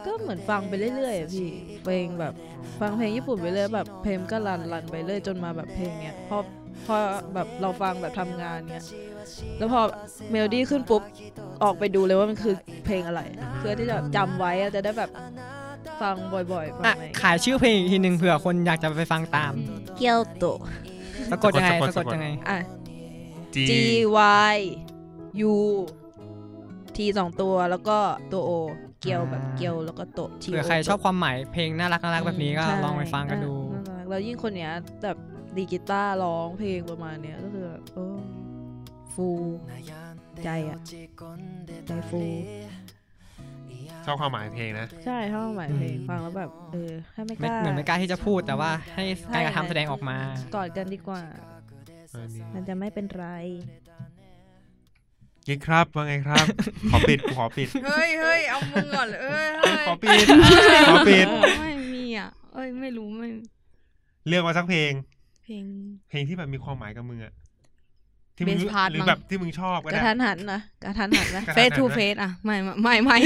[SPEAKER 5] ก็เหมือนฟังไปเรื่อยๆอะพี่เพลงแบบฟังเพลงญี่ปุ่นไปเรื่อยแบบเพลงก็รันรันไปเรื่อยจนมาแบบเพลงเนี้ยพอพอแบบเราฟังแบบทำงานเนี้ยแล้วพอเมโลดี้ขึ้นปุ๊บออกไปดูเลยว่ามันคือเพลงอะไร เพื่อที่จะจำไว้อะจะได้แบบฟังบ่อยๆฟัง
[SPEAKER 1] อ่ะ
[SPEAKER 5] อะไร
[SPEAKER 1] ขายชื่อเพลงอีกทีหนึ่งเผื่อคนอยากจะไปฟังตาม
[SPEAKER 5] เกียวโต
[SPEAKER 1] สะกดยังไงสะกดยังไง
[SPEAKER 5] อ่ะ
[SPEAKER 4] จี
[SPEAKER 5] G Y U T สองตัวแล้วก็ตัว O เกียวแบบเกียวแล้วก็โต T O
[SPEAKER 1] เผื่อใครชอบความหมายเพลงน่ารักน่ารักแบบนี้ก็
[SPEAKER 5] ใช่
[SPEAKER 1] ลองไปฟังกันดู
[SPEAKER 5] น่ารักแล้วยิ่งคนเนี้ยแบบดีดกีตาร์ร้องเพลงประมาณเนี้ยก็คือแบบโอ้ฟูใจอะใจฟู
[SPEAKER 4] ชอบความหมายเพลงนะ
[SPEAKER 5] ใช่ชอบหมายเพลง
[SPEAKER 1] อืม
[SPEAKER 5] ฟังแล้วแบบเออถ้าไม่ก
[SPEAKER 1] ไม่
[SPEAKER 5] ล้า
[SPEAKER 1] เหมือนไม่กล้าที่จะพูดแต่ว่าให้การกระทำแสดงออกมา
[SPEAKER 5] กอดกันดีกว่า
[SPEAKER 4] อันนี้
[SPEAKER 5] มันจะไม่เป็นไร
[SPEAKER 4] ยิกครับว่าไงครับ ขอปิดขอปิด
[SPEAKER 3] เฮ้ยเฮ้ยเอามึงก่อนเอ้ยเฮ้ย
[SPEAKER 4] ขอปิดขอปิด
[SPEAKER 3] ไม่มีอ่ะเอ้ยไม่รู้ไม่
[SPEAKER 4] เลือกมาสักเพลง
[SPEAKER 3] เพลง
[SPEAKER 4] เพลงที่แบบมีความหมายกับมึงอะที่มึง
[SPEAKER 3] Best part
[SPEAKER 4] หรือ
[SPEAKER 3] มั้ง
[SPEAKER 4] แบบที่มึงชอบก็
[SPEAKER 5] กระ
[SPEAKER 4] ได้
[SPEAKER 5] ทัน
[SPEAKER 4] *laughs*
[SPEAKER 5] หันนะกระทันหันนะ
[SPEAKER 4] กระทันหัน
[SPEAKER 3] เฟสทูเฟสอ่ะไม่ไม่ไม่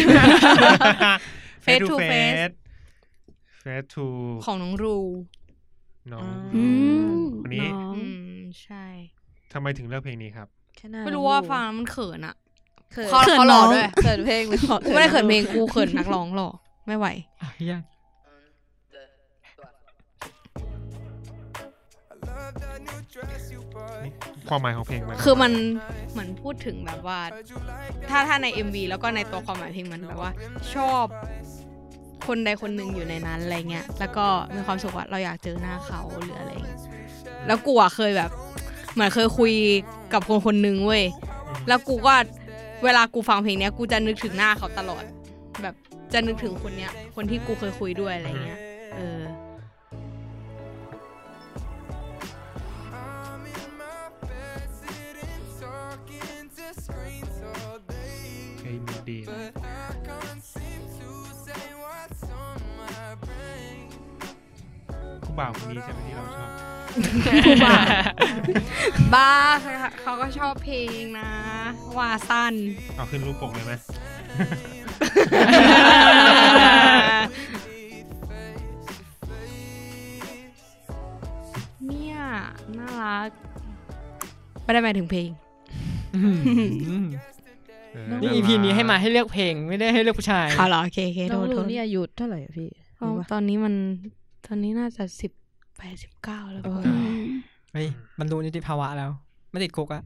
[SPEAKER 3] Face to Face
[SPEAKER 4] Face to
[SPEAKER 3] ของน้องรู
[SPEAKER 4] น้อง
[SPEAKER 5] อื
[SPEAKER 6] อืม
[SPEAKER 4] คนนี้
[SPEAKER 6] อง
[SPEAKER 3] อืมใช่
[SPEAKER 4] ทำไมถึงเลือกเพลงนี้ครับ
[SPEAKER 5] แค่หน้
[SPEAKER 3] ไม่รู้ว่าฟังแล้วมันเขินอ่ะ
[SPEAKER 5] เขิน
[SPEAKER 3] เขาเขาหล่อด้วย
[SPEAKER 5] เขินเพลงหรือ
[SPEAKER 3] กูไม่ได้เขินเพลงกูเขินนักร้องหล่อไม่ไหว
[SPEAKER 1] อ่ะเฮีย
[SPEAKER 4] ความหมายของเพลงมัน
[SPEAKER 3] คือมันเหมือนพูดถึงแบบว่า ถ้าถ้าใน MV แล้วก็ในตัวความหมายเพลงมันแบบว่า ชอบคนใดคนหนึ่งอยู่ในนั้นอะไรเงี้ยแล้วก็มีความสุขว่าเราอยากเจอหน้าเขาหรืออะไรเงี้ยแล้วกูอะเคยแบบ เหมือนเคยคุยกับคนคนหนึ่งเว้ยแล้วกูก็เวลากูฟังเพลงเนี้ยกูจะนึกถึงหน้าเขาตลอด แบบจะนึกถึงคนเนี้ย คนที่กูเคยคุยด้วยอะไรเงี้ยเออ
[SPEAKER 4] เพลงมันดีนะคู่บ่าวคนนี้ใช่ไหมที่เราชอบ
[SPEAKER 3] บ้าเขาก็ชอบเพลงนะ ว่าสั้น
[SPEAKER 4] เอาขึ้นรูปปกเลยไหม
[SPEAKER 3] เนี่ยน่ารัก ไม่ได้หมายถึงเพลง
[SPEAKER 1] นี่ EP นี้ให้มาให้เลือกเพลงไม่ได้ให้เลือกผู้ชาย
[SPEAKER 3] เอาเหรอ โอเคโอเคโท
[SPEAKER 5] น้อง
[SPEAKER 3] ษ
[SPEAKER 5] ลู
[SPEAKER 3] โทษ
[SPEAKER 5] นี่อายุเท่าไหร่อะพี่
[SPEAKER 3] เอาตอนนี้มัน ตอนนี้น่าจะสิบแปดสิบเก้าแล้วก็
[SPEAKER 6] อืม
[SPEAKER 1] เฮ้ยบรรลุนิติภาวะแล้ว ไม่ติดคุกอะ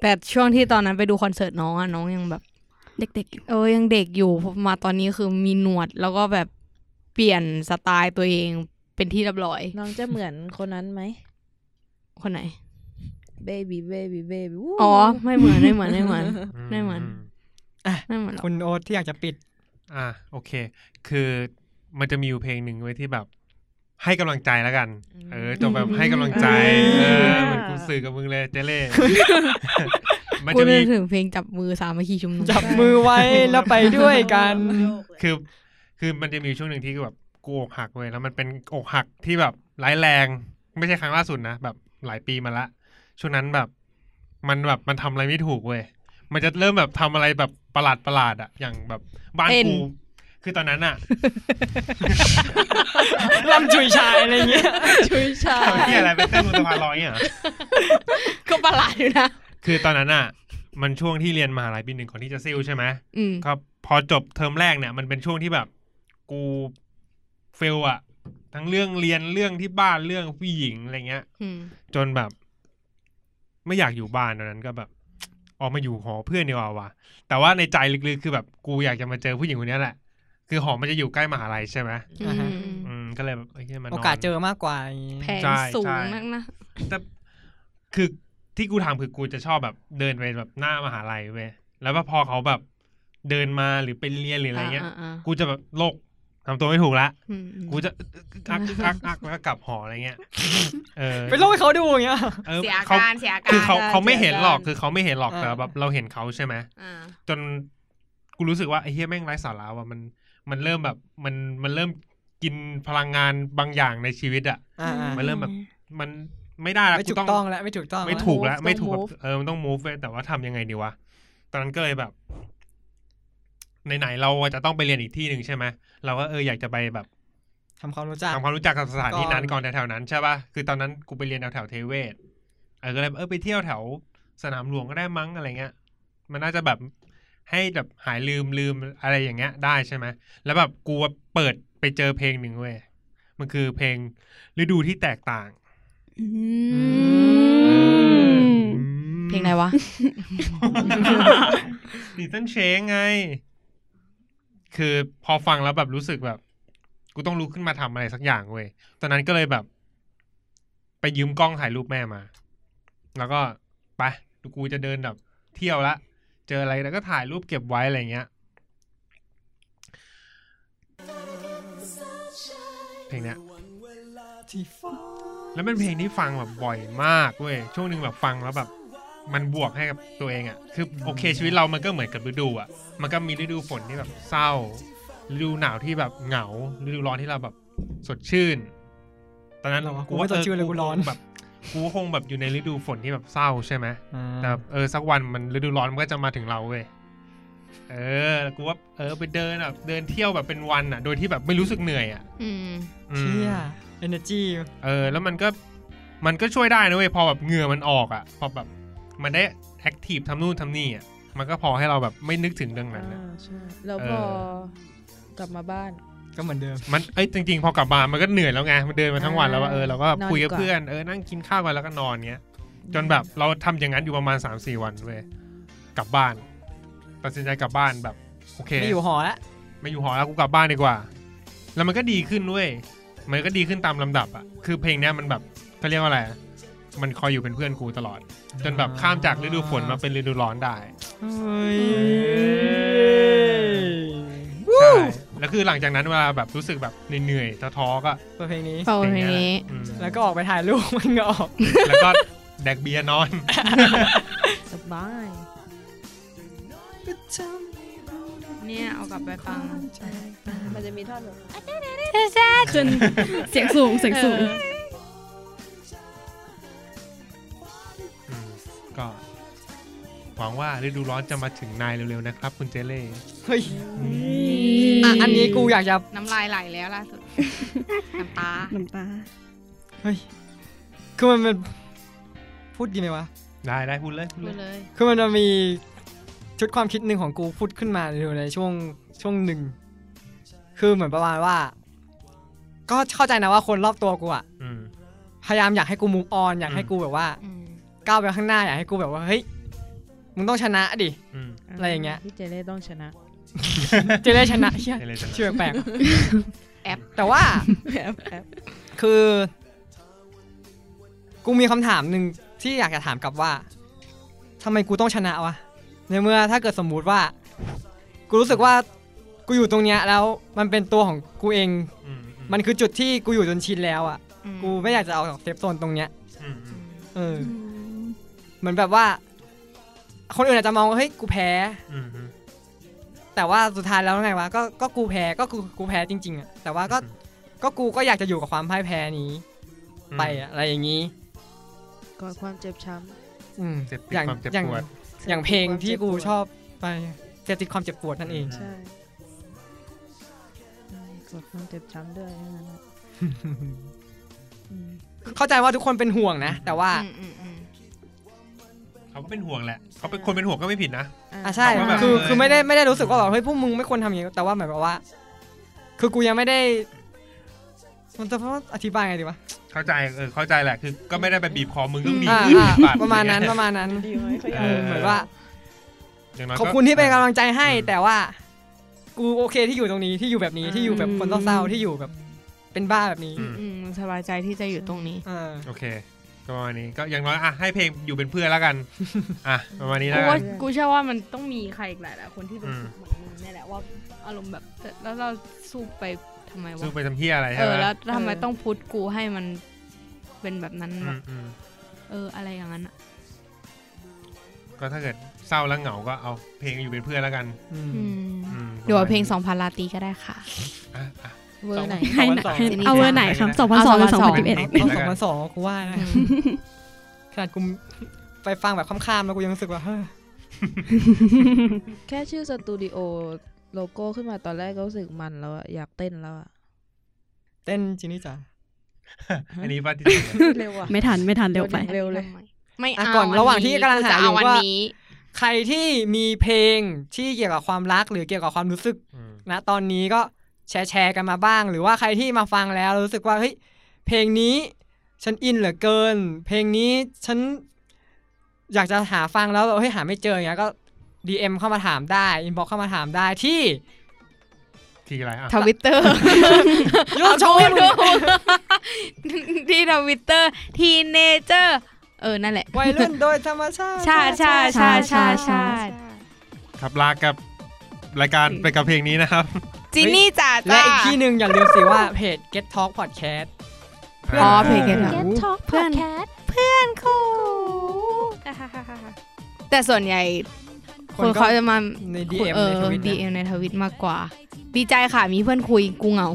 [SPEAKER 3] แต่ช่วงที่ตอนนั้นไปดูคอนเสิร์ตน้องอะน้องยังแบบ
[SPEAKER 6] เด็กๆอยู่
[SPEAKER 3] เออยังเด็กอยู่พอมาตอนนี้คือมีหนวดแล้วก็แบบเปลี่ยนสไตล์ตัวเองเป็นที่เรียบร้อย
[SPEAKER 5] น้องจะเหมือนคนนั้นไหม
[SPEAKER 3] คนไหน
[SPEAKER 5] baby baby baby วู้
[SPEAKER 3] อ๋อ ไม่เหมือนไม่เหมือนไม่เหมือน ไม่เหมือน ไม่เหมือนหรอก
[SPEAKER 1] คุณโอ๊ตที่อยากจะปิด
[SPEAKER 4] อ่ะโอเค คือมันจะมีอยู่เพลงหนึ่งไว้ยที่แบบ ให้กำลังใจแล้วกัน
[SPEAKER 5] อืม
[SPEAKER 4] เออจบแบบให้กำลังใจ เอ
[SPEAKER 5] อ่า
[SPEAKER 4] อเหมือนกูสื่อกับมึงเลยเจเล่
[SPEAKER 1] *laughs*
[SPEAKER 4] มัน
[SPEAKER 3] กู
[SPEAKER 4] จะ
[SPEAKER 3] นึ
[SPEAKER 4] มี
[SPEAKER 3] กถึงเพลงจับมือสามัคคีชุมนุม
[SPEAKER 1] จับมือไว้แล้วไปด้วยกัน
[SPEAKER 4] คือ คือมันจะมีช่วงหนึ่งที่แบบกูอกหักเว้ยแล้วมันเป็นอกหักที่แบบร้ายแรง ไม่ใช่ครั้งล่าสุดนะแบบหลายปีมาละ ช่วงนั้นแบบ มันแบบมันทำอะไรไม่ถูกเว้ยมันจะเริ่มแบบทำอะไรแบบประหลาดประหลาดๆอะอย่างแบบบ้านกูคือตอนนั้นอะ
[SPEAKER 1] ลำจุยชายอะไรอย่างเงี้ย
[SPEAKER 3] ช่วยชา
[SPEAKER 4] ทำที่อะไรเป็นเต้นบนสะพานลอยเนี่ยเหรอ
[SPEAKER 3] ก็ประหลาดอยู่นะ
[SPEAKER 4] คือตอนนั้นอ่ะ มันช่วงที่เรียนมหาลัยปีหนึ่งก่อนที่จะซิลใช่ไหม
[SPEAKER 3] อืม
[SPEAKER 4] ก็พอจบเทอมแรกเนี่ย มันเป็นช่วงที่แบบ กูเฟลอ่ะ ทั้งเรื่องเรียนเรื่องที่บ้านเรื่องผู้หญิงอะไรเงี้ย
[SPEAKER 3] อืม
[SPEAKER 4] จนแบบ ไม่อยากอยู่บ้านตอนนั้นก็แบบ ออกมาอยู่หอเพื่อนดีกว่าว่ะแต่ว่าในใจลึกๆคือแบบกูอยากจะมาเจอผู้หญิงคนเนี้ยแหละ คือหอมันจะอยู่ใกล้มหาลัยใช่ไหม
[SPEAKER 3] อืม
[SPEAKER 4] อืมก็เลยแบบเอ้ยมันนน
[SPEAKER 1] โอกาสเจอมากกว่าอย่างงี้
[SPEAKER 3] แผน
[SPEAKER 4] ใช่
[SPEAKER 3] สู
[SPEAKER 4] ใช่
[SPEAKER 3] งมากนะ
[SPEAKER 4] แต่คือที่กูทำคือกูจะชอบแบบเดินไปแบบหน้ามหาลัยเว้ยแล้วพอเขาแบบเดินมาหรือไปเรียนหรืออะไรเงี้ย
[SPEAKER 3] อ่าๆ
[SPEAKER 4] กูจะแบบโลกทำตัวไม่ถูกละ
[SPEAKER 3] ๆอืม
[SPEAKER 4] กูจะอักอักอักอักแล้วก็กลับหออะไรเงี้ย เออ
[SPEAKER 1] ไปเล่าให้เขาดูอย่างเงี้ย
[SPEAKER 4] เออ
[SPEAKER 3] เสียอา
[SPEAKER 4] เขา
[SPEAKER 3] การเสียอาการ
[SPEAKER 4] คือเขา
[SPEAKER 5] ได้
[SPEAKER 4] เขาไม่เห็นหรอก
[SPEAKER 5] เสียอาการ
[SPEAKER 4] คือเขาไม่เห็นหรอก
[SPEAKER 1] อ่า
[SPEAKER 4] แต่แบบเราเห็นเขาใช่ไหม
[SPEAKER 3] อ่า
[SPEAKER 4] จนกูรู้สึกว่าไอ้เฮียแม่งไร้สาระว่ะมันมันเริ่มแบบมันมันเริ่มกินพลังงานบางอย่างในชีวิตอ่ะ
[SPEAKER 1] อ่าๆ
[SPEAKER 4] มันเริ่มแบบ มันไม่ได้ละ
[SPEAKER 1] ไม่
[SPEAKER 4] กู
[SPEAKER 1] ถูก
[SPEAKER 4] ต้อง
[SPEAKER 1] ต้องแล้วไม่ถูกต้อง
[SPEAKER 4] ไม่
[SPEAKER 1] แล้ว
[SPEAKER 4] ถูกแล้ว
[SPEAKER 5] ต้อง
[SPEAKER 4] ไม่ถูกแบบ
[SPEAKER 5] move
[SPEAKER 4] เออมันต้อง move เว้ยแต่ว่าทำยังไงดีวะ ตอนนั้นก็เลยแบบไหนๆเราจะต้องไปเรียนอีกที่หนึ่งใช่ไหมเราก็เอออยากจะไปแบบ
[SPEAKER 1] ทำความรู้จัก
[SPEAKER 4] ทำความรู้จักกับสถานที่นั้น
[SPEAKER 1] ก่
[SPEAKER 4] ก่อ
[SPEAKER 1] อน น
[SPEAKER 4] แถวๆนั้นใช่ป่ะคือตอนนั้นกูไปเรียนแถวๆเทเวศเออก็เลยแบบเออไปเที่ยวแถวสนามหลวงก็ได้มั้งอะไรเงี้ย มันน่าจะแบบให้แบบหายลืมลืมอะไรอย่างเงี้ย ได้ใช่ไหมแล้วแบบกูเปิดไปเจอเพลงหนึ่งเว้ยมันคือเพลงฤดูที่แตกต่าง
[SPEAKER 6] อืม
[SPEAKER 3] เพลงอะไรวะ
[SPEAKER 4] ดิตันเชงไง คือพอฟังแล้วแบบรู้สึกแบบ กูต้องลุกขึ้นมาทำอะไรสักอย่างเว้ย ตอนนั้นก็เลยแบบ ไปยืมกล้องถ่ายรูปแม่มา แล้วก็ไปกูจะเดินแบบ เที่ยวละ เจออะไรแล้วก็ถ่ายรูปเก็บไว้อะไรเงี้ย เพลงเนี้ย แล้วเป็นเพลงที่ฟังแบบบ่อยมากเว้ย ช่วงหนึ่งแบบฟังแล้วแบบ มันบวกให้กับตัวเองอะ่ะ คือโอเคชีวิตเรามันก็เหมือนกับฤดูอะ่ะ มันก็มีฤดูฝนที่แบบเศร้า ฤดูหนาวที่แบบเหงา ฤดูร้อนที่เราแบบสดชื่น ตอนนั้น
[SPEAKER 1] เราว่ากูไม่สดชื่นเลยกูร้อน
[SPEAKER 4] แบบกูคงแบบอยู่ในฤดูฝนที่แบบเศร้าใช่ไหม
[SPEAKER 1] อ่า
[SPEAKER 4] แต่แบบเออสักวันมันฤดูร้อนมันก็จะมาถึงเราเว้ย เออแล้วกูว่าเออไปเดินแบบเดินเที่ยวแบบเป็นวันอ่ะ โดยที่แบบไม่รู้สึกเหนื่อยอ่ะ
[SPEAKER 3] อืม
[SPEAKER 4] อืม
[SPEAKER 1] เชี่ย energy
[SPEAKER 4] เออแล้วมันก็มันก็ช่วยได้นะเว้ยพอแบบเหงื่อมันออกอะ่ะพอแบบมันได้แอคทีฟทำนู่นทำนี่อะ่ะมันก็พอให้เราแบบไม่นึกถึงเรื่องนั้นอะ
[SPEAKER 5] อ่าใช่แล้ว
[SPEAKER 4] เออ
[SPEAKER 5] พอกลับมาบ้าน
[SPEAKER 1] ก็เหมือนเดิม
[SPEAKER 4] มันเอ้ยจริงๆ พอกลับมามันก็เหนื่อยแล้วไงมันเดินมาทั้งวันแล้วว่า
[SPEAKER 5] อ่า
[SPEAKER 4] เออเราก็
[SPEAKER 5] นอน
[SPEAKER 4] คุยกับ
[SPEAKER 5] ดีกว่า
[SPEAKER 4] เพื่อนเออนั่งกินข้าวกันแล้วก็นอนเงี้ย จนแบบเราทำอย่างนั้นอยู่ประมาณ3าสี่วันเว้ยกลับบ้าน ตัดสินใจกลับบ้านแบบโอเค
[SPEAKER 1] ไม่อยู่หอละ
[SPEAKER 4] ไม่อยู่หอแล้วกูกลับบ้านดีกว่า แล้วมันก็ดีขึ้นด้วย มันก็ดีขึ้นตามลำดับอะคือเพลงเนี้ยมันแบบเขาเรียกว่าอะไรอะมันคอยอยู่เป็นเพื่อนกูตลอด จนแบบข้ามจากฤดูฝนมาเป็นฤดูร้อนได้
[SPEAKER 1] เฮ้ย
[SPEAKER 4] ใช่แล้วคือหลังจากนั้นเวลาแบบรู้สึกแบบเหนื่อยๆท้อๆก็
[SPEAKER 1] เปิดเพลงนี้
[SPEAKER 3] เปิดเพลง
[SPEAKER 4] ยแหละ
[SPEAKER 3] นี้
[SPEAKER 4] อืม
[SPEAKER 1] แล้วก็ออกไปถ่ายรูปมันก็ออก
[SPEAKER 4] แล้วก็แดกเบียร์นอน
[SPEAKER 5] สบาย
[SPEAKER 3] เนี่ยเอากลับไปฟัง
[SPEAKER 5] มันจะมีท่อนแบบ
[SPEAKER 6] จนเสียงสูงเสียงสูง
[SPEAKER 3] เออ
[SPEAKER 4] อืมก็หวังว่าฤดูร้อนจะมาถึงนายเร็วๆนะครับ คุณเจเล่
[SPEAKER 1] เฮ้ยอ่ะอันนี้กูอยากจะ
[SPEAKER 3] น้ำลายไหลแล้วล่าสุด น้ำตา
[SPEAKER 6] น้ำตา
[SPEAKER 1] คือมันเป็นพูดดีไหมวะ
[SPEAKER 4] ได้ได้พูดเลยพูด
[SPEAKER 3] ดู
[SPEAKER 4] เลย
[SPEAKER 3] เลย
[SPEAKER 1] คือมันจะมีชุดความคิดหนึ่งของกูพูดขึ้นมาอยู่ในช่วงช่วงหนึ่ง คือเหมือนประมาณว่า ก็เข้าใจนะว่าคนรอบตัวกูอะ
[SPEAKER 4] อืม
[SPEAKER 1] พยายามอยากให้กูมูฟออนอยากให้กูแบบว่า
[SPEAKER 3] อืม
[SPEAKER 1] ก้าวไปข้างหน้าอยากให้กูแบบว่าเฮ้ยมึงต้องชนะดิ
[SPEAKER 4] อืม
[SPEAKER 1] อะไรอย่างเงี้ย
[SPEAKER 5] พี่เจเล่ต้องชนะ *laughs*
[SPEAKER 1] จะได้ชนะเชี่ย
[SPEAKER 4] เจเล่จะ
[SPEAKER 1] ชื่อแปลก
[SPEAKER 3] แอป
[SPEAKER 1] แต่ว่า
[SPEAKER 5] แอบแอบ
[SPEAKER 1] คือ กูมีคำถามหนึ่งที่อยากจะถามกลับว่าทำไมกูต้องชนะวะในเมื่อถ้าเกิดสมมุติว่า กูรู้สึกว่า กูอยู่ตรงเนี้ยแล้วมันเป็นตัวของกูเอง
[SPEAKER 4] อืมอืม
[SPEAKER 1] มันคือจุดที่กูอยู่จนชินแล้วอ่ะ
[SPEAKER 3] อืม
[SPEAKER 1] กูไม่อยากจะเอาออกเซฟโซนตรงเนี้ย
[SPEAKER 4] อืมอื
[SPEAKER 3] อื
[SPEAKER 1] เอ
[SPEAKER 4] ม
[SPEAKER 3] ม
[SPEAKER 1] อ
[SPEAKER 6] อืม
[SPEAKER 1] เหมือนแบบว่า คนอื่นอาจจะมองว่าเฮ้ยกูแพ้
[SPEAKER 4] อืมอืม
[SPEAKER 1] แต่ว่าสุดท้ายแล้วไงวะก็ก็กูแพ้ก็กูกูแพ้จริงๆอ่ะแต่ว่าก็
[SPEAKER 4] อืม
[SPEAKER 1] ก็กูก็อยากจะอยู่กับความพ่ายแพ้นี้ ไปอะอะไรอย่างนี้
[SPEAKER 5] ก่อนความเจ็บช้
[SPEAKER 1] อืม
[SPEAKER 4] เจ็บติด
[SPEAKER 1] อย่าง
[SPEAKER 4] ความเจ็บ
[SPEAKER 1] อย่าง
[SPEAKER 4] ปวด
[SPEAKER 5] ำ
[SPEAKER 1] อย่างเพลงที่กูช
[SPEAKER 5] เจ็บปวด
[SPEAKER 1] อบไปเสพติดความเจ็บปวดนั่นเอง
[SPEAKER 5] ใช่อืมกดความเจ็บช้ำด้วยทั้งนั้นอะอืม
[SPEAKER 1] เข้าใจว่าทุกคนเป็นห่วงนะ แต่ว่า
[SPEAKER 3] อืมอืมอืม
[SPEAKER 4] เขาก็เป็นห่วงแหละเขาเป็นคนเป็นห่วงก็ไม่ผิดนะ
[SPEAKER 1] อ่ะใช่
[SPEAKER 4] เขาก็แบบ
[SPEAKER 1] คือ
[SPEAKER 4] เออ
[SPEAKER 1] คือไม่ได้ไม่ได้รู้สึกว่าแบบเฮ้ยพวกมึงไม่ควรทำอย่างนี้แต่ว่าหมายความว่า คือกูยังไม่ได้ มันจะอธิบายไงดีวะ
[SPEAKER 4] เข้าใจเออเข้าใจแหละคือก็ไม่ได้ไปบีบคอมึงต้องดี
[SPEAKER 1] อ่า
[SPEAKER 4] ขึ้น
[SPEAKER 1] อ่า
[SPEAKER 4] บด
[SPEAKER 1] ประมาณนั้น
[SPEAKER 4] อ
[SPEAKER 1] ป
[SPEAKER 4] ย่ง
[SPEAKER 1] ระ
[SPEAKER 4] เงี้ย
[SPEAKER 1] มาณนั้น
[SPEAKER 5] ดีไหมเขาอยา
[SPEAKER 1] เอก อ
[SPEAKER 4] เออ
[SPEAKER 1] เหมือนว่า
[SPEAKER 4] ย่างน้ย
[SPEAKER 1] ข
[SPEAKER 4] ก็
[SPEAKER 1] อบคุณที่เป็นกำลังใจให้
[SPEAKER 4] อืม
[SPEAKER 1] แต่ว่า กูโอเคที่อยู่ตรงนี้ที่อยู่แบบนี้ที่อยู่แบบคนเศร้าๆที่อยู่แบบ เป็นบ้าแบบนี้
[SPEAKER 4] อืม
[SPEAKER 3] อืมสบายใจที่จะอยู่ตรงนี้
[SPEAKER 1] อ่า
[SPEAKER 4] โอเคก็ประมาณนี้ก็อย่างน้อยอ่ะให้เพลงอยู่เป็นเพื่อนแล้วกันอ่ะประมาณนี้
[SPEAKER 3] กู
[SPEAKER 4] แล้วกั
[SPEAKER 3] ว่าน กูเชื่อว่ามันต้องมีใครอีกหลายๆคนที่เป็น
[SPEAKER 4] อืม
[SPEAKER 3] เหมือนมึงเนี่ยแหละว่าอารมณ์แบบแล้วเราสู้ไปทำไม
[SPEAKER 4] ซึ่
[SPEAKER 3] วะ
[SPEAKER 4] งไปทำเพี้ยอะไร
[SPEAKER 3] เอ
[SPEAKER 4] ใช่ไห
[SPEAKER 3] อ
[SPEAKER 4] ม
[SPEAKER 3] แล้วทำไมต้องพุทกูให้มันเป็นแบบนั้น
[SPEAKER 4] อื
[SPEAKER 3] วะ
[SPEAKER 4] มอืม
[SPEAKER 3] เอออะไรอย่างนั้นอะ
[SPEAKER 4] ก็ถ้าเกิดเศร้าแล้วเหงาก็เอาเพลงอยู่เป็นเพื่อนแล้วกัน
[SPEAKER 1] อืม
[SPEAKER 4] อืม
[SPEAKER 3] เดี๋ยวเอาเพลง
[SPEAKER 4] ประ
[SPEAKER 3] ส
[SPEAKER 4] มาณนี้
[SPEAKER 3] องพันลาตรีก็ได้ค่ะ
[SPEAKER 4] อ่ะอ่ะ
[SPEAKER 3] เวอร์ไหน
[SPEAKER 1] สอง
[SPEAKER 6] ให้
[SPEAKER 1] พัน
[SPEAKER 6] หนัก
[SPEAKER 1] สอง
[SPEAKER 3] เอา
[SPEAKER 6] ให้หนักเอาเวอร์ไหนครับ
[SPEAKER 4] เอา
[SPEAKER 6] สองพันสองหรือสองพันสิบเอ็ด
[SPEAKER 1] เอาสองพันสองกูว่านะ *laughs* ขนาดกูไปฟังแบบข้ามๆแล้วกูยังรู้สึกว่าเฮ้ย
[SPEAKER 5] แค่ชื่อสตูดิโอโลโก้ขึ้นมาตอนแรกก็รู้สึกมันแล้วอะอยากเต้นแล้วอะ
[SPEAKER 1] เต้นจินี่จ๋า
[SPEAKER 4] อันนี้ป้าที่
[SPEAKER 5] เร็วอะ
[SPEAKER 6] ไม่ทันไม่ทันเร็วไป
[SPEAKER 5] เร็วเลย
[SPEAKER 3] ไม่
[SPEAKER 1] อ่ะ
[SPEAKER 3] เอา
[SPEAKER 1] ก่อนระหว่างที่กำลังหาอยู่
[SPEAKER 3] จะเอาวัน
[SPEAKER 1] ว่า
[SPEAKER 3] นี้
[SPEAKER 1] ใครที่มีเพลงที่เกี่ยวกับความรักหรือเกี่ยวกับความรู้สึก นะตอนนี้ก็แชร์แชร์กันมาบ้าง หรือว่าใครที่มาฟังแล้วรู้สึกว่าเฮ้ยเพลงนี้ฉันอินเหลือเกิน เพลงนี้ฉันอยากจะหาฟังแล้วแบบเฮ้ยหาไม่เจออย่างเงี้ยก็ DM เข้ามาถามได้อินบ็อกเข้ามาถามได้ที่
[SPEAKER 4] ทีอะไรอ่ะ
[SPEAKER 3] ทวิตเตอร์
[SPEAKER 1] ยูทูบ
[SPEAKER 3] ที่ทวิตเตอร์ทีเนเจอร์เออนั่นแหละ
[SPEAKER 1] วัยรุ่นโดยธรรมชาติ
[SPEAKER 3] ชาติชาติชาติชาติชาติ
[SPEAKER 4] ครับลากับรายการไปกับเพลงนี้นะครับ
[SPEAKER 3] จินนี่จ๋า
[SPEAKER 1] และ
[SPEAKER 3] จ้า
[SPEAKER 1] อีกที่หนึ่งอย่าลืมสิว่าเพจ Get Talk Podcast
[SPEAKER 3] อ๋อเพจ Get
[SPEAKER 1] โอ้
[SPEAKER 3] Talk
[SPEAKER 1] โห
[SPEAKER 7] Talk
[SPEAKER 6] เพื่อน
[SPEAKER 7] Podcast
[SPEAKER 3] คู่แต่ส่วนใหญ่ คนเขาจะมา
[SPEAKER 1] ใน DM
[SPEAKER 3] เออ
[SPEAKER 1] ในทวิตนะ
[SPEAKER 3] DM ในทวิตมากกว่า ดีใจค่ะมีเพื่อนคุยกูเหงา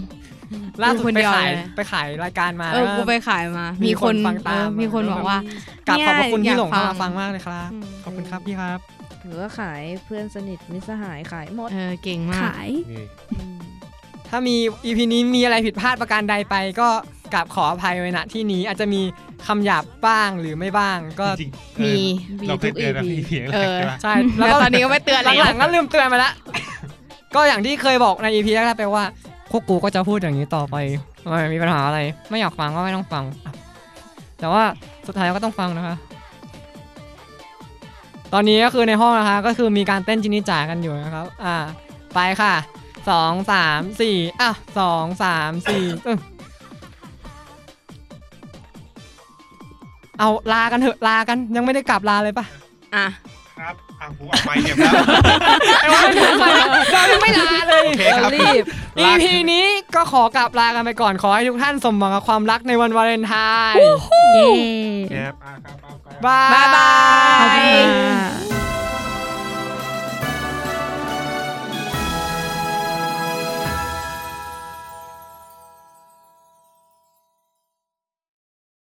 [SPEAKER 1] ล่าสุด
[SPEAKER 3] คน
[SPEAKER 1] ไป
[SPEAKER 3] เดียว
[SPEAKER 1] ขาย
[SPEAKER 3] เลย
[SPEAKER 1] ไปขายรายการมา
[SPEAKER 3] เออ
[SPEAKER 1] แล้ว
[SPEAKER 3] กูไปขายมา
[SPEAKER 1] มี
[SPEAKER 3] มี
[SPEAKER 1] คนฟัง
[SPEAKER 3] เอ
[SPEAKER 1] ตาม
[SPEAKER 3] อมีคน
[SPEAKER 1] มา
[SPEAKER 3] บอกว่า
[SPEAKER 1] กลับขอบพระคุณ
[SPEAKER 3] เนี่ย
[SPEAKER 1] ที่หลงเข้า
[SPEAKER 3] อยาก
[SPEAKER 1] มาง
[SPEAKER 3] ฟั
[SPEAKER 1] ฟังมากเลยครับ
[SPEAKER 3] อืม
[SPEAKER 1] ขอบคุณครับพี่ครับ
[SPEAKER 5] หรือว่าขายเพื่อนสนิทมิตรสหายขายหมด
[SPEAKER 3] เออเก่งมาก
[SPEAKER 6] ขาย
[SPEAKER 4] นี่
[SPEAKER 5] อืม
[SPEAKER 1] ถ้ามี EP นี้มีอะไรผิดพลาดประการใดไปก็กราบขออภัยไว้ณที่นี้อาจจะมีคำหยาบบ้างหรือไม่บ้างก็
[SPEAKER 4] จริงๆเอ
[SPEAKER 3] มี
[SPEAKER 4] อเราเคยเจอแบบนี้เพียงแร
[SPEAKER 3] เอก อ
[SPEAKER 4] ใช่ปะ
[SPEAKER 1] ใช่
[SPEAKER 3] แล้
[SPEAKER 1] แล้ว วก็
[SPEAKER 3] ตอนนี้ก็ไม่เตือน
[SPEAKER 1] หลั
[SPEAKER 3] แล้ว
[SPEAKER 1] งๆก็ลืมเตือนไปละ *coughs* ก็อย่างที่เคยบอกใน EP แรกๆไปว่าพวกกูก็จะพูดอย่างนี้ต่อไปไม่มีปัญหาอะไร ไม่อยากฟังก็ไม่ต้องฟัง แต่ว่าสุดท้ายก็ต้องฟังนะคะ ตอนนี้ก็คือในห้องนะคะ ก็คือมีการเต้นจินิจ่ากันอยู่นะครับ อ่า ไปค่ะสองสามสี่อ่ะสองสามสี่อื้อเอาลากันเถอะลากันยังไม่ได้กลับลาเลยปะ
[SPEAKER 3] อ่ะ
[SPEAKER 4] ครับอ่ะกูออกไปเนี่ยครับ
[SPEAKER 1] เรายังไม่ลาเลย
[SPEAKER 4] โอเคค
[SPEAKER 5] เรา
[SPEAKER 4] รับ
[SPEAKER 5] รีบ
[SPEAKER 1] EP นี้ก็ขอกลับลากันไปก่อนขอให้ทุกท่านสมหวังกับความรักในวันวาเลนไทน์
[SPEAKER 4] ค
[SPEAKER 6] เย้
[SPEAKER 4] รับอ่ะครับเอาไป
[SPEAKER 1] บาย
[SPEAKER 3] บายบา
[SPEAKER 6] ขอบ
[SPEAKER 3] ย
[SPEAKER 6] คุณค่ะ